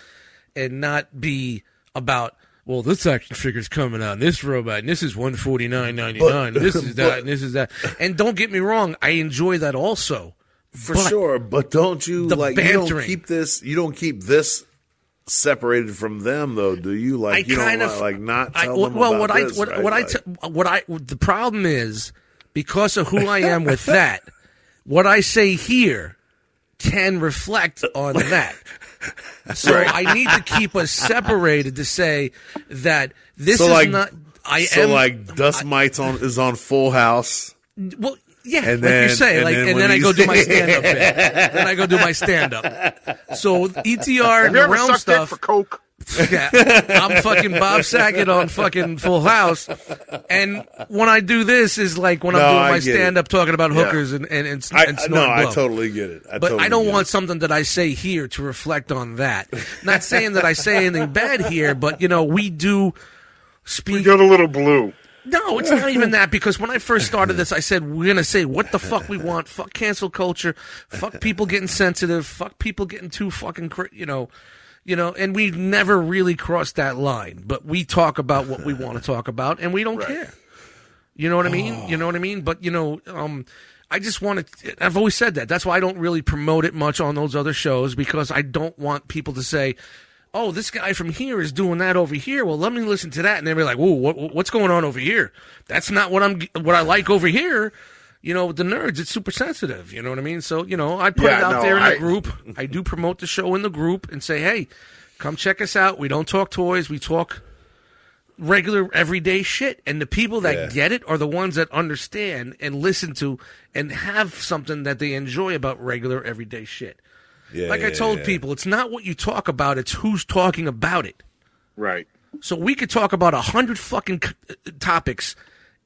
Speaker 1: and not be about. Well, this action figure's coming out, and this robot, and this is one forty nine ninety nine, this
Speaker 2: [LAUGHS]
Speaker 1: is that, and this is that. And don't get me wrong, I enjoy that also.
Speaker 2: for sure. But don't you
Speaker 1: The
Speaker 2: like you don't
Speaker 1: bantering.
Speaker 2: keep this? You don't keep this separated from them, though, do you? Like you don't
Speaker 1: kinda
Speaker 2: li-
Speaker 1: f-
Speaker 2: like not
Speaker 1: I-
Speaker 2: tell
Speaker 1: well,
Speaker 2: them
Speaker 1: well,
Speaker 2: about
Speaker 1: what I
Speaker 2: this,
Speaker 1: what,
Speaker 2: right?
Speaker 1: what I
Speaker 2: Like,
Speaker 1: t- what I the problem is because of who I am with that. What I say here can reflect on that. So I need to keep us separated to say that this
Speaker 2: So,
Speaker 1: is
Speaker 2: like-
Speaker 1: not. I
Speaker 2: so
Speaker 1: am
Speaker 2: like dust mites on is on Full House.
Speaker 1: well, yeah,
Speaker 2: And
Speaker 1: like you
Speaker 2: then-
Speaker 1: say,
Speaker 2: and
Speaker 1: like,
Speaker 2: then
Speaker 1: and
Speaker 2: when
Speaker 1: then I
Speaker 2: he's-
Speaker 1: go do my stand up. then I go do my stand
Speaker 2: [LAUGHS]
Speaker 1: up. So ETR and
Speaker 3: Have you
Speaker 1: the
Speaker 3: ever
Speaker 1: realm
Speaker 3: sucked in
Speaker 1: stuff.
Speaker 3: for coke?
Speaker 1: Yeah, I'm fucking Bob Saget on fucking Full House, and when I do this is like when
Speaker 2: No,
Speaker 1: I'm doing
Speaker 2: I
Speaker 1: my
Speaker 2: get it.
Speaker 1: stand up talking about hookers and and and,
Speaker 2: I,
Speaker 1: and
Speaker 2: I-
Speaker 1: snorting
Speaker 2: no, I
Speaker 1: blow.
Speaker 2: totally get it. I
Speaker 1: But
Speaker 2: totally
Speaker 1: I don't
Speaker 2: get
Speaker 1: want
Speaker 2: it.
Speaker 1: something that I say here to reflect on that. Not saying that I say anything bad here, but you know we do
Speaker 3: You
Speaker 1: speak.
Speaker 3: got a little blue.
Speaker 1: No, it's not even that because when I first started this, I said we're gonna say what the fuck we want. Fuck cancel culture. Fuck people getting sensitive. Fuck people getting too fucking cra- you know, you know. And we never really crossed that line, but we talk about what we want to talk about, and we don't care. You know what I mean?
Speaker 3: Oh.
Speaker 1: You know what I mean? But you know, um, I just want to. I've always said that. That's why I don't really promote it much on those other shows because I don't want people to say, "Oh, this guy from here is doing that over here." Well, let me listen to that, and they'll be like, "Whoa, what, what's going on over here? That's not what I'm. What I like over here." You know, with the nerds, it's super sensitive. You know what I mean? So, you know, I put
Speaker 3: Yeah,
Speaker 1: it out
Speaker 3: no,
Speaker 1: there in
Speaker 3: I-
Speaker 1: the group. I do promote the show in the group and say, hey, come check us out. We don't talk toys. We talk regular everyday shit and the people that get it are the ones that understand and listen to and have something that they enjoy about regular everyday shit
Speaker 2: Yeah,
Speaker 1: like I
Speaker 2: yeah,
Speaker 1: told
Speaker 2: yeah.
Speaker 1: people, it's not what you talk about; it's who's talking about it.
Speaker 3: Right.
Speaker 1: So we could talk about a hundred fucking c- uh, topics,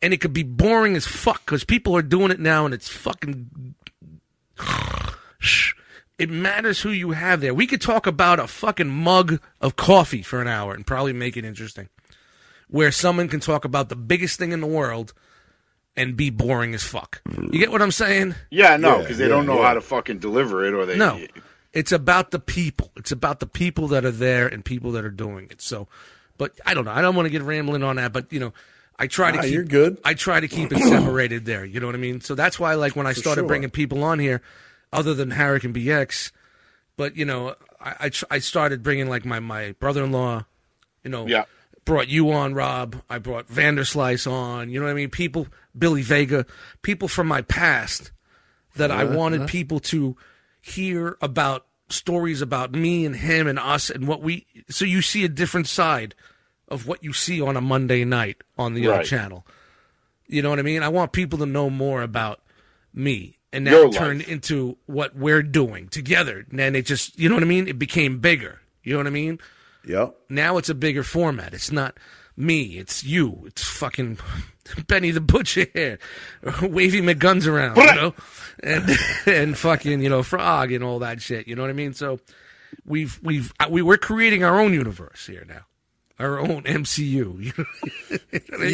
Speaker 1: and it could be boring as fuck because people are doing it now, and it's fucking. [SIGHS] It matters who you have there. We could talk about a fucking mug of coffee for an hour and probably make it interesting, where someone can talk about the biggest thing in the world, and be boring as fuck. You get what I'm saying?
Speaker 3: Yeah, no,
Speaker 2: Yeah,
Speaker 3: because they
Speaker 2: yeah,
Speaker 3: don't know
Speaker 2: yeah.
Speaker 3: how to fucking deliver it, or they
Speaker 2: [LAUGHS]
Speaker 1: No. It's about the people. It's about the people that are there and people that are doing it. So, but I don't know. I don't want to get rambling on that, but you know, I try to
Speaker 2: Nah,
Speaker 1: keep
Speaker 2: you're good.
Speaker 1: I try to
Speaker 2: [CLEARS THROAT]
Speaker 1: keep it separated there. You know what I mean? So that's why, like, when I started
Speaker 2: sure.
Speaker 1: bringing people on here, other than Harrick and BX, but you know, I I, tr- I started bringing like my my brother in law. You know,
Speaker 3: Yeah.
Speaker 1: Brought you on, Rob. I brought Vanderslice on. You know what I mean? People, Billy Vega, people from my past that I wanted people to hear about stories about me and him and us and what we. So you see a different side of what you see on a Monday night on the other
Speaker 3: Right.
Speaker 1: channel. You know what I mean? I want people to know more about me. And
Speaker 3: Your
Speaker 1: that
Speaker 3: life.
Speaker 1: turned into what we're doing together. And then it just, you know what I mean? It became bigger. You know what I mean?
Speaker 2: Yep.
Speaker 1: Now it's a bigger format. It's not me. It's you. It's fucking [LAUGHS] Benny the Butcher here, [LAUGHS] waving my guns around, you know, and [LAUGHS] and fucking you know Frog and all that shit. You know what I mean? So we've we've uh, we we're creating our own universe here now, our own [LAUGHS] MCU,
Speaker 2: Yeah.
Speaker 3: or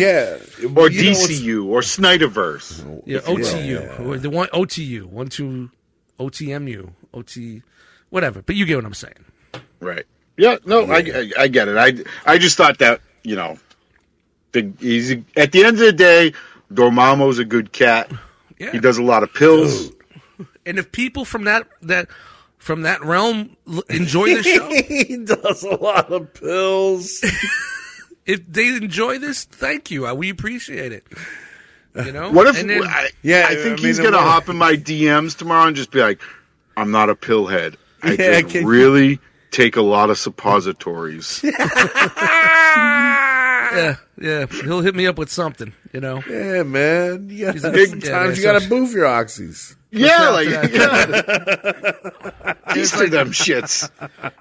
Speaker 2: You know what's-
Speaker 3: DCU or Snyderverse.
Speaker 1: yeah, OTU, Or the one OTU, one two, OTMU, OT, whatever. But you get what I'm saying.
Speaker 3: Right. Yeah. No, I, I I get it. I I just thought that you know, the, he's a- at the end of the day, Dormammu's a good cat.
Speaker 1: Yeah.
Speaker 3: He does a lot of pills.
Speaker 1: And if people from that that from that realm l- enjoy [LAUGHS]
Speaker 3: [LAUGHS]
Speaker 1: the show.
Speaker 2: he does a lot of pills.
Speaker 1: if they enjoy this, thank you. Uh, We appreciate it. You know,
Speaker 3: What if?
Speaker 1: And then-
Speaker 3: I,
Speaker 2: Yeah,
Speaker 3: yeah, I think
Speaker 2: I mean,
Speaker 3: he's
Speaker 2: it
Speaker 3: gonna
Speaker 2: would-
Speaker 3: hop in my DMs tomorrow and just be like, "I'm not a pill head. I
Speaker 2: Yeah,
Speaker 3: just
Speaker 2: can-
Speaker 3: really take a lot of
Speaker 1: [LAUGHS]
Speaker 3: suppositories."
Speaker 1: yeah, ah, yeah, he'll hit me up with something. You know,
Speaker 2: Yeah, man. You
Speaker 1: He's a-
Speaker 2: gotta, big
Speaker 1: yeah,
Speaker 2: times
Speaker 1: that's
Speaker 2: you got
Speaker 1: so-
Speaker 2: to move your oxys.
Speaker 3: yeah,
Speaker 1: out
Speaker 3: like
Speaker 1: to [LAUGHS]
Speaker 3: yeah. these are them shits.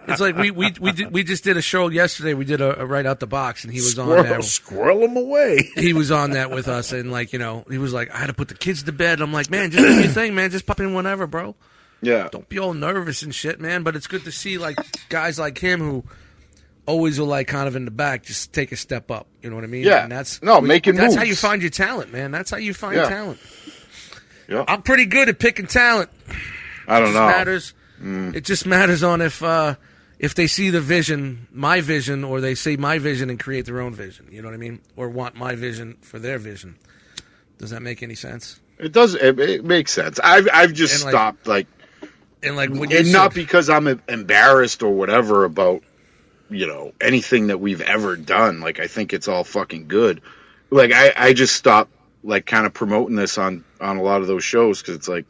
Speaker 1: it's like we we we did, we just did a show yesterday. We did a, a right out the box, and he was on
Speaker 2: Squirrel,
Speaker 1: there.
Speaker 2: squirrel them away.
Speaker 1: He was on that with us, and like you know, he was like, I had to put the kids to bed. I'm like, man, just do your thing, man. Just pop in whenever, bro.
Speaker 3: Yeah,
Speaker 1: Don't be all nervous and shit, man. But it's good to see like guys like him who always are like kind of in the back, just take a step up. You know what I mean?
Speaker 3: Yeah.
Speaker 1: And that's
Speaker 3: No, making
Speaker 1: That's how
Speaker 3: moves.
Speaker 1: you find your talent, man. That's how you find
Speaker 3: Yeah.
Speaker 1: talent.
Speaker 3: Yeah.
Speaker 1: I'm pretty good at picking talent.
Speaker 3: I don't
Speaker 1: It just
Speaker 3: know.
Speaker 1: matters.
Speaker 3: Mm.
Speaker 1: It just matters on if uh, if they see the vision, my vision, or they see my vision and create their own vision. You know what I mean? Or want my vision for their vision. Does that make any sense?
Speaker 3: It does. It, it makes sense. I've I've just
Speaker 1: And, like,
Speaker 3: stopped like,
Speaker 1: And like when you
Speaker 3: and not
Speaker 1: said-
Speaker 3: because I'm em- embarrassed or whatever about you know anything that we've ever done. Like I think it's all fucking good. Like I I just stopped like kind of promoting this on on a lot of those shows because it's like,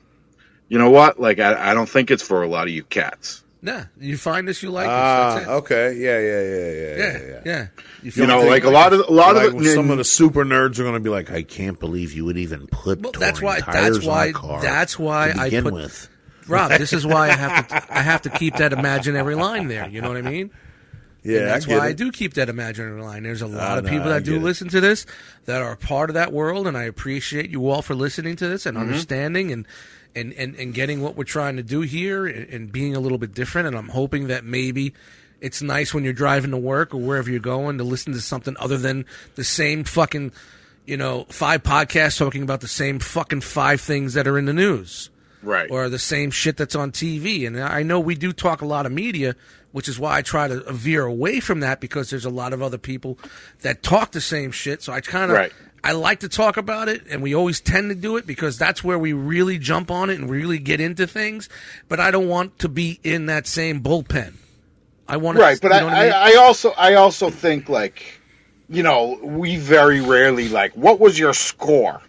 Speaker 3: you know what? Like I I don't think it's for a lot of you cats.
Speaker 1: nah, you find this, you like this. That's
Speaker 2: Ah,
Speaker 1: it.
Speaker 2: okay. Yeah, yeah, yeah, yeah,
Speaker 1: Yeah,
Speaker 2: yeah. yeah.
Speaker 1: yeah.
Speaker 3: You
Speaker 1: find
Speaker 3: know,
Speaker 1: it.
Speaker 2: think
Speaker 3: like a
Speaker 2: like-
Speaker 3: lot of a lot
Speaker 2: Like,
Speaker 3: of the,
Speaker 2: some of the super nerds are going to be like, I can't believe you would even put
Speaker 1: Well, that's
Speaker 2: touring
Speaker 1: why-
Speaker 2: tires
Speaker 1: that's why-
Speaker 2: on a car.
Speaker 1: that's why
Speaker 2: to
Speaker 1: I
Speaker 2: begin
Speaker 1: put-
Speaker 2: with.
Speaker 1: Rob, this is why I have to I have to keep that imaginary line there. You know what I mean?
Speaker 2: Yeah,
Speaker 1: And that's
Speaker 2: I get
Speaker 1: why
Speaker 2: it.
Speaker 1: I do keep that imaginary line. There's a lot of
Speaker 2: no,
Speaker 1: people
Speaker 2: I
Speaker 1: that do
Speaker 2: get it.
Speaker 1: listen to this that are a part of that world, and I appreciate you all for listening to this and
Speaker 2: Mm-hmm.
Speaker 1: understanding and, and, and, and getting what we're trying to do here and, and being a little bit different. And I'm hoping that maybe it's nice when you're driving to work or wherever you're going to listen to something other than the same fucking, you know, five podcasts talking about the same fucking five things that are in the news
Speaker 3: right.
Speaker 1: or the same shit that's on TV. And I know we do talk a lot of media, which is why I try to veer away from that because there's a lot of other people that talk the same shit. So I kind of
Speaker 3: Right.
Speaker 1: I like to talk about it, and we always tend to do it because that's where we really jump on it and really get into things. But I don't want to be in that same bullpen. I want to,
Speaker 3: right but
Speaker 1: you
Speaker 3: I,
Speaker 1: know what
Speaker 3: I,
Speaker 1: mean?
Speaker 3: I, also i also think like you know we very rarely like what was your score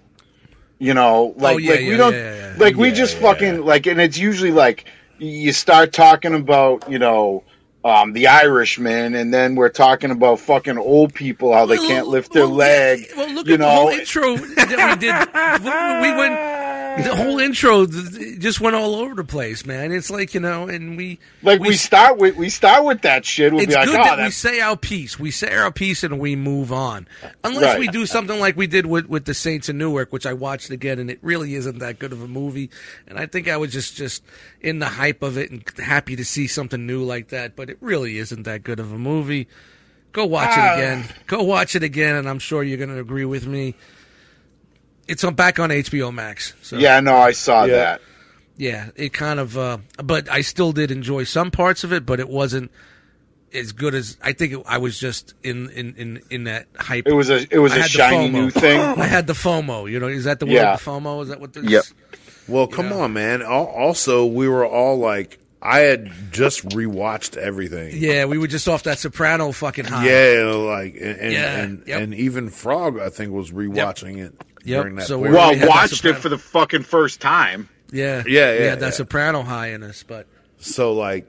Speaker 3: you know like
Speaker 1: Oh, yeah,
Speaker 3: like we
Speaker 1: yeah,
Speaker 3: don't
Speaker 1: yeah, yeah.
Speaker 3: like we just fucking like and it's usually like you start talking about you know um, the Irishman, and then we're talking about fucking old people how they can't lift their
Speaker 1: Well,
Speaker 3: leg.
Speaker 1: yeah, Well, look
Speaker 3: you
Speaker 1: at the
Speaker 3: know,
Speaker 1: whole intro that we did. we we went the whole intro th- th- just went all over the place, man. It's like you know, and we
Speaker 3: Like we, start with we start with that shit. We'll
Speaker 1: it's
Speaker 3: be like,
Speaker 1: good
Speaker 3: oh,
Speaker 1: that we
Speaker 3: that's
Speaker 1: say our piece. We say our piece and we move on. Unless
Speaker 3: Right.
Speaker 1: we do something like we did with, with the Saints in Newark, which I watched again, and it really isn't that good of a movie. And I think I was just just in the hype of it and happy to see something new like that. But it really isn't that good of a movie. Go watch
Speaker 3: Ah.
Speaker 1: it again. Go watch it again, and I'm sure you're going to agree with me. It's on back on HBO Max. So
Speaker 3: yeah. No, I saw
Speaker 2: Yeah.
Speaker 3: that.
Speaker 1: yeah, it kind of. Uh, but I still did enjoy some parts of it, but it wasn't as good as I think. It, I was just in in in in that hype.
Speaker 3: It was a it was
Speaker 1: I
Speaker 3: a
Speaker 1: had the
Speaker 3: shiny
Speaker 1: FOMO. [LAUGHS]
Speaker 3: new
Speaker 1: [GASPS]
Speaker 3: thing.
Speaker 1: I had the FOMO. You know, is that the word?
Speaker 3: Yeah.
Speaker 1: The FOMO is that what? This,
Speaker 3: Yep.
Speaker 2: Well, come on, man. Al- Also, we were all like, I had just rewatched everything.
Speaker 1: Yeah, we were just off that Soprano fucking high.
Speaker 2: Yeah, like and and,
Speaker 1: Yeah,
Speaker 2: and,
Speaker 1: yep.
Speaker 2: and even Frog, I think, was rewatching it
Speaker 1: Yep,
Speaker 2: during that.
Speaker 1: so
Speaker 2: period.
Speaker 1: We
Speaker 3: Well,
Speaker 1: already
Speaker 3: I
Speaker 1: had that
Speaker 3: watched it
Speaker 1: Soprano.
Speaker 3: for the fucking first time.
Speaker 1: yeah,
Speaker 2: Yeah,
Speaker 1: We
Speaker 2: yeah,
Speaker 1: had that
Speaker 2: yeah.
Speaker 1: Soprano high in us, but
Speaker 2: so like,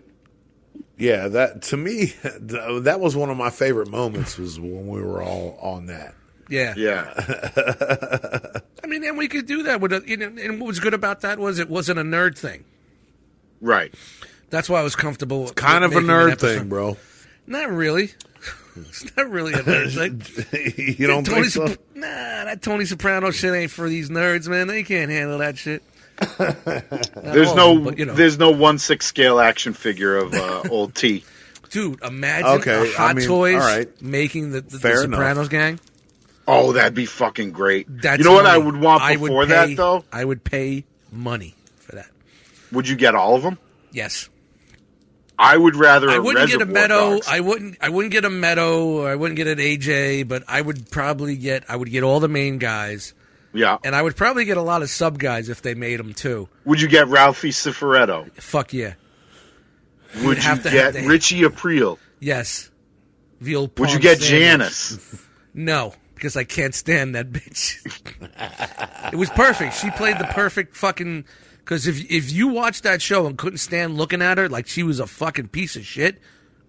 Speaker 2: yeah, that to me, [LAUGHS] th- that was one of my favorite moments was when we were all on that.
Speaker 1: yeah,
Speaker 3: Yeah,
Speaker 1: I mean, and we could do that with. A, you know, and what was good about that was it wasn't a nerd thing.
Speaker 3: [LAUGHS] right.
Speaker 1: That's why I was comfortable. with
Speaker 2: Kind of a
Speaker 1: making an
Speaker 2: nerd
Speaker 1: episode.
Speaker 2: thing, bro. [LAUGHS]
Speaker 1: Not really. [LAUGHS] it's not really a nerd thing.
Speaker 2: you don't
Speaker 1: Tony
Speaker 2: think so?
Speaker 1: Sopra- Nah, that Tony Soprano shit ain't for these nerds, man. They can't handle that
Speaker 2: [LAUGHS]
Speaker 1: shit.
Speaker 3: There's
Speaker 1: all
Speaker 3: no
Speaker 1: of them, but, you know.
Speaker 3: there's no one six scale action figure
Speaker 1: [LAUGHS]
Speaker 3: of uh, old T.
Speaker 1: Dude, imagine
Speaker 2: Okay,
Speaker 1: a Hot
Speaker 2: I mean,
Speaker 1: Toys
Speaker 2: all right.
Speaker 1: making the, the, the
Speaker 2: Fair enough.
Speaker 1: Sopranos gang.
Speaker 3: Oh, that'd be fucking great.
Speaker 1: That's
Speaker 3: you know what I
Speaker 1: money.
Speaker 3: would want
Speaker 1: I
Speaker 3: before
Speaker 1: pay,
Speaker 3: that though?
Speaker 1: I would pay money for that.
Speaker 3: Would you get all of them?
Speaker 1: Yes.
Speaker 3: I would rather.
Speaker 1: I wouldn't get a
Speaker 3: Reservoir
Speaker 1: meadow.
Speaker 3: Dogs.
Speaker 1: I wouldn't. I wouldn't get a meadow. Or I wouldn't get an AJ. But I would probably get. I would get all the main guys,
Speaker 3: yeah.
Speaker 1: and I would probably get a lot of sub guys if they made them too.
Speaker 3: would you get
Speaker 1: [LAUGHS]
Speaker 3: Ralphie Cifaretto?
Speaker 1: Fuck yeah.
Speaker 3: Would you
Speaker 1: have to have
Speaker 3: get
Speaker 1: the-
Speaker 3: Richie Aprile?
Speaker 1: Yes. Veal.
Speaker 3: Would you
Speaker 1: Palm
Speaker 3: get
Speaker 1: sandwich.
Speaker 3: Janice?
Speaker 1: No, because I can't stand that bitch. [LAUGHS] it was perfect. She played the perfect fucking. Because if if you watched that show and couldn't stand looking at her like she was a fucking piece of shit,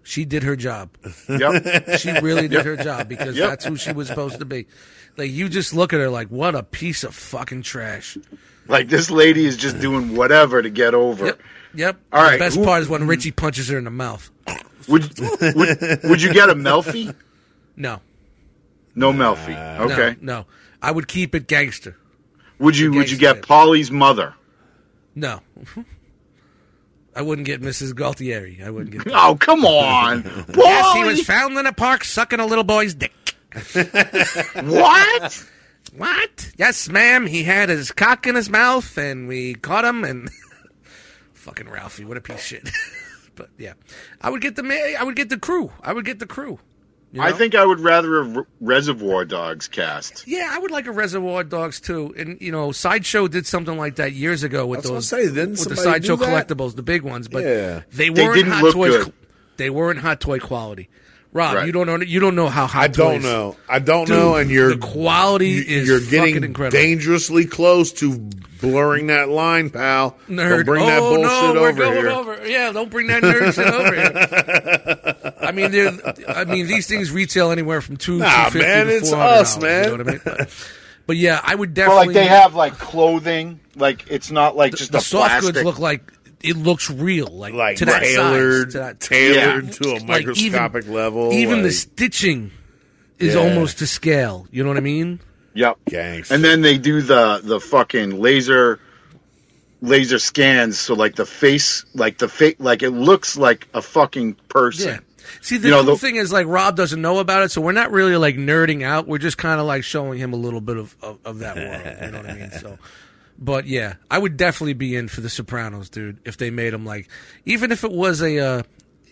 Speaker 1: she did her job. [LAUGHS]
Speaker 3: [LAUGHS] Yep.
Speaker 1: She really did her job because
Speaker 3: Yep.
Speaker 1: that's who she was supposed to be. Like you just look at her like what a piece of fucking trash.
Speaker 3: Like this lady is just doing whatever to get over.
Speaker 1: Yep. Yep.
Speaker 3: All
Speaker 1: The
Speaker 3: right,
Speaker 1: best
Speaker 3: who- Mm-hmm.
Speaker 1: part is when Richie punches her in the mouth.
Speaker 3: Would, would would you get a Melfi?
Speaker 1: No.
Speaker 3: No Melfi.
Speaker 1: No,
Speaker 3: Okay.
Speaker 1: No. I would keep it gangster.
Speaker 3: Would you would you get
Speaker 1: Gangsta.
Speaker 3: Polly's mother?
Speaker 1: No. [LAUGHS] I wouldn't get Mrs. Galtieri. I
Speaker 3: [LAUGHS]
Speaker 1: wouldn't get that.
Speaker 3: Oh come on,
Speaker 1: [LAUGHS] Yes, he
Speaker 3: Polly!
Speaker 1: was found in a park sucking a little boy's dick.
Speaker 3: what?
Speaker 1: What? Yes, ma'am. He had his cock in his mouth, and we caught him. And [LAUGHS] fucking Ralphie, what a piece of shit. [LAUGHS] but yeah, I would get the ma- I would get the crew. I would get the crew. [LAUGHS] you
Speaker 3: I
Speaker 1: know?
Speaker 3: think I would rather a Re- Reservoir Dogs cast.
Speaker 1: Yeah, I would like a Reservoir Dogs too. And you know, Sideshow did something like that years ago with
Speaker 2: That's what
Speaker 1: those
Speaker 2: I'm saying. Didn't
Speaker 1: with the
Speaker 2: somebody do
Speaker 1: Sideshow
Speaker 2: that?
Speaker 1: collectibles, the big ones. But
Speaker 2: Yeah.
Speaker 1: they weren't
Speaker 3: They didn't
Speaker 1: hot
Speaker 3: look
Speaker 1: toys.
Speaker 3: good.
Speaker 1: qu- They weren't hot toy quality. Rob,
Speaker 3: Right.
Speaker 1: you don't know. You don't know how hot.
Speaker 2: I don't
Speaker 1: toys-
Speaker 2: know. I don't
Speaker 1: Dude,
Speaker 2: know. And you're
Speaker 1: the quality
Speaker 2: you-
Speaker 1: is
Speaker 2: you're
Speaker 1: fucking
Speaker 2: getting
Speaker 1: incredible.
Speaker 2: dangerously close to blurring that line, pal.
Speaker 1: Nerd.
Speaker 2: Don't bring
Speaker 1: oh
Speaker 2: that bullshit
Speaker 1: no,
Speaker 2: over
Speaker 1: we're going
Speaker 2: here.
Speaker 1: over. Yeah, don't bring that nerd shit over here.
Speaker 2: [LAUGHS]
Speaker 1: I mean, they're- I mean, these things retail anywhere from two,
Speaker 2: Nah,
Speaker 1: two fifty
Speaker 2: man,
Speaker 1: to
Speaker 2: it's
Speaker 1: four hundred
Speaker 2: us, man.
Speaker 1: You know what I mean? But, but yeah, I would
Speaker 3: But
Speaker 1: definitely.
Speaker 3: like they have like clothing, like it's not like just
Speaker 1: the
Speaker 3: a
Speaker 1: soft
Speaker 3: plastic.
Speaker 1: goods look like it looks real, like,
Speaker 2: Like
Speaker 1: to that
Speaker 2: tailored,
Speaker 1: size, to that-
Speaker 2: tailored
Speaker 3: Yeah.
Speaker 2: to a
Speaker 1: like, even-
Speaker 2: microscopic level.
Speaker 1: Even the
Speaker 2: like,
Speaker 1: stitching is
Speaker 2: Yeah.
Speaker 1: almost to scale. You know what I mean?
Speaker 3: yep.
Speaker 2: gangster.
Speaker 3: And then they do the the fucking laser laser scans so like the face like the face like it looks like a fucking person.
Speaker 1: Yeah. See, the
Speaker 3: You know,
Speaker 1: cool
Speaker 3: the-
Speaker 1: thing is, like, Rob doesn't know about it, so we're not really, like, nerding out. We're just kind of, like, showing him a little bit of, of, of that world. You know what I mean? So, but yeah, I would definitely be in for The Sopranos, dude, if they made them, like, even if it was a, uh,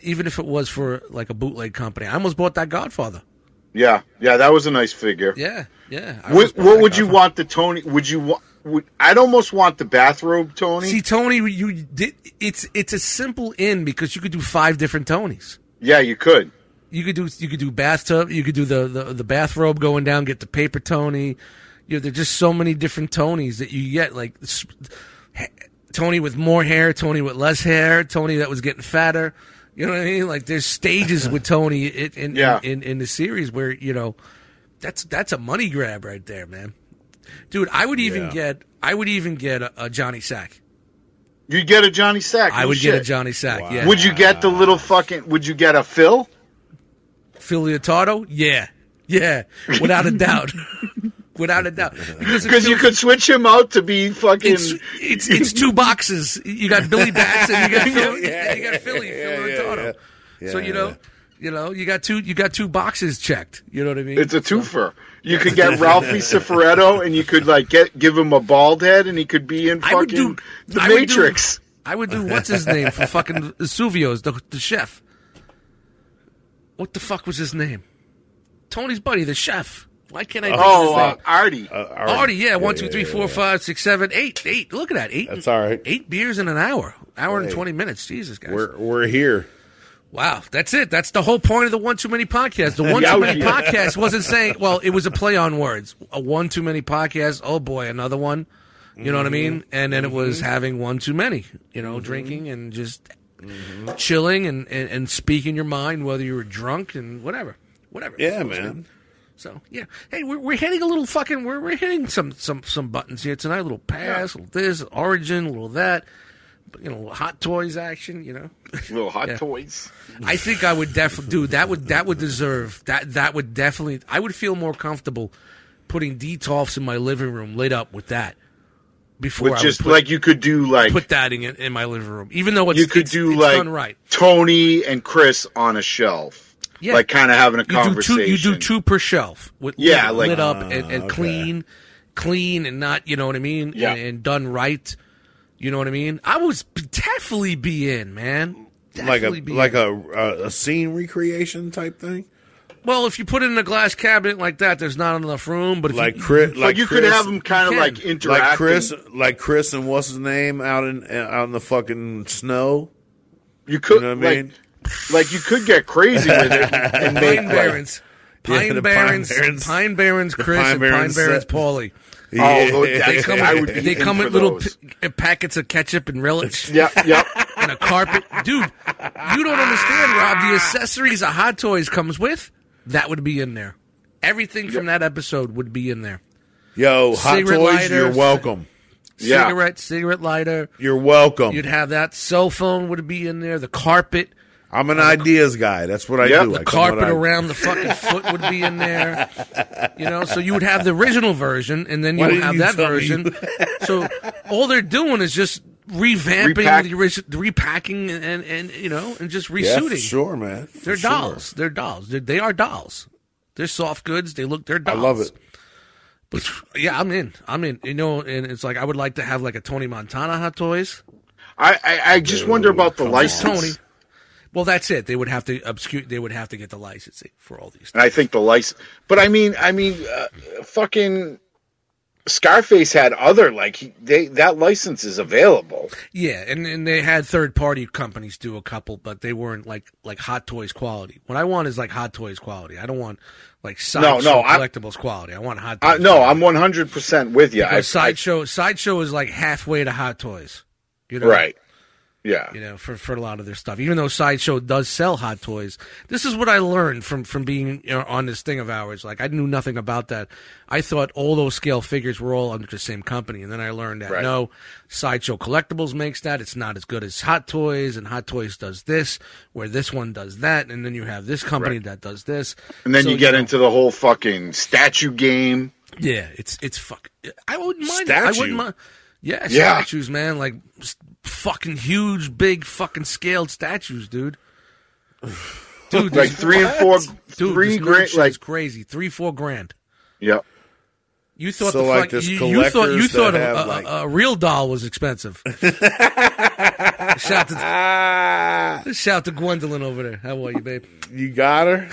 Speaker 1: even if it was for, like, a bootleg company. I almost bought that Godfather.
Speaker 3: Yeah. Yeah, that was a nice figure.
Speaker 1: Yeah. Yeah. I almost
Speaker 3: What,
Speaker 1: bought
Speaker 3: what
Speaker 1: that
Speaker 3: would you
Speaker 1: Godfather.
Speaker 3: want the Tony would you want would, I'd almost want the bathrobe Tony.
Speaker 1: See, Tony, you did, it's, it's a simple in because you could do five different Tonys.
Speaker 3: yeah, you could.
Speaker 1: You could do you could do bathtub. You could do the the, the bathrobe going down. Get the paper Tony. You know, there's just so many different Tonys that you get. Like s- ha- Tony with more hair, Tony with less hair, Tony that was getting fatter. You know what I mean? Like there's stages with Tony in in,
Speaker 3: Yeah.
Speaker 1: in, in in the series where you know that's that's a money grab right there, man. Dude, I would even
Speaker 2: Yeah.
Speaker 1: get I would even get a, a Johnny Sack.
Speaker 3: You'd get a Johnny Sack.
Speaker 1: I
Speaker 3: no
Speaker 1: would get a
Speaker 3: shit.
Speaker 1: Johnny Sack. Ah.
Speaker 2: Wow.
Speaker 1: Yeah.
Speaker 3: Would you get the little fucking? Would you get a Phil?
Speaker 1: Phil Leotardo? Yeah. Yeah. Without a doubt. [LAUGHS] Without a doubt. Because it's
Speaker 3: Because you
Speaker 1: two-
Speaker 3: could switch him out to be fucking.
Speaker 1: It's, it's it's two boxes. You got Billy Batts and
Speaker 3: [LAUGHS]
Speaker 1: you got Phil, and you got Philly, Phil Leotardo. so you know, you know, you got two you got two boxes checked. You know what I mean?
Speaker 3: It's a twofer. You
Speaker 1: [LAUGHS]
Speaker 3: could get Ralphie Cifaretto, and you could like get give him a bald head, and he could be in
Speaker 1: I would
Speaker 3: fucking
Speaker 1: do-
Speaker 3: The
Speaker 1: I would do-
Speaker 3: Matrix.
Speaker 1: I would do what's his name for fucking Vesuvio's the, the chef. What the fuck was his name? Tony's buddy, the chef. Why can't I? think of
Speaker 3: oh,
Speaker 1: his
Speaker 3: uh,
Speaker 1: name?
Speaker 3: Artie.
Speaker 2: Uh, Artie.
Speaker 1: Artie. Yeah, one, two,
Speaker 2: yeah,
Speaker 1: three,
Speaker 2: yeah,
Speaker 1: four, five, six, seven, eight, eight. Look at that, eight.
Speaker 2: That's all right.
Speaker 1: Eight beers in an hour, hour and
Speaker 2: Hey.
Speaker 1: twenty minutes. Jesus, guys.
Speaker 2: We're we're here.
Speaker 1: Wow, that's it. That's the whole point of the one too many podcast. The
Speaker 2: [LAUGHS]
Speaker 1: one too many
Speaker 3: Yowza.
Speaker 1: podcast wasn't saying. Well, it was a play on words. A one too many podcast. Oh boy, another one. You know
Speaker 2: Mm-hmm.
Speaker 1: what I mean? And then it was having one too many. You know, drinking and just
Speaker 2: Mm-hmm.
Speaker 1: chilling and, and and speaking your mind, whether you were drunk and whatever, whatever.
Speaker 2: Yeah, man.
Speaker 1: So yeah, hey, we're, we're hitting a little fucking we're we're hitting some some some buttons here tonight. A little pass, a little this, origin, a little that. But, You know, hot toys action. You
Speaker 3: [LAUGHS]
Speaker 1: know.
Speaker 3: Little hot toys.
Speaker 1: I think I would definitely, dude. That would that would deserve that. That would definitely. I would feel more comfortable putting detox in my living room lit up with that. Before
Speaker 3: With
Speaker 1: I
Speaker 3: just
Speaker 1: would put,
Speaker 3: like you could do like
Speaker 1: put that in in my living room, even though it's
Speaker 3: you could
Speaker 1: it's-
Speaker 3: do
Speaker 1: it's
Speaker 3: like
Speaker 1: done right.
Speaker 3: Tony and Chris on a shelf.
Speaker 1: Yeah.
Speaker 3: Like kind of having a
Speaker 1: You do
Speaker 3: conversation.
Speaker 1: two. You do two per shelf. With,
Speaker 3: Yeah,
Speaker 1: lit,
Speaker 3: like-
Speaker 1: lit up and, and clean, clean and not. You know what I mean?
Speaker 3: Yeah.
Speaker 1: And, and done right. You know what I mean? I would definitely be in, man.
Speaker 2: Like a
Speaker 1: Definitely be
Speaker 2: like
Speaker 1: in.
Speaker 2: a a a scene recreation type thing.
Speaker 1: well, if you put it in a glass cabinet like that, there's not enough room. But if
Speaker 2: Like
Speaker 1: you,
Speaker 2: Chris,
Speaker 3: Like,
Speaker 2: like
Speaker 3: you
Speaker 2: Chris,
Speaker 3: could have them kind
Speaker 1: you
Speaker 3: of like
Speaker 1: can.
Speaker 3: interact.
Speaker 2: like Chris, like Chris, and what's his name out in out in the fucking snow.
Speaker 3: You could
Speaker 2: You know what I mean?
Speaker 3: like like you could get crazy
Speaker 2: [LAUGHS]
Speaker 3: with it and make
Speaker 1: Pine
Speaker 3: like, [LAUGHS]
Speaker 1: Barrens.
Speaker 2: Yeah,
Speaker 1: Pine
Speaker 2: the Pine
Speaker 1: Barrens,
Speaker 2: Barrens.
Speaker 1: Pine Barrens, Chris,
Speaker 2: Pine
Speaker 1: and
Speaker 2: Barrens
Speaker 1: Pine Barrens,
Speaker 2: set.
Speaker 3: [LAUGHS]
Speaker 1: Paulie.
Speaker 2: Yeah.
Speaker 3: oh, yeah.
Speaker 1: They come,
Speaker 3: I
Speaker 1: with,
Speaker 3: would be
Speaker 1: they
Speaker 3: in
Speaker 1: come
Speaker 3: for
Speaker 1: with little
Speaker 3: those.
Speaker 1: p- packets of ketchup and relish
Speaker 3: [LAUGHS] yeah,
Speaker 1: [LAUGHS]
Speaker 3: yeah.
Speaker 1: and a carpet. Dude, you don't understand, Rob. The accessories a Hot Toys comes with, that would be in there. Everything from that episode would be in there.
Speaker 2: Yo, hot
Speaker 1: Cigarette
Speaker 2: toys,
Speaker 1: lighters.
Speaker 2: you're welcome.
Speaker 3: Yeah.
Speaker 1: Cigarette, cigarette lighter.
Speaker 2: You're welcome.
Speaker 1: You'd have that. Cell phone would be in there. The carpet.
Speaker 2: I'm an ideas guy. That's what I
Speaker 3: Yep.
Speaker 2: do.
Speaker 3: The
Speaker 2: I come
Speaker 1: carpet
Speaker 2: with ideas.
Speaker 1: around the fucking foot would be in there. You know, so you would have the original version, and then you
Speaker 2: Why
Speaker 1: would
Speaker 2: didn't
Speaker 1: have
Speaker 2: you
Speaker 1: that
Speaker 2: tell me?
Speaker 1: version. so all they're doing is just revamping
Speaker 3: Repack.
Speaker 1: the orig- the repacking, and, and you know, and just
Speaker 2: Yeah,
Speaker 1: resuiting.
Speaker 2: for sure, man. For
Speaker 1: They're
Speaker 2: sure.
Speaker 1: dolls. They're dolls. They're, they are dolls. They're soft goods. They look. They're
Speaker 2: I
Speaker 1: dolls.
Speaker 2: love it.
Speaker 1: But yeah, I'm in. I'm in. You know, and it's like I would like to have like a Tony Montana hot toys.
Speaker 3: I, I I just wonder about the license.
Speaker 1: Tony. Well, that's it. They would have to obscure. They would have to get the licensing for all
Speaker 3: [LAUGHS]
Speaker 1: these.
Speaker 3: And I think the license. But I mean, I mean, uh, fucking Scarface had other like he- they that license is available.
Speaker 1: Yeah, and, and they had third party companies do a couple, but they weren't like like Hot Toys quality. What I want is like Hot Toys quality. I don't want like sideshow
Speaker 3: no, I-
Speaker 1: collectibles quality. I want Hot Toys.
Speaker 3: I, Uh, no, I'm 100 percent with you. I,
Speaker 1: because sideshow sideshow is like halfway to Hot Toys. You
Speaker 3: I,
Speaker 1: know,
Speaker 3: right. Yeah.
Speaker 1: You know, for for a lot of their stuff, even though sideshow does sell Hot Toys. This is what I learned from from being you know, on this thing of ours. Like I knew nothing about that. I thought all those scale figures were all under the same company, and then I learned that
Speaker 3: Right.
Speaker 1: no. Sideshow Collectibles makes that. It's not as good as Hot Toys, and Hot Toys does this, where this one does that, and then you have this company that does this.
Speaker 3: And then
Speaker 1: So,
Speaker 3: you get
Speaker 1: know,
Speaker 3: into the whole fucking statue game.
Speaker 1: yeah, it's it's fuck. I wouldn't mind. I
Speaker 2: Statue?
Speaker 1: wouldn't mind. Yeah,
Speaker 3: Yeah.
Speaker 1: statues, man, like s- fucking huge, big, fucking scaled statues,
Speaker 2: [SIGHS]
Speaker 1: dude. Dude,
Speaker 3: Like
Speaker 1: this-
Speaker 3: three and four,
Speaker 1: dude,
Speaker 3: three
Speaker 1: this
Speaker 3: grand,
Speaker 1: nerd shit
Speaker 3: like
Speaker 1: is crazy. Three, four grand.
Speaker 3: yeah,
Speaker 1: You thought
Speaker 2: So,
Speaker 1: the
Speaker 2: like,
Speaker 1: fuck-
Speaker 2: there's
Speaker 1: you, you thought you
Speaker 2: collectors
Speaker 1: thought
Speaker 2: that
Speaker 1: a,
Speaker 2: have,
Speaker 1: a-
Speaker 2: like-
Speaker 1: a real doll was
Speaker 2: [LAUGHS]
Speaker 1: expensive. shout to
Speaker 2: Ah,
Speaker 1: shout to Gwendolyn over there. How are you, babe?
Speaker 2: you
Speaker 1: [LAUGHS]
Speaker 2: got her.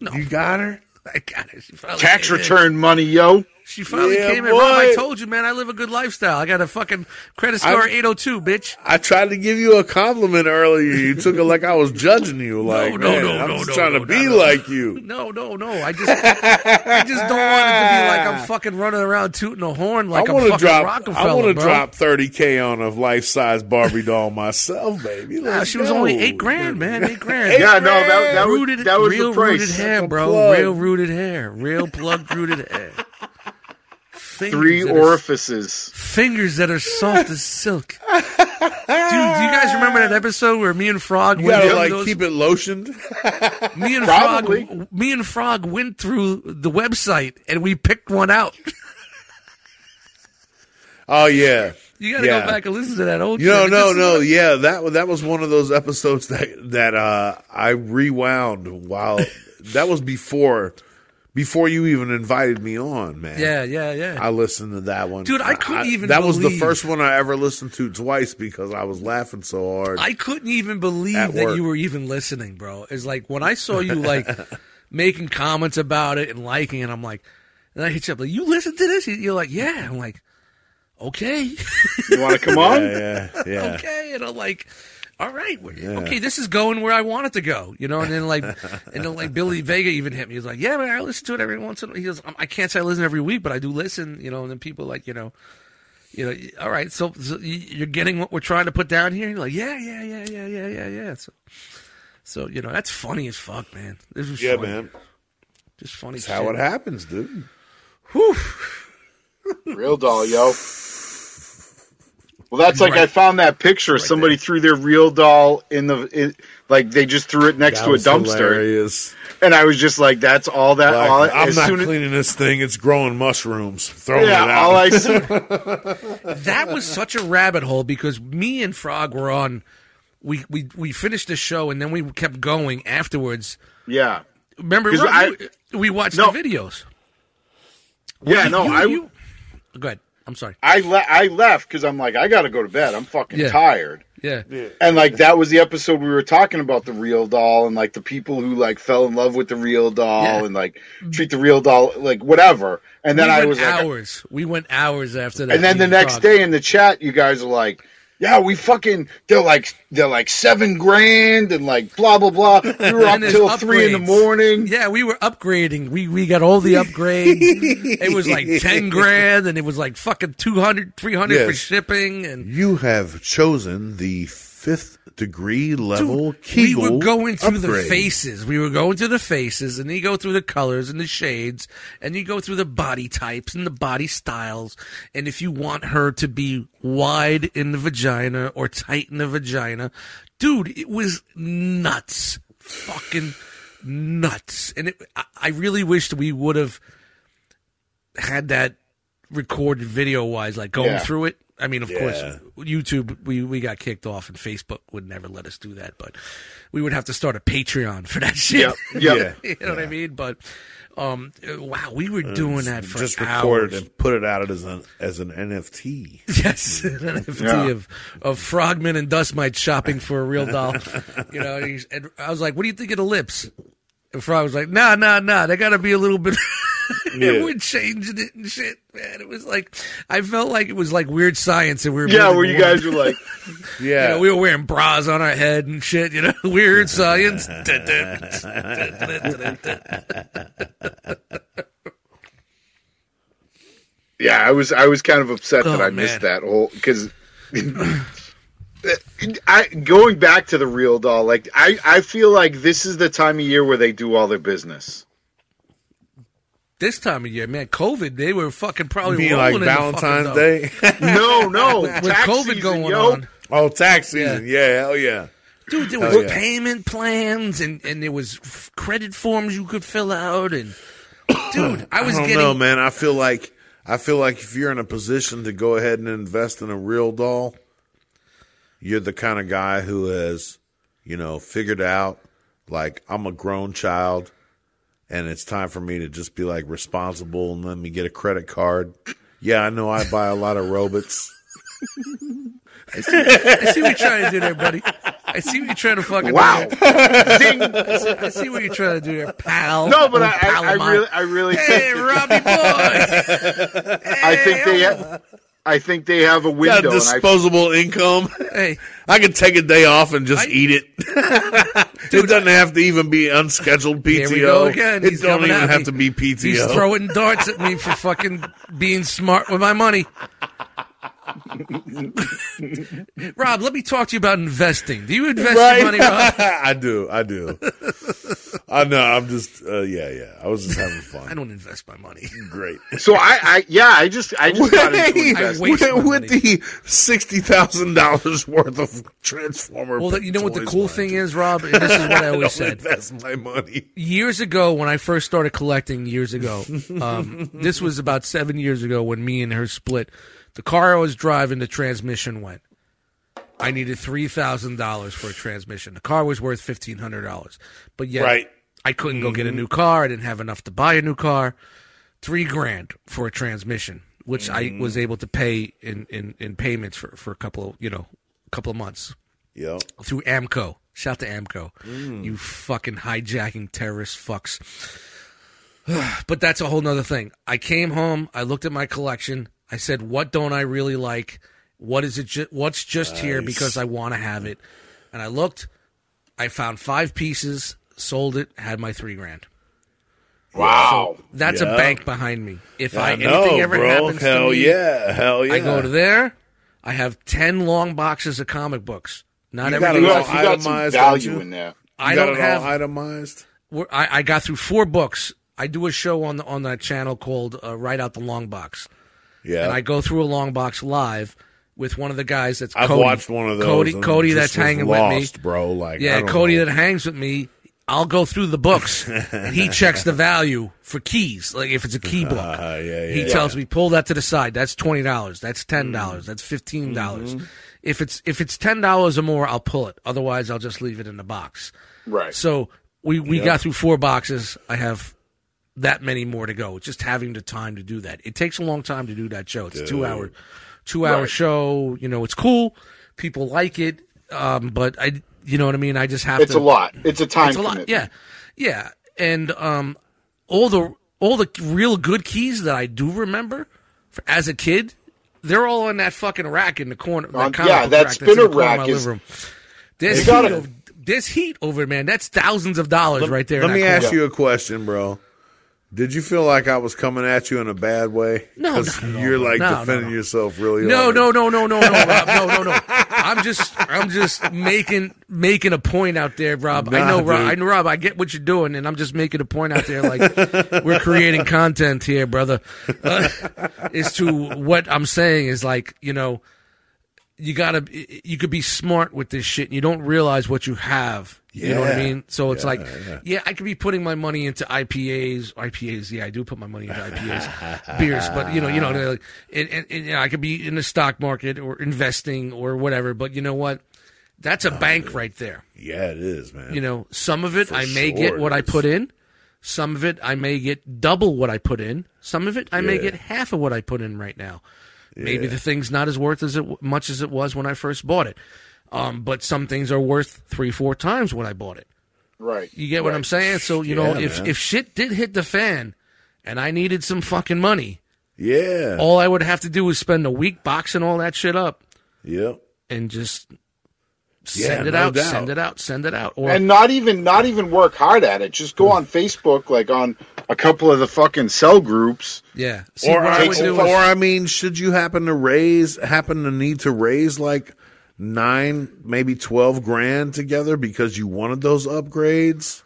Speaker 2: You got her.
Speaker 1: I got it. She finally
Speaker 3: tax
Speaker 1: came in.
Speaker 3: return money, yo.
Speaker 1: She finally
Speaker 2: Yeah,
Speaker 1: came in. Rob, I
Speaker 2: boy.
Speaker 1: told you, man, I live a good lifestyle. I got a fucking credit score
Speaker 2: I'm-
Speaker 1: 802, bitch.
Speaker 2: I tried to give you a compliment earlier. You took it like I was judging you.
Speaker 1: [LAUGHS]
Speaker 2: Like,
Speaker 1: no,
Speaker 2: man,
Speaker 1: no,
Speaker 2: I'm
Speaker 1: no,
Speaker 2: just
Speaker 1: no,
Speaker 2: trying
Speaker 1: no,
Speaker 2: to be
Speaker 1: no, no.
Speaker 2: like you.
Speaker 1: [LAUGHS] No, no, no. I just, I just don't want it to be like I'm fucking running around tooting a horn like
Speaker 2: I
Speaker 1: am
Speaker 2: want to
Speaker 1: fucking
Speaker 2: drop.
Speaker 1: Rockefeller.
Speaker 2: I want to
Speaker 1: bro.
Speaker 2: drop thirty k on a life size Barbie
Speaker 1: [LAUGHS]
Speaker 2: doll myself, baby.
Speaker 1: Nah,
Speaker 2: Let's
Speaker 1: she was
Speaker 2: go.
Speaker 1: only eight grand, man. Eight grand.
Speaker 3: Yeah, no, that, that, was,
Speaker 1: rooted,
Speaker 3: that was
Speaker 1: real
Speaker 3: the price.
Speaker 1: rooted hair,
Speaker 2: a
Speaker 1: bro.
Speaker 2: plug.
Speaker 1: Real rooted hair. Real plug rooted hair. fingers.
Speaker 3: Three
Speaker 1: that are-
Speaker 3: orifices.
Speaker 1: fingers that are soft as silk. Dude, do you guys remember that episode where me and Frog
Speaker 2: You
Speaker 1: went
Speaker 2: gotta
Speaker 1: through
Speaker 2: like
Speaker 1: those-
Speaker 2: keep it lotioned.
Speaker 1: me and
Speaker 3: Probably.
Speaker 1: Frog me and Frog went through the website and we picked one out.
Speaker 2: Oh yeah.
Speaker 1: You gotta
Speaker 2: Yeah.
Speaker 1: go back and listen to that old.
Speaker 2: You know,
Speaker 1: shit.
Speaker 2: no,
Speaker 1: This is [LAUGHS]
Speaker 2: no,
Speaker 1: what-
Speaker 2: yeah, that wa- that was one of those episodes that that uh, I rewound while that was before before you even invited me on, man.
Speaker 1: Yeah, yeah, yeah.
Speaker 2: I listened to that one,
Speaker 1: Dude, I couldn't even
Speaker 2: That was the
Speaker 1: believe-
Speaker 2: first one I ever listened to twice because I was laughing so hard.
Speaker 1: I couldn't even believe
Speaker 2: At
Speaker 1: that
Speaker 2: work.
Speaker 1: you were even listening, bro. It's like when I saw you
Speaker 2: [LAUGHS]
Speaker 1: like making comments about it and liking it, I'm like, and I hit you up like, you listen to this? You're like, yeah. I'm like, okay,
Speaker 3: You want to come on?
Speaker 2: yeah, yeah, yeah.
Speaker 1: [LAUGHS] okay, and I'm like. All right, we're- okay, this is going where I want it to go, you know. And then
Speaker 2: [LAUGHS]
Speaker 1: like, and then like Billy Vega even hit me. He's like, "Yeah, man, I listen to it every once in a while." He goes, "Um, "I can't say I listen every week, but I do listen," you know. And then people like, you know, you know, all right, so, so you- you're getting what we're trying to put down here. You're like, yeah, yeah, yeah, yeah, yeah, yeah, yeah. So, so you know, that's funny as fuck, man. This was
Speaker 2: Yeah,
Speaker 1: funny.
Speaker 2: man.
Speaker 1: just funny.
Speaker 2: That's how it happens, dude.
Speaker 3: Real doll, yo. Well, that's like I found that picture. Somebody threw their real doll in the, in, like they just threw it next
Speaker 2: That
Speaker 3: to a
Speaker 2: was
Speaker 3: dumpster,
Speaker 2: hilarious.
Speaker 3: and I was just like, "That's all that."
Speaker 2: Like,
Speaker 3: all,
Speaker 2: I'm
Speaker 3: as
Speaker 2: not
Speaker 3: soon as-
Speaker 2: cleaning this thing. It's growing mushrooms. Throwing it
Speaker 3: yeah,
Speaker 2: out. [LAUGHS]
Speaker 3: all I see.
Speaker 1: that was such a rabbit hole because me and Frog were on. We we we finished the show and then we kept going afterwards.
Speaker 3: yeah,
Speaker 1: Remember,
Speaker 3: 'Cause
Speaker 1: Rob,
Speaker 3: I-
Speaker 1: you- we watched
Speaker 3: No.
Speaker 1: the videos.
Speaker 3: yeah. No,
Speaker 1: You-
Speaker 3: I
Speaker 1: you- go ahead. I'm sorry.
Speaker 3: I le- I left because I'm like, I gotta go to bed. I'm fucking
Speaker 1: Yeah.
Speaker 3: tired.
Speaker 1: Yeah.
Speaker 3: And like that was the episode we were talking about the real doll and like the people who like fell in love with the real doll
Speaker 1: Yeah.
Speaker 3: and like treat the real doll like whatever. And then
Speaker 1: we
Speaker 3: I
Speaker 1: went
Speaker 3: was like,
Speaker 1: hours. we went hours after that.
Speaker 3: And then
Speaker 1: me
Speaker 3: the next
Speaker 1: Frog.
Speaker 3: day in the chat, you guys are like, "Yeah, we fucking they're like they're like seven grand and like blah
Speaker 1: [LAUGHS]
Speaker 3: blah blah." We were up
Speaker 1: there's
Speaker 3: till three in the
Speaker 1: upgrades.
Speaker 3: morning.
Speaker 1: Yeah, we were upgrading. We we got all the
Speaker 3: [LAUGHS]
Speaker 1: upgrades. it was like 10 grand and it was like fucking 200 300 for
Speaker 2: Yes.
Speaker 1: shipping and
Speaker 2: You have chosen the fifth degree level
Speaker 1: Dude,
Speaker 2: Kegel.
Speaker 1: we were going through the
Speaker 2: upgrade.
Speaker 1: faces. We were going through the faces, and then you go through the colors and the shades, and you go through the body types and the body styles, and if you want her to be wide in the vagina or tight in the vagina, dude, it was nuts, fucking nuts, and it, I, I really wished we would have had that recorded video wise, like going
Speaker 3: Yeah.
Speaker 1: through it. I mean, of
Speaker 2: Yeah.
Speaker 1: course, YouTube we, we got kicked off, and Facebook would never let us do that. But we would have to start a Patreon for that shit.
Speaker 3: Yep.
Speaker 2: Yeah.
Speaker 1: [LAUGHS] you know what I mean? But um, uh, wow, we were doing that for
Speaker 2: Just
Speaker 1: hours.
Speaker 2: recorded and put it out as an as an NFT.
Speaker 1: [LAUGHS] Yes, an NFT
Speaker 3: Yeah.
Speaker 1: of, of Frogman and Dustmite shopping for a real doll. you know, and, he's, and I was like, "What do you think of the lips?" And Frog was like, "Nah, nah, nah. They got to be a little bit." [LAUGHS]
Speaker 2: Yeah.
Speaker 1: and we're changing it and shit, man. It was like I felt like it was like weird science, and we were
Speaker 3: Yeah,
Speaker 1: building
Speaker 3: where you
Speaker 1: one-
Speaker 3: guys were like,
Speaker 1: you
Speaker 2: [LAUGHS] Yeah,
Speaker 1: know, we were wearing bras on our head and shit, you know, [LAUGHS] weird
Speaker 3: [LAUGHS]
Speaker 1: science. [LAUGHS]
Speaker 3: "Yeah, I was I was kind of upset that
Speaker 1: Oh,
Speaker 3: I missed
Speaker 1: man.
Speaker 3: that whole because." [CLEARS THROAT] I going back to the real doll. Like I, I feel like this is the time of year where they do all their business.
Speaker 1: this time of year, man, COVID, they were fucking
Speaker 2: You
Speaker 1: probably
Speaker 2: mean
Speaker 1: rolling
Speaker 2: like
Speaker 1: in the fucking
Speaker 2: Valentine's
Speaker 1: dough.
Speaker 2: Day? [LAUGHS]
Speaker 3: No, no, with
Speaker 1: With COVID going on,
Speaker 2: oh, tax season. Yeah, hell yeah.
Speaker 1: dude, there was
Speaker 2: yeah.
Speaker 1: payment plans and and there was f- credit forms you could fill out and.
Speaker 3: [LAUGHS]
Speaker 1: Dude, I
Speaker 2: I
Speaker 1: was
Speaker 2: don't
Speaker 1: getting
Speaker 2: know, man. I feel like I feel like if you're in a position to go ahead and invest in a real doll, you're the kind of guy who has, you know, figured out like I'm a grown child and it's time for me to just be like responsible and let me get a credit card. Yeah, I know I buy a lot of
Speaker 3: [LAUGHS]
Speaker 2: robots.
Speaker 1: I see what you're trying to do there, buddy. I see what you're trying to fucking
Speaker 3: Wow.
Speaker 1: do. there.
Speaker 3: Ding.
Speaker 1: I see what you're trying to do there, pal.
Speaker 3: No, but
Speaker 1: Oh,
Speaker 3: I,
Speaker 1: pal of
Speaker 3: I, I
Speaker 1: mine.
Speaker 3: really, I really.
Speaker 1: Hey, Robbie
Speaker 3: [LAUGHS]
Speaker 1: boy.
Speaker 3: I think they have. I think they have a
Speaker 2: Got
Speaker 3: window. and I,
Speaker 2: disposable income.
Speaker 1: Hey,
Speaker 2: I could take a day off and just
Speaker 1: I-
Speaker 2: eat it. [LAUGHS] it doesn't have to even be unscheduled PTO.
Speaker 1: here we go again.
Speaker 2: It
Speaker 1: He's
Speaker 2: don't
Speaker 1: coming
Speaker 2: even
Speaker 1: at
Speaker 2: have
Speaker 1: me.
Speaker 2: to be PTO.
Speaker 1: He's throwing darts at me for fucking being smart with my money. [LAUGHS]
Speaker 2: [LAUGHS]
Speaker 1: Rob, let me talk to you about investing. Do you invest your money, Rob?
Speaker 2: I do. I do. I know. I'm just, uh, yeah, yeah. I was just having fun.
Speaker 1: I don't invest my money. [LAUGHS]
Speaker 2: Great.
Speaker 3: So I, I yeah, I just I just got into
Speaker 2: Hey,
Speaker 1: I
Speaker 3: investment.
Speaker 1: waste my
Speaker 2: with, with
Speaker 1: money.
Speaker 2: the sixty thousand dollars worth of transformer.
Speaker 1: Well, you know what the
Speaker 2: toys
Speaker 1: cool
Speaker 2: left.
Speaker 1: thing is, Rob? And this is what I
Speaker 2: I
Speaker 1: always
Speaker 2: don't
Speaker 1: said.
Speaker 2: invest my money.
Speaker 1: years ago when I first started collecting years ago. Um, this was about seven years ago when me and her split. The car I was driving, the transmission went. I needed three thousand dollars for a transmission. The car was worth fifteen hundred dollars, but yet
Speaker 2: Right.
Speaker 1: I couldn't go get a new car. I didn't have enough to buy a new car. Three grand for a transmission, which I was able to pay in, in, in payments for, for a couple of, you know a couple of months
Speaker 2: Yeah.
Speaker 1: through Amco. Shout to Amco.
Speaker 2: Mm.
Speaker 1: You fucking hijacking terrorist fucks. [SIGHS] but that's a whole nother thing. I came home. I looked at my collection. I said, "What don't I really like? What is it? Ju- what's just here because I want to have it?" And I looked. I found five pieces. Sold it. Had my three grand.
Speaker 3: Wow.
Speaker 1: That's
Speaker 2: Yeah.
Speaker 1: a bank behind me. If I,
Speaker 2: I
Speaker 1: anything
Speaker 2: know,
Speaker 1: ever
Speaker 2: bro.
Speaker 1: happens
Speaker 2: Hell
Speaker 1: to me,
Speaker 2: yeah. Hell yeah.
Speaker 1: I go to there. I have ten long boxes of comic books. Not
Speaker 2: You
Speaker 1: everything
Speaker 2: gotta
Speaker 3: You
Speaker 1: is
Speaker 2: go
Speaker 1: a
Speaker 3: got, you got some
Speaker 2: Itemized, don't
Speaker 3: value
Speaker 2: you?
Speaker 3: in there.
Speaker 1: I
Speaker 2: got
Speaker 1: don't
Speaker 2: it all
Speaker 1: have-
Speaker 2: itemized.
Speaker 1: we're, I, I got through four books. I do a show on the, on that channel called uh, Write Out the Long Box,
Speaker 2: Yeah.
Speaker 1: and I go through a long box live with one of the guys that's
Speaker 2: I've
Speaker 1: Cody.
Speaker 2: watched one of those.
Speaker 1: Cody,
Speaker 2: and
Speaker 1: Cody
Speaker 2: just
Speaker 1: that's
Speaker 2: was
Speaker 1: hanging with
Speaker 2: lost,
Speaker 1: me,
Speaker 2: bro. Like, I
Speaker 1: yeah,
Speaker 2: don't
Speaker 1: Cody
Speaker 2: know.
Speaker 1: that hangs with me. I'll go through the
Speaker 2: [LAUGHS]
Speaker 1: books, and he checks the value for keys. Like if it's a key book,
Speaker 2: Uh, yeah, yeah, Mm-hmm.
Speaker 1: he
Speaker 2: yeah.
Speaker 1: tells me pull that to the side. That's twenty dollars. That's ten dollars. That's fifteen dollars.
Speaker 2: Mm-hmm.
Speaker 1: If it's if it's ten dollars or more, I'll pull it. Otherwise, I'll just leave it in the box.
Speaker 3: Right.
Speaker 1: So we, we got through four boxes. I have that many more to go. Just having the time to do that. It takes a long time to do that show. It's a two hour, two hour show. You know, it's cool. People like it. Um, but I, you know what I mean. I just have
Speaker 3: It's
Speaker 1: to.
Speaker 3: a lot. It's a time
Speaker 1: It's a lot.
Speaker 3: commitment.
Speaker 1: Yeah, yeah. And um, all the all the real good keys that I do remember for, as a kid, they're all on that fucking rack in the corner. that
Speaker 3: On-
Speaker 1: comic
Speaker 3: Um, yeah,
Speaker 1: book
Speaker 3: that
Speaker 1: that's in the
Speaker 3: spinner
Speaker 1: corner of
Speaker 3: rack
Speaker 1: my
Speaker 3: is-
Speaker 1: living room. There's
Speaker 3: You
Speaker 1: heat,
Speaker 3: gotta-
Speaker 1: over, there's heat over it, man. That's thousands of dollars right there.
Speaker 2: Let
Speaker 1: in
Speaker 2: me
Speaker 1: that corner.
Speaker 2: ask you a question, bro. Did you feel like I was coming at you in a bad way?
Speaker 1: No,
Speaker 2: 'Cause
Speaker 1: not at all,
Speaker 2: you're
Speaker 1: bro.
Speaker 2: like
Speaker 1: No, no,
Speaker 2: defending
Speaker 1: no.
Speaker 2: yourself really.
Speaker 1: No,
Speaker 2: hard.
Speaker 1: no, no, no, no, no, Rob. No, no, no. I'm just, I'm just making making a point out there, Rob. I
Speaker 2: Nah,
Speaker 1: know, Rob.
Speaker 2: dude.
Speaker 1: I know, Rob. I get what you're doing, and I'm just making a point out there. Like we're creating content here, brother. Uh, [LAUGHS] as to what I'm saying is like, you know, you gotta, you could be smart with this shit, and you don't realize what you have. You know what I
Speaker 2: Yeah.
Speaker 1: mean? So it's like, yeah. I could be putting my money into IPAs, IPAs. Yeah, I do put my money into IPAs, beers. But you know, you know, they're like, and, and, and, you know, I could be in the stock market or investing or whatever. But you know what? That's a bank right there.
Speaker 2: Oh, Yeah, it is, man.
Speaker 1: You know, some of it I may
Speaker 2: sure
Speaker 1: get what
Speaker 2: it
Speaker 1: I
Speaker 2: is.
Speaker 1: put in. Some of it I may get double what I put in. Some of it I may
Speaker 2: Yeah.
Speaker 1: get half of what I put in right now. Maybe the thing's not as worth as it much as it was when I first bought it. Um, but some things are worth three, four times what I bought it.
Speaker 3: Right.
Speaker 1: You get what I'm saying? So you know,
Speaker 2: Yeah,
Speaker 1: if
Speaker 2: man.
Speaker 1: if shit did hit the fan, and I needed some fucking money,
Speaker 2: yeah.
Speaker 1: all I would have to do was spend a week boxing all that shit up
Speaker 2: yep.
Speaker 1: and just
Speaker 2: Yeah,
Speaker 1: send it
Speaker 2: no
Speaker 1: out,
Speaker 2: doubt.
Speaker 1: send it out, send it out. Or
Speaker 3: And not even not even work hard at it. Just
Speaker 1: Hmm.
Speaker 3: go on Facebook, like on a couple of the fucking cell groups.
Speaker 1: yeah, See,
Speaker 2: Or
Speaker 1: what
Speaker 2: I,
Speaker 1: I would
Speaker 3: take
Speaker 1: do
Speaker 3: some
Speaker 1: is-
Speaker 2: or I mean, should you happen to raise, happen to need to raise like nine, maybe twelve grand together because you wanted those upgrades?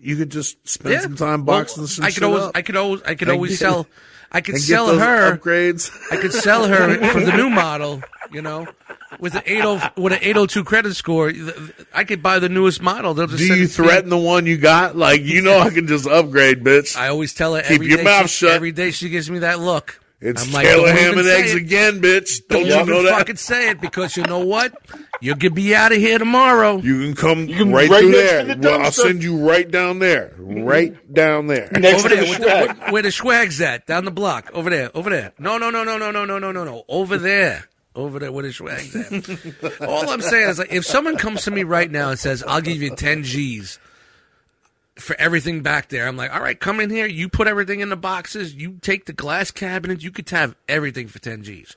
Speaker 2: You could just spend some time
Speaker 1: Well,
Speaker 2: boxing some
Speaker 1: I could
Speaker 2: shit
Speaker 1: always,
Speaker 2: up
Speaker 1: I could always, I could
Speaker 2: And
Speaker 1: always
Speaker 2: get- [LAUGHS]
Speaker 1: sell. I could
Speaker 2: and get
Speaker 1: sell
Speaker 2: those
Speaker 1: her.
Speaker 2: upgrades.
Speaker 1: I could sell
Speaker 2: [LAUGHS]
Speaker 1: her for the new model. You know, with an eight oh with an eight oh two credit score, th- I could buy the newest model. They'll just
Speaker 2: Do
Speaker 1: send
Speaker 2: you
Speaker 1: it to me.
Speaker 2: threaten the one you got? Like you know, I can just upgrade, bitch.
Speaker 1: I always tell her
Speaker 2: Keep
Speaker 1: every
Speaker 2: your
Speaker 1: day
Speaker 2: mouth
Speaker 1: she,
Speaker 2: shut.
Speaker 1: Every day she gives me that look.
Speaker 2: It's
Speaker 1: I'm
Speaker 2: like,
Speaker 1: like, don't
Speaker 2: Taylor
Speaker 1: even
Speaker 2: ham and
Speaker 1: say
Speaker 2: eggs
Speaker 1: it.
Speaker 2: again, bitch. Don't
Speaker 1: Don't
Speaker 2: you know
Speaker 1: even
Speaker 2: that?
Speaker 1: fucking say it because you know what? You could be out of here tomorrow.
Speaker 2: You can come
Speaker 3: can
Speaker 2: right,
Speaker 3: right
Speaker 2: through
Speaker 3: next
Speaker 2: there.
Speaker 3: to the
Speaker 2: well, I'll
Speaker 3: dumpster.
Speaker 2: send you right down there,
Speaker 1: [LAUGHS]
Speaker 2: right down there.
Speaker 3: Next
Speaker 1: over
Speaker 3: to
Speaker 1: there,
Speaker 3: the
Speaker 1: where,
Speaker 3: Schwag.
Speaker 1: the, where, where the swag's at, down the block, over there, over there. No, no, no, no, no, no, no, no, no, no, over there, over there, where the swag's at.
Speaker 3: [LAUGHS]
Speaker 1: All I'm saying is, like, if someone comes to me right now and says, "I'll give you 10 G's for everything back there," I'm like, "All right, come in here. You put everything in the boxes. You take the glass cabinets. You could have everything for 10 G's.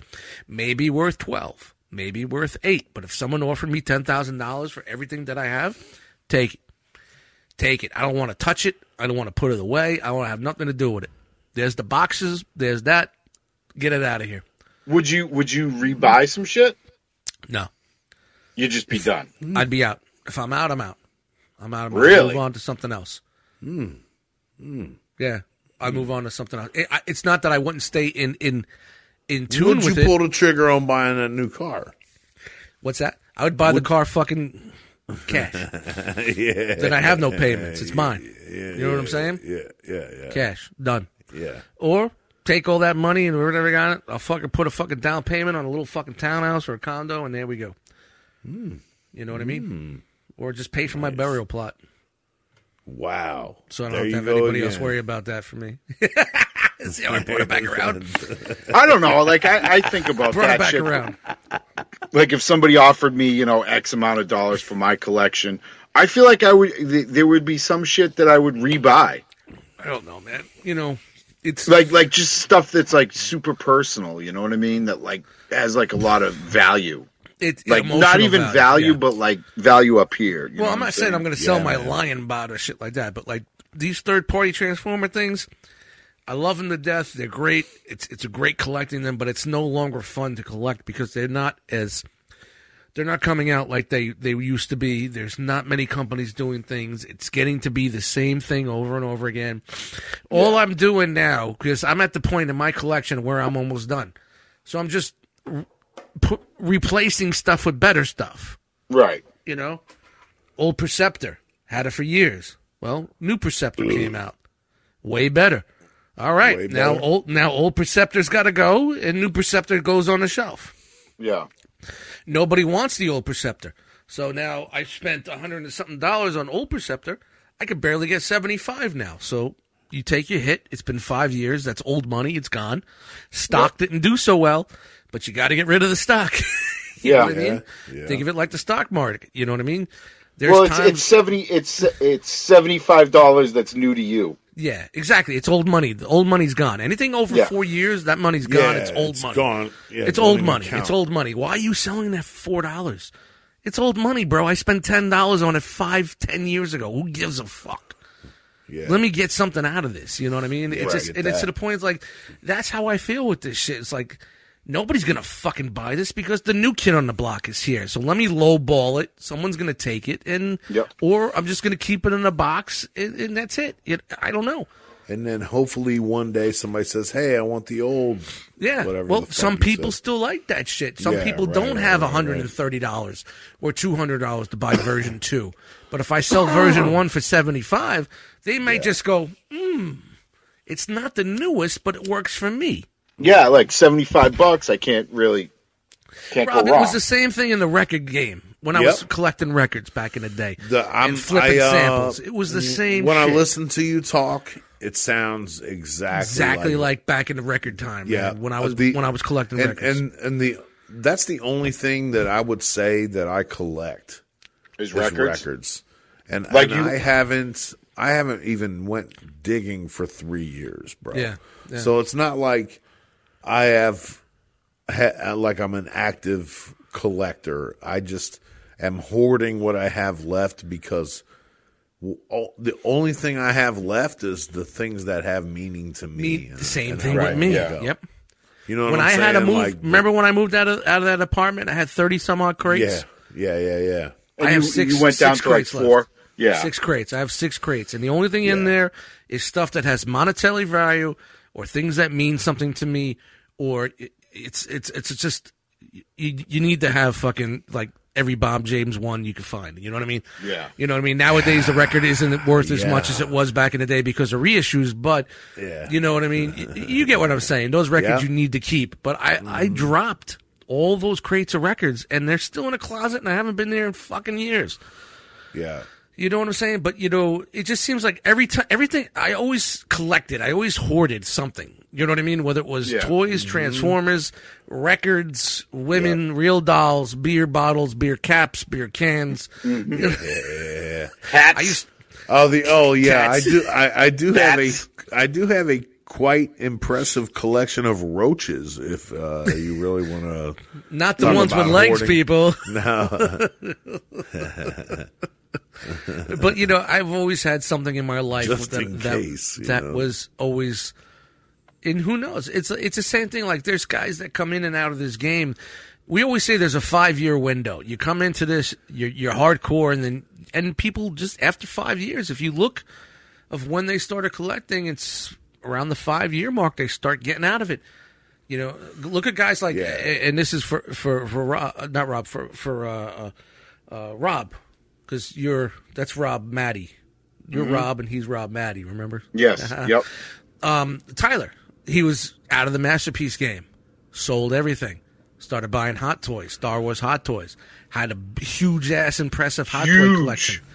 Speaker 1: Maybe worth 12. Maybe worth eight. But if someone offered me ten thousand dollars for everything that I have, take it." take it. I don't want to touch it. I don't want to put it away. I want to have nothing to do with it. There's the boxes. There's that. Get it out of here.
Speaker 3: Would you would you rebuy some shit?
Speaker 1: No,
Speaker 3: You'd just be done.
Speaker 2: Hmm.
Speaker 1: I'd be out. If I'm out, I'm out. I'm out of my
Speaker 3: Really?
Speaker 1: move on to something else.
Speaker 2: Hmm.
Speaker 1: Yeah, I move on to something else. It, I, it's not that I wouldn't stay in in in tune
Speaker 2: Would
Speaker 1: with
Speaker 2: you
Speaker 1: it.
Speaker 2: pull the trigger on buying a new car? [LAUGHS]
Speaker 1: What's that? I would buy the car fucking cash.
Speaker 2: yeah.
Speaker 1: then I
Speaker 2: [LAUGHS]
Speaker 1: have no payments. It's mine. you know what I'm saying?
Speaker 2: Yeah, yeah, yeah.
Speaker 1: Cash done.
Speaker 2: Yeah.
Speaker 1: Or take all that money and whatever I got it, I'll fucking put a fucking down payment on a little fucking townhouse or a condo, and there we go. You know what I mean? Or just pay for my burial plot,
Speaker 2: Wow.
Speaker 1: so I don't
Speaker 2: There
Speaker 1: have
Speaker 2: you
Speaker 1: to have
Speaker 2: go
Speaker 1: anybody else
Speaker 2: again.
Speaker 1: worry about that for me. See how I brought it
Speaker 2: [LAUGHS]
Speaker 1: back around?
Speaker 3: I don't know. Like I, I think about
Speaker 1: Brought it
Speaker 3: that
Speaker 1: back
Speaker 3: shit.
Speaker 1: around.
Speaker 3: Like if somebody offered me, you know, X amount of dollars for my collection, I feel like I would. Th- there would be some shit that I would rebuy.
Speaker 1: [LAUGHS] I don't know, man. You know, it's
Speaker 3: Like like just stuff that's like super personal. You know what I mean? That like has like a lot of value.
Speaker 1: it's
Speaker 3: Like
Speaker 1: emotional
Speaker 3: not even value,
Speaker 1: yeah.
Speaker 3: but like value up here. you know
Speaker 1: Well,
Speaker 3: what
Speaker 1: I'm not saying, I'm going to sell
Speaker 2: Yeah,
Speaker 1: my
Speaker 2: man.
Speaker 1: lion bot or shit like that, but like these third party transformer things, I love them to death. They're great. It's it's a great collecting them, but it's no longer fun to collect because they're not as they're not coming out like they they used to be. There's not many companies doing things. It's getting to be the same thing over and over again. All I'm doing now because I'm at the point in my collection where I'm almost done, so I'm just re- pu- replacing stuff with better stuff
Speaker 3: Right.
Speaker 1: you know, old Perceptor had it for years. Well, new Perceptor came out, way better. All right,
Speaker 2: Way
Speaker 1: now
Speaker 2: better.
Speaker 1: old now old Perceptor's got to go, and new Perceptor goes on the shelf.
Speaker 3: Yeah.
Speaker 1: Nobody wants the old Perceptor, so now I spent a hundred and something dollars on old Perceptor. I could barely get seventy five now. So you take your hit. It's been five years. That's old money. It's gone. Stock didn't do so well, but you got to get rid of the stock. [LAUGHS] you know
Speaker 3: Yeah.
Speaker 1: what I mean? Think of it like the stock market. You know what I mean? There's
Speaker 3: Well, it's,
Speaker 1: times,
Speaker 3: it's seventy. It's it's seventy five dollars. That's new to you.
Speaker 1: yeah, exactly. It's old money. The old money's gone. Anything over
Speaker 3: Yeah.
Speaker 1: four years, that money's gone.
Speaker 2: Yeah,
Speaker 1: it's old
Speaker 2: it's
Speaker 1: money.
Speaker 2: gone. Yeah, it
Speaker 1: it's
Speaker 2: don't
Speaker 1: old
Speaker 2: even
Speaker 1: money.
Speaker 2: count.
Speaker 1: It's old money. Why are you selling that for four dollars? It's old money, bro. I spent ten dollars on it five, ten years ago. Who gives a fuck?
Speaker 2: Yeah.
Speaker 1: Let me get something out of this. You know what I mean? It's
Speaker 2: Right,
Speaker 1: just
Speaker 2: get
Speaker 1: and it's
Speaker 2: that.
Speaker 1: to the point. It's like that's how I feel with this shit. It's like nobody's gonna fucking buy this because the new kid on the block is here. So let me lowball it. Someone's gonna take it, and
Speaker 3: Yep.
Speaker 1: or I'm just gonna keep it in a box, and, and that's it. it. I don't know.
Speaker 2: And then hopefully one day somebody says, "Hey, I want the old."
Speaker 1: Yeah.
Speaker 2: Whatever
Speaker 1: well,
Speaker 2: the fuck
Speaker 1: some
Speaker 2: you
Speaker 1: people
Speaker 2: said.
Speaker 1: still like that shit. Some
Speaker 2: Yeah,
Speaker 1: people
Speaker 2: right,
Speaker 1: don't
Speaker 2: right,
Speaker 1: have
Speaker 2: right,
Speaker 1: $130 or $200 to buy
Speaker 2: [COUGHS]
Speaker 1: version 2. But if I sell
Speaker 2: Oh.
Speaker 1: version 1 for 75, they might just go, "Hmm, it's not the newest, but it works for me."
Speaker 3: Yeah, like seventy five bucks. I can't really can't
Speaker 1: Rob,
Speaker 3: go
Speaker 1: it
Speaker 3: wrong.
Speaker 1: was the same thing in the record game when I
Speaker 2: Yep.
Speaker 1: was collecting records back in the day.
Speaker 2: The- I'm-
Speaker 1: and flipping
Speaker 2: I, uh,
Speaker 1: samples. It was the same
Speaker 2: When I
Speaker 1: shit.
Speaker 2: listen to you talk, it sounds exactly
Speaker 1: exactly like back in the record time,
Speaker 2: yeah
Speaker 1: man, when I
Speaker 2: uh,
Speaker 1: was
Speaker 2: the-
Speaker 1: when I was collecting
Speaker 2: and,
Speaker 1: records.
Speaker 2: and and the that's the only thing that I would say that I collect
Speaker 3: His
Speaker 2: is
Speaker 3: records.
Speaker 2: records. And,
Speaker 3: Like
Speaker 2: and
Speaker 3: you-
Speaker 2: I haven't I haven't even went digging for three years, bro.
Speaker 1: Yeah, yeah.
Speaker 2: So it's not like I have ha, uh, like I'm an active collector. I just am hoarding what I have left because w- all, the only thing I have left is the things that have meaning to me.
Speaker 1: Me-
Speaker 2: and-
Speaker 1: same
Speaker 2: and
Speaker 1: thing
Speaker 2: how
Speaker 1: with
Speaker 2: I
Speaker 1: me.
Speaker 2: feel.
Speaker 1: Yep.
Speaker 2: You know what
Speaker 1: when
Speaker 2: I'm
Speaker 1: I
Speaker 2: saying?
Speaker 1: had to move,
Speaker 2: Like,
Speaker 1: remember when I moved out of out of that apartment? I had thirty some odd
Speaker 2: Yeah,
Speaker 1: crates.
Speaker 2: yeah, yeah, yeah.
Speaker 1: I
Speaker 3: And you,
Speaker 1: have six.
Speaker 3: you went
Speaker 1: six
Speaker 3: down to like
Speaker 1: crates
Speaker 3: four.
Speaker 1: left.
Speaker 3: Yeah.
Speaker 1: six crates. I have six crates, and the only thing in there is stuff that has monetary value or things that mean something to me, or it, it's it's it's just you, you need to have fucking like every Bob James one you can find. You know what I mean?
Speaker 3: Yeah.
Speaker 1: You know what I mean? Nowadays the record isn't worth as
Speaker 2: Yeah.
Speaker 1: much as it was back in the day because of reissues, but
Speaker 2: Yeah.
Speaker 1: you know what I mean? Y- you get what I'm saying. Those records you
Speaker 2: Yeah.
Speaker 1: need to keep. But I, I dropped all those crates of records and they're still in a closet and I haven't been there in fucking years.
Speaker 2: Yeah.
Speaker 1: You know what I'm saying? But you know, it just seems like every time, everything I always collected, I always hoarded something. You know what I mean? Whether it was
Speaker 3: Yeah.
Speaker 1: toys, Transformers, records, women, real dolls, beer bottles, beer caps, beer cans.
Speaker 3: Hats.
Speaker 1: I used
Speaker 2: Oh, the oh
Speaker 1: [LAUGHS]
Speaker 2: yeah,
Speaker 1: Cats.
Speaker 2: I do. I, I do have a
Speaker 3: Cats.
Speaker 2: I do have a quite impressive collection of roaches. If uh, you really
Speaker 1: [LAUGHS]
Speaker 2: want to,
Speaker 1: not the
Speaker 2: Talk
Speaker 1: ones with
Speaker 2: about
Speaker 1: legs,
Speaker 2: hoarding.
Speaker 1: people. No. [LAUGHS]
Speaker 2: [LAUGHS]
Speaker 1: but you know, I've always had something in my life
Speaker 2: Just
Speaker 1: that
Speaker 2: in
Speaker 1: that,
Speaker 2: case, you
Speaker 1: that
Speaker 2: know.
Speaker 1: was always. And who knows? It's it's the same thing. Like there's guys that come in and out of this game. We always say there's a five year window. You come into this, you're, you're hardcore, and then and people just after five years, if you look of when they started collecting, it's around the five year mark they start getting out of it. You know, look at guys like,
Speaker 2: Yeah.
Speaker 1: a- and this is for for for Rob, not Rob, for for uh, uh, uh, Rob, because you're that's Rob Maddie, you're Rob and he's Rob Maddie. Remember?
Speaker 3: Yes.
Speaker 1: Uh-huh.
Speaker 3: Yep.
Speaker 1: Um, Tyler, he was out of the masterpiece game, sold everything, started buying hot toys, Star Wars hot toys, had a huge ass impressive hot toy
Speaker 3: Huge.
Speaker 1: collection.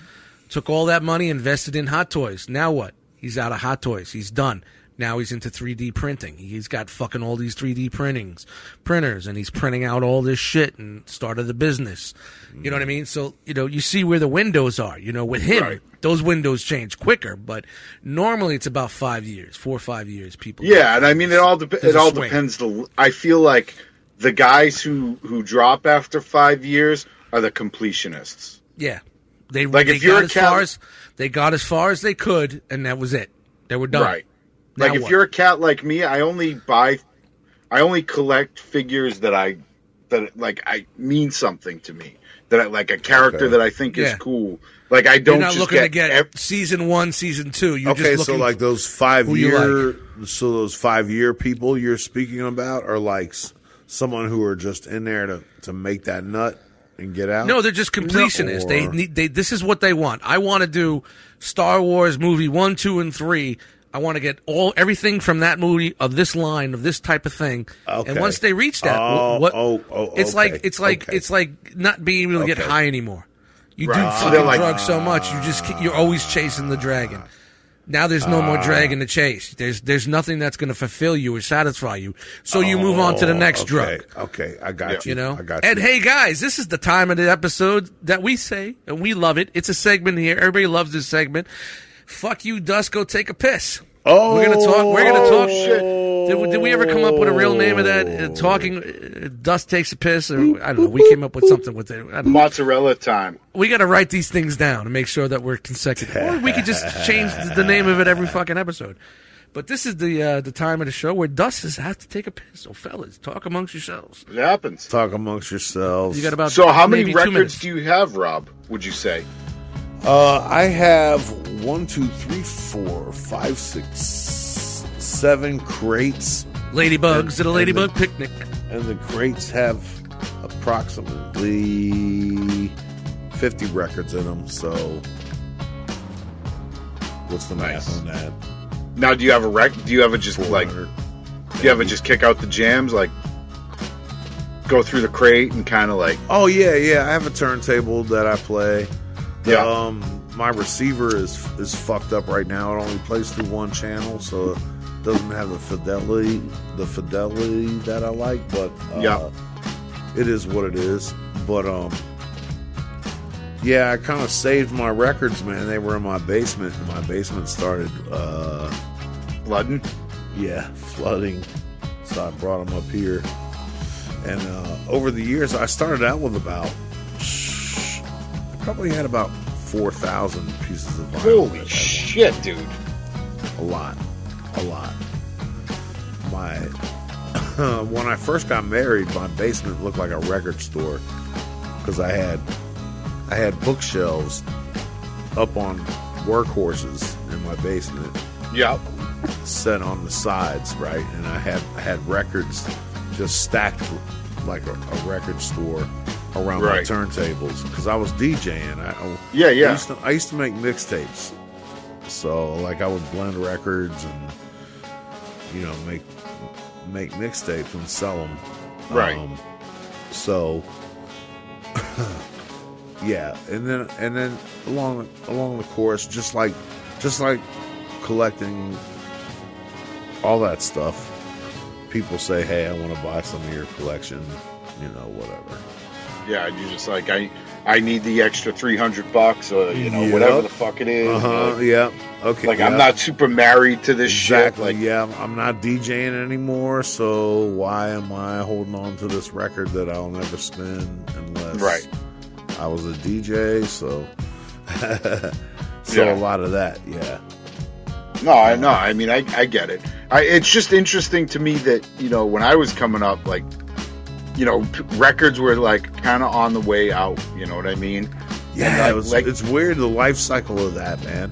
Speaker 1: Took all that money, invested in hot toys. Now what? He's out of hot toys. He's done. Now he's into 3D printing. He's got fucking all these 3D printings, printers, and he's printing out all this shit and started the business. You know what I mean? So, you know, you see where the windows are. You know, with him, those windows change quicker, but normally it's about five years, four or five years. People.
Speaker 3: Yeah, and I mean it all. Dep-
Speaker 1: There's
Speaker 3: it
Speaker 1: a
Speaker 3: all
Speaker 1: swing.
Speaker 3: depends. The I feel like the guys who who drop after five years are the completionists.
Speaker 1: Yeah. They,
Speaker 3: Like,
Speaker 1: they
Speaker 3: if you're
Speaker 1: got
Speaker 3: a
Speaker 1: as
Speaker 3: Cal-
Speaker 1: far as they got as far as they could, and that was it. They were done.
Speaker 3: Right.
Speaker 1: Now
Speaker 3: Like if
Speaker 1: what?
Speaker 3: you're a cat like me, I only buy, I only collect figures that I that like I mean something to me. That I like a character that I think is
Speaker 1: Yeah.
Speaker 3: cool. Like I
Speaker 1: You're
Speaker 3: don't
Speaker 1: not
Speaker 3: just
Speaker 1: looking
Speaker 3: get,
Speaker 1: to get
Speaker 3: ev-
Speaker 1: season one, season two. You're
Speaker 2: okay,
Speaker 1: just
Speaker 2: so
Speaker 1: looking
Speaker 2: like those five
Speaker 1: who you
Speaker 2: year, so those five year people you're speaking about are like s- someone who are just in there to to make that nut and get out.
Speaker 1: No, they're just completionists. They
Speaker 2: Or-
Speaker 1: need. They this is what they want. I want to do Star Wars movie one, two, and three. I want to get all everything from that movie of this line of this type of thing.
Speaker 2: Okay.
Speaker 1: And once they reach that,
Speaker 2: Oh,
Speaker 1: what?
Speaker 2: oh, oh,
Speaker 1: it's
Speaker 2: okay,
Speaker 1: like it's like
Speaker 2: okay.
Speaker 1: it's like not being able to get
Speaker 2: Okay.
Speaker 1: high anymore. You do
Speaker 3: Right. So
Speaker 1: fucking
Speaker 3: they're like-
Speaker 1: drugs so much, you just ke- you're
Speaker 2: ah.
Speaker 1: always chasing the dragon. Now there's no more dragon to chase. There's there's nothing that's going to fulfill you or satisfy you. So you move on to the
Speaker 2: Oh,
Speaker 1: next
Speaker 2: okay,
Speaker 1: drug.
Speaker 2: Okay, I got you.
Speaker 1: You know?
Speaker 2: I got
Speaker 1: and
Speaker 2: you.
Speaker 1: hey, guys, this is the time of the episode that we say, and we love it. It's a segment here. Everybody loves this segment. Fuck you, Dust. Go take a piss.
Speaker 2: oh,
Speaker 1: We're gonna talk. We're gonna talk.
Speaker 3: shit.
Speaker 1: Did, we- did we ever come up with a real name of that? Uh, talking uh, dust takes a piss, or I don't know. We came up with something with it. I don't know.
Speaker 3: mozzarella time.
Speaker 1: We got to write these things down and make sure that we're consecutive. or we could just change the name of it every fucking episode. But this is the uh, the time of the show where Dust has has to take a piss. So fellas, talk amongst yourselves.
Speaker 3: It happens.
Speaker 2: Talk amongst yourselves.
Speaker 1: You got about
Speaker 3: So how many
Speaker 1: maybe two minutes.
Speaker 3: records do you have, Rob? Would you say?
Speaker 2: Uh, I have one, two, three, four, five, six, seven crates,
Speaker 1: Ladybugs at a
Speaker 2: And- and
Speaker 1: ladybug
Speaker 2: the-
Speaker 1: picnic.
Speaker 2: and the crates have approximately fifty records in them. So, what's the
Speaker 3: Nice.
Speaker 2: math on that?
Speaker 3: Now, do you have a rec? Do you ever just like? Do
Speaker 2: 400.
Speaker 3: you ever just kick out the jams? Like, go through the crate and kind of like,
Speaker 2: Oh yeah, yeah. I have a turntable that I play. The,
Speaker 3: Yeah.
Speaker 2: Um, my receiver is is fucked up right now. It only plays through one channel, so it doesn't have the fidelity the fidelity that I like. But uh,
Speaker 3: Yeah.
Speaker 2: it is what it is. But um, yeah, I kind of saved my records, man. They were in my basement. and My basement started uh,
Speaker 3: flooding.
Speaker 2: yeah, flooding. So I brought them up here. And uh, over the years, I started out with about, I probably had about 4,000 pieces of vinyl. at
Speaker 3: Holy
Speaker 2: that
Speaker 3: shit, dude!
Speaker 2: a lot, a lot. My [LAUGHS] when I first got married, my basement looked like a record store because I had I had bookshelves up on workhorses in my basement
Speaker 3: Yeah.
Speaker 2: set on the sides, right? And I had I had records just stacked like a, a record store around my
Speaker 3: Right.
Speaker 2: turntables because I was DJing. I, I
Speaker 3: Yeah, yeah.
Speaker 2: I used to, I used to make mixtapes, so like I would blend records and you know make make mixtapes and sell them.
Speaker 3: Right.
Speaker 2: so [LAUGHS] yeah, and then and then along along the course, just like just like collecting all that stuff. People say, "Hey, I want to buy some of your collection," you know, whatever.
Speaker 3: Yeah, you're just like I. I need the extra three hundred bucks, or you know,
Speaker 2: Yep.
Speaker 3: whatever the fuck it is.
Speaker 2: Uh huh. Yeah. Okay.
Speaker 3: Mm-hmm. Like
Speaker 2: yeah.
Speaker 3: I'm not super married to this
Speaker 2: exactly.
Speaker 3: shit. Like,
Speaker 2: yeah, I'm not DJing anymore, so why am I holding on to this record that I'll never spin unless
Speaker 3: Right.
Speaker 2: I was a DJ? So, [LAUGHS] so
Speaker 3: Yeah.
Speaker 2: a lot of that. Yeah.
Speaker 3: No, I no. I mean, I, I get it. I, it's just interesting to me that you know when I was coming up, like you know, p- records were like kind of on the way out. You know what I mean?
Speaker 2: Yeah,
Speaker 3: like-
Speaker 2: it was,
Speaker 3: like-
Speaker 2: it's weird the life cycle of that, man.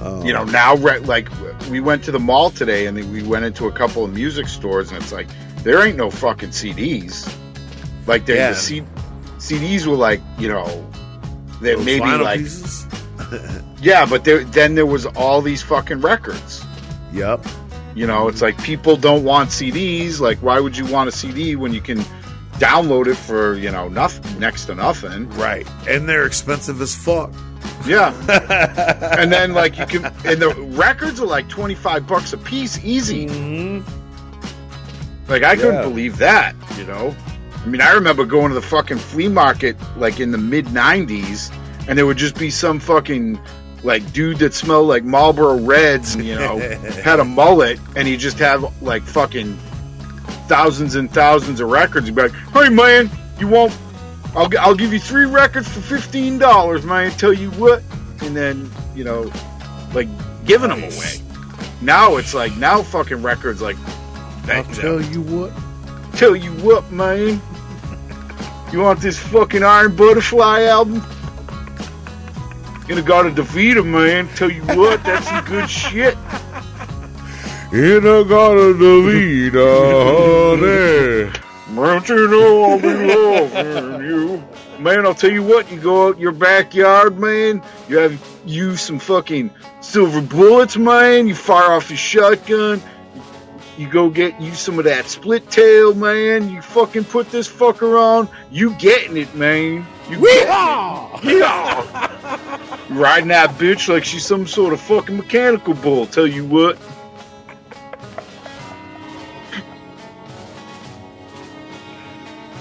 Speaker 2: Um,
Speaker 3: you know now re- like we went to the mall today and we went into a couple of music stores and it's like there ain't no fucking CDs like there
Speaker 2: Yeah.
Speaker 3: the C- CDs were like you know there
Speaker 2: those
Speaker 3: maybe
Speaker 2: vinyl
Speaker 3: like
Speaker 2: pieces?
Speaker 3: yeah but there then there was all these fucking records
Speaker 2: Yep.
Speaker 3: you know it's like people don't want CDs like why would you want a CD when you can download it for you know nothing next to nothing
Speaker 2: Right. And they're expensive as
Speaker 3: [LAUGHS]
Speaker 2: fuck.
Speaker 3: yeah and then like you can and the records are like 25 bucks a piece easy Like I couldn't
Speaker 2: Yeah.
Speaker 3: believe that, you know. I mean, I remember going to the fucking flea market like in the mid '90s, and there would just be some fucking like dude that smelled like Marlboro Reds, and you know, had a mullet, and he just have like fucking thousands and thousands of records. He'd be like, "Hey man, you won't? I'll gi- I'll give you three records for fifteen dollars, man. Tell you what." And then you know, like giving them away. Now it's like now fucking records like.
Speaker 2: I'll
Speaker 3: that-
Speaker 2: tell you what.
Speaker 3: Tell you
Speaker 2: [LAUGHS]
Speaker 3: what, man. You want this fucking Iron Butterfly album? Gonna go to DeVita, man. Tell you what, that's some
Speaker 2: [LAUGHS]
Speaker 3: good shit.
Speaker 2: In a garden of Eden, honey.
Speaker 3: Don't you know I'll be loving you? Man, I'll tell you what, you go out your backyard, man. You have you some fucking silver bullets, man. You fire off your shotgun. You go get you some of that split tail, man. You fucking put this fucker on. You getting it, man. You getting it. Yeehaw! You riding that bitch like she's some sort of fucking mechanical bull. Tell you what.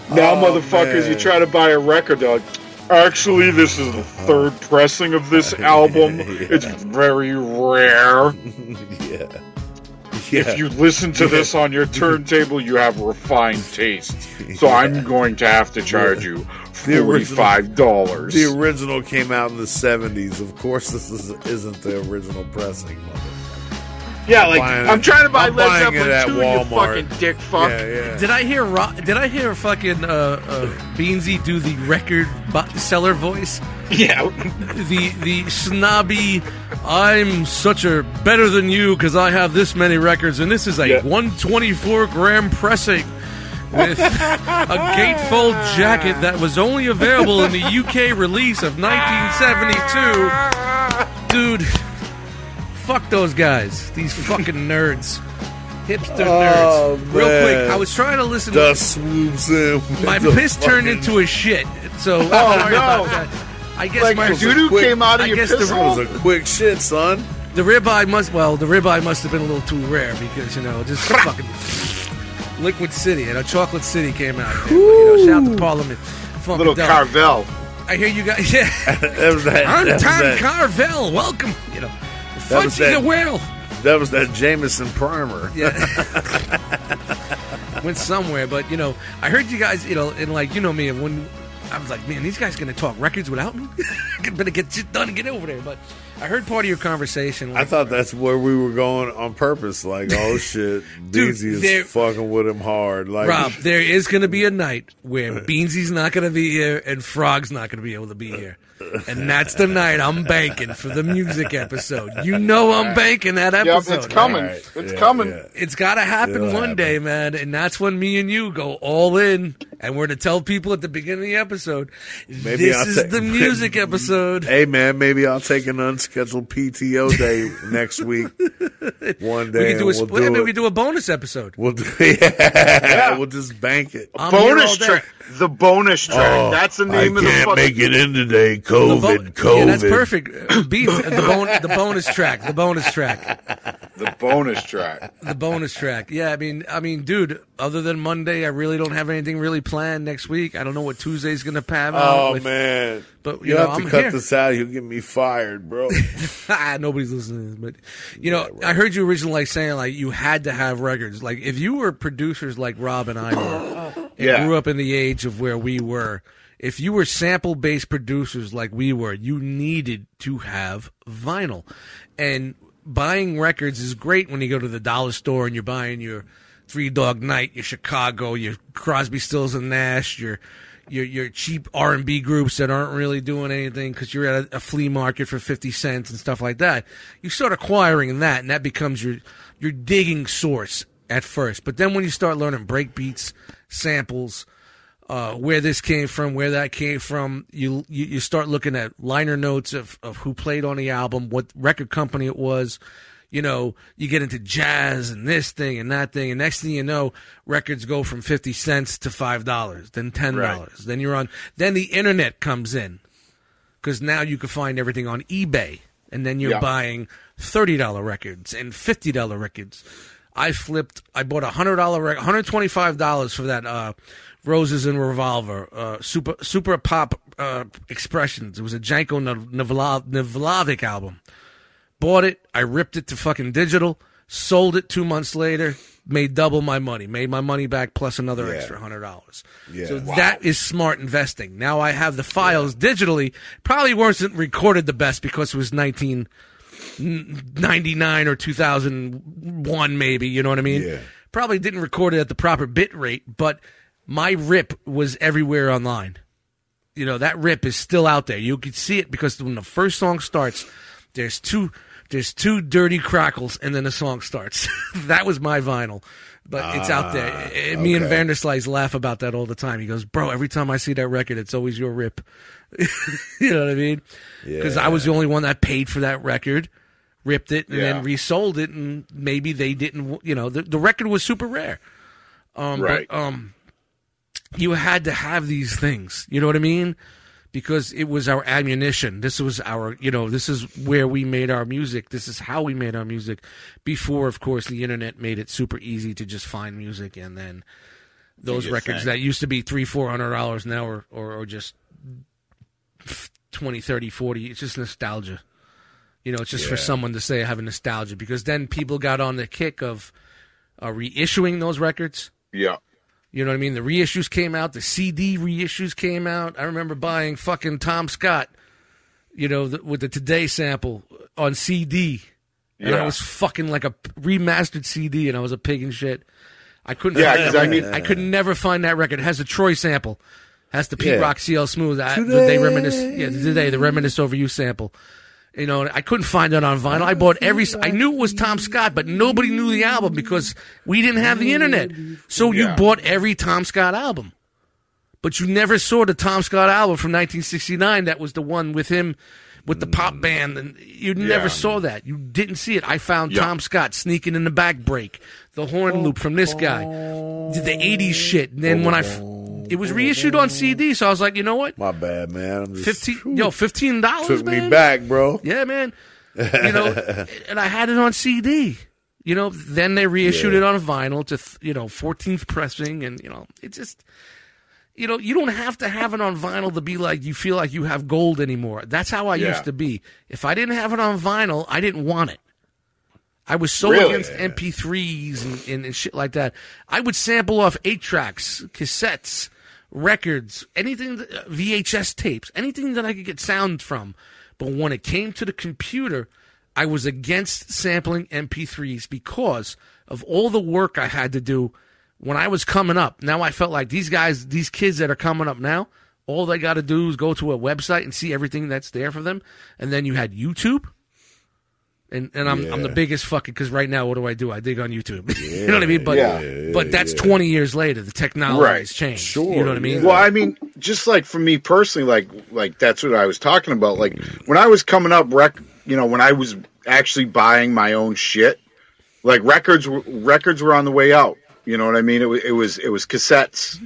Speaker 3: Now,
Speaker 2: Oh,
Speaker 3: motherfuckers, you
Speaker 2: man.
Speaker 3: try to buy a record, they're like, actually, this is the third pressing of
Speaker 2: [LAUGHS]
Speaker 3: this album. It's very rare.
Speaker 2: yeah.
Speaker 3: If you listen
Speaker 2: [LAUGHS]
Speaker 3: to this on your turntable, you have refined taste. So I'm going to have to charge you
Speaker 2: The original-
Speaker 3: $45.
Speaker 2: The original came out in the 70s. Of course, this is, isn't the original pressing.
Speaker 3: yeah, like,
Speaker 2: buying
Speaker 3: I'm
Speaker 2: it-
Speaker 3: trying to buy
Speaker 2: I'm
Speaker 3: Led
Speaker 2: buying it
Speaker 3: Zeppelin
Speaker 2: at
Speaker 3: 2,
Speaker 2: Walmart.
Speaker 3: you fucking dick fuck.
Speaker 2: Yeah, yeah.
Speaker 1: Did I hear Ro- Did I hear fucking uh, uh, Beansy do the record bu- seller voice?
Speaker 3: [LAUGHS] Yeah.
Speaker 1: The the snobby. I'm such a better than you because I have this many records and this is a
Speaker 3: Yeah.
Speaker 1: 124 gram pressing with a gatefold jacket that was only available in the UK release of 1972. Dude, fuck those guys. These fucking nerds. Hipster
Speaker 2: Oh,
Speaker 1: nerds. Real quick,
Speaker 2: man.
Speaker 1: I was trying to listen to
Speaker 2: Dust swoops in. with
Speaker 1: my
Speaker 2: the
Speaker 1: piss turned
Speaker 2: fucking- Oh,
Speaker 1: into a shit. So I'm sorry
Speaker 3: no.
Speaker 1: about that. I guess
Speaker 3: Like
Speaker 1: my
Speaker 3: your doo-doo
Speaker 2: quick-
Speaker 3: came out of
Speaker 1: I
Speaker 3: your
Speaker 1: guess the
Speaker 3: piss
Speaker 2: That was
Speaker 3: hole.
Speaker 2: a quick shit, son.
Speaker 1: the ribeye must well the ribeye must have been a little too rare because you know just fucking Liquid City and a Chocolate City came out. There, you know, shout out to Parliament.
Speaker 3: Little
Speaker 1: Funkadelic.
Speaker 3: Carvel.
Speaker 1: I hear you guys. [LAUGHS] Yeah,
Speaker 2: That was that.
Speaker 1: I'm
Speaker 2: that was
Speaker 1: Tom
Speaker 2: that-
Speaker 1: Carvel. Welcome. You know,
Speaker 2: That was
Speaker 1: Fudgy the
Speaker 2: that- [LAUGHS]
Speaker 1: whale.
Speaker 2: That was that Jameson primer.
Speaker 1: Yeah. Went somewhere, but you know, I heard you guys, you know, and like you know me, and when I was like, man, these guys gonna talk records without me? [LAUGHS] Better get shit done and get over there. But I heard part of your conversation.
Speaker 2: I
Speaker 1: Like,
Speaker 2: thought that's where we were going on purpose. Like,
Speaker 1: [LAUGHS]
Speaker 2: oh shit,
Speaker 1: Dude,
Speaker 2: Beansy is
Speaker 1: there-
Speaker 2: fucking with him hard. Like,
Speaker 1: Rob, there is gonna be a night where Beansy's not gonna be here and Frog's not gonna be able to be here, and that's the night I'm banking for the music episode. You know I'm banking that
Speaker 3: Yep,
Speaker 1: episode.
Speaker 3: it's
Speaker 1: right?
Speaker 3: coming.
Speaker 2: Right,
Speaker 3: It's
Speaker 2: yeah,
Speaker 3: coming.
Speaker 2: yeah.
Speaker 1: It's got to happen
Speaker 2: It'll
Speaker 1: one
Speaker 2: happen.
Speaker 1: day, man. And that's when me and you go all in. And we're to tell people at the beginning of the episode,
Speaker 2: Maybe
Speaker 1: this
Speaker 2: I'll
Speaker 1: is
Speaker 2: take- [LAUGHS]
Speaker 1: the music episode.
Speaker 2: Hey man, maybe I'll take an unscheduled PTO
Speaker 1: [LAUGHS]
Speaker 2: day next week. One
Speaker 1: We
Speaker 2: day,
Speaker 1: could do a
Speaker 2: and
Speaker 1: split.
Speaker 2: we'll
Speaker 1: maybe
Speaker 2: do
Speaker 1: we
Speaker 2: it.
Speaker 1: do a bonus episode.
Speaker 2: We'll do, [LAUGHS] yeah,
Speaker 3: Yeah.
Speaker 2: we'll just bank it.
Speaker 1: I'm here all
Speaker 3: bonus
Speaker 1: day.
Speaker 3: track. The bonus track. that's the name
Speaker 2: Oh, I
Speaker 3: of the
Speaker 2: can't
Speaker 3: fucking.
Speaker 2: make it in today. COVID,
Speaker 1: The bo-
Speaker 2: COVID.
Speaker 1: Yeah, that's perfect. Beat the, bon- the bonus track. The bonus track.
Speaker 3: The bonus track.
Speaker 1: The bonus track. Yeah, I mean, I mean, dude. Other than Monday, I really don't have anything really planned next week. I don't know what Tuesday's gonna pan out.
Speaker 2: Oh
Speaker 1: with-
Speaker 2: man,
Speaker 1: but, you
Speaker 2: you
Speaker 1: know,
Speaker 2: have to
Speaker 1: I'm
Speaker 2: cut
Speaker 1: here.
Speaker 2: this out. You'll get me fired,
Speaker 1: [LAUGHS]
Speaker 2: bro.
Speaker 1: Ah, Nobody's listening to this, but you know, I heard you originally like saying like you had to have records. Like if you were producers like Rob and I were, and
Speaker 3: Yeah.
Speaker 1: grew up in the age of where we were, if you were sample based producers like we were, you needed to have vinyl. And buying records is great when you go to the dollar store and you're buying your Three Dog Night, your Chicago, your Crosby, Stills and Nash, your your your cheap R and B groups that aren't really doing anything because you're at a, a flea market for fifty cents and stuff like that. You start acquiring that, and that becomes your your digging source at first. But then when you start learning break beats, samples, uh, where this came from, where that came from. You, you you start looking at liner notes of of who played on the album, what record company it was. You know, you get into jazz and this thing and that thing, and next thing you know, records go from fifty cents to five dollars, then ten dollars. Then you're on. Then the internet comes in because now you can find everything on eBay, and then you're
Speaker 3: Yeah.
Speaker 1: buying thirty dollar records and fifty dollar records. I flipped. I bought a hundred dollar, rec- hundred twenty five dollars for that uh, "Roses and Revolver" uh, super super pop uh, expressions. It was a Janko Nav- Navla- Navlavic album. Bought it. I ripped it to fucking digital. Sold it two months later. Made double my money. Made my money back plus another extra hundred dollars. So that is smart investing. Now I have the files digitally. Probably wasn't recorded the best because it was nineteen. 99 or 2001 maybe you know what i mean
Speaker 2: Yeah.
Speaker 1: probably didn't record it at the proper bit rate but my rip was everywhere online you know that rip is still out there you could see it because when the first song starts there's two there's two dirty crackles and then the song starts [LAUGHS] that was my vinyl but it's out there Eh, me and vanderslice laugh about that all the time he goes bro every time i see that record it's always your rip [LAUGHS] you know what i mean because i was the only one that paid for that record ripped it and
Speaker 3: Yeah.
Speaker 1: then resold it and maybe they didn't you know the, the record was super rare um but,
Speaker 3: Right.
Speaker 1: um you had to have these things you know what i mean because it was our ammunition this was our you know this is where we made our music this is how we made our music before of course the internet made it super easy to just find music and then those
Speaker 9: your
Speaker 1: records
Speaker 9: thing.
Speaker 1: that used to be three four hundred dollars now or, or or just 20 30 40 it's just nostalgia you know it's just for someone to say i have a nostalgia because then people got on the kick of uh, reissuing those records
Speaker 3: Yeah.
Speaker 1: you know what i mean the reissues came out the cd reissues came out i remember buying fucking tom scott you know the, with the today sample on cd and i
Speaker 3: Yeah.
Speaker 1: was fucking like a p- remastered cd and i was a pig and shit i couldn't
Speaker 3: Yeah,
Speaker 1: find that
Speaker 3: 'cause I
Speaker 1: record.
Speaker 3: mean-
Speaker 1: I could never find that record it has the troy sample has the Pete
Speaker 2: Yeah.
Speaker 1: Rock CL Smooth. I, they reminisce. Yeah, today the reminisce over you sample. You know, I couldn't find it on vinyl. I bought every. I knew it was Tom Scott, but nobody knew the album because we didn't have the internet. So you
Speaker 3: Yeah.
Speaker 1: bought every Tom Scott album, but you never saw the Tom Scott album from 1969. That was the one with him, with the pop band, and you never
Speaker 3: Mm. Yeah.
Speaker 1: saw that. You didn't see it. I found
Speaker 3: Yeah.
Speaker 1: Tom Scott sneaking in the back break, the horn loop from this guy, the 80s shit. And then when I, f- it was reissued on CD, so I was like, you know what?
Speaker 2: My bad, man. I'm just,
Speaker 1: 15 yo 15 dollars
Speaker 2: took
Speaker 1: man
Speaker 2: me back, bro.
Speaker 1: yeah man you know and i had it on cd you know then they reissued it on vinyl to th- you know 14th pressing and you know it just you know you don't have to have it on vinyl to be like you feel like you have gold anymore that's how i
Speaker 3: Yeah.
Speaker 1: used to be if i didn't have it on vinyl i didn't want it I was so
Speaker 3: Really?
Speaker 1: against MP3s and, and, and shit like that. I would sample off eight tracks, cassettes, records, anything, that- uh, VHS tapes, anything that I could get sound from. But when it came to the computer, I was against sampling MP3s because of all the work I had to do when I was coming up. Now I felt like these guys, these kids that are coming up now, all they got to do is go to a website and see everything that's there for them. And then you had YouTube and and I'm I'm the biggest fucking because right now what do I do? I dig on YouTube. [LAUGHS] you know what I mean? But
Speaker 3: Yeah.
Speaker 1: but that's 20 years later. The technology
Speaker 3: Right.
Speaker 1: has changed. You know what I mean?
Speaker 3: Well, I mean, just like for me personally, like like that's what I was talking about. Like when I was coming up, rec, you know, when I was actually buying my own shit, like records were- records were on the way out. You know what I mean? It, wa- it was it was cassettes.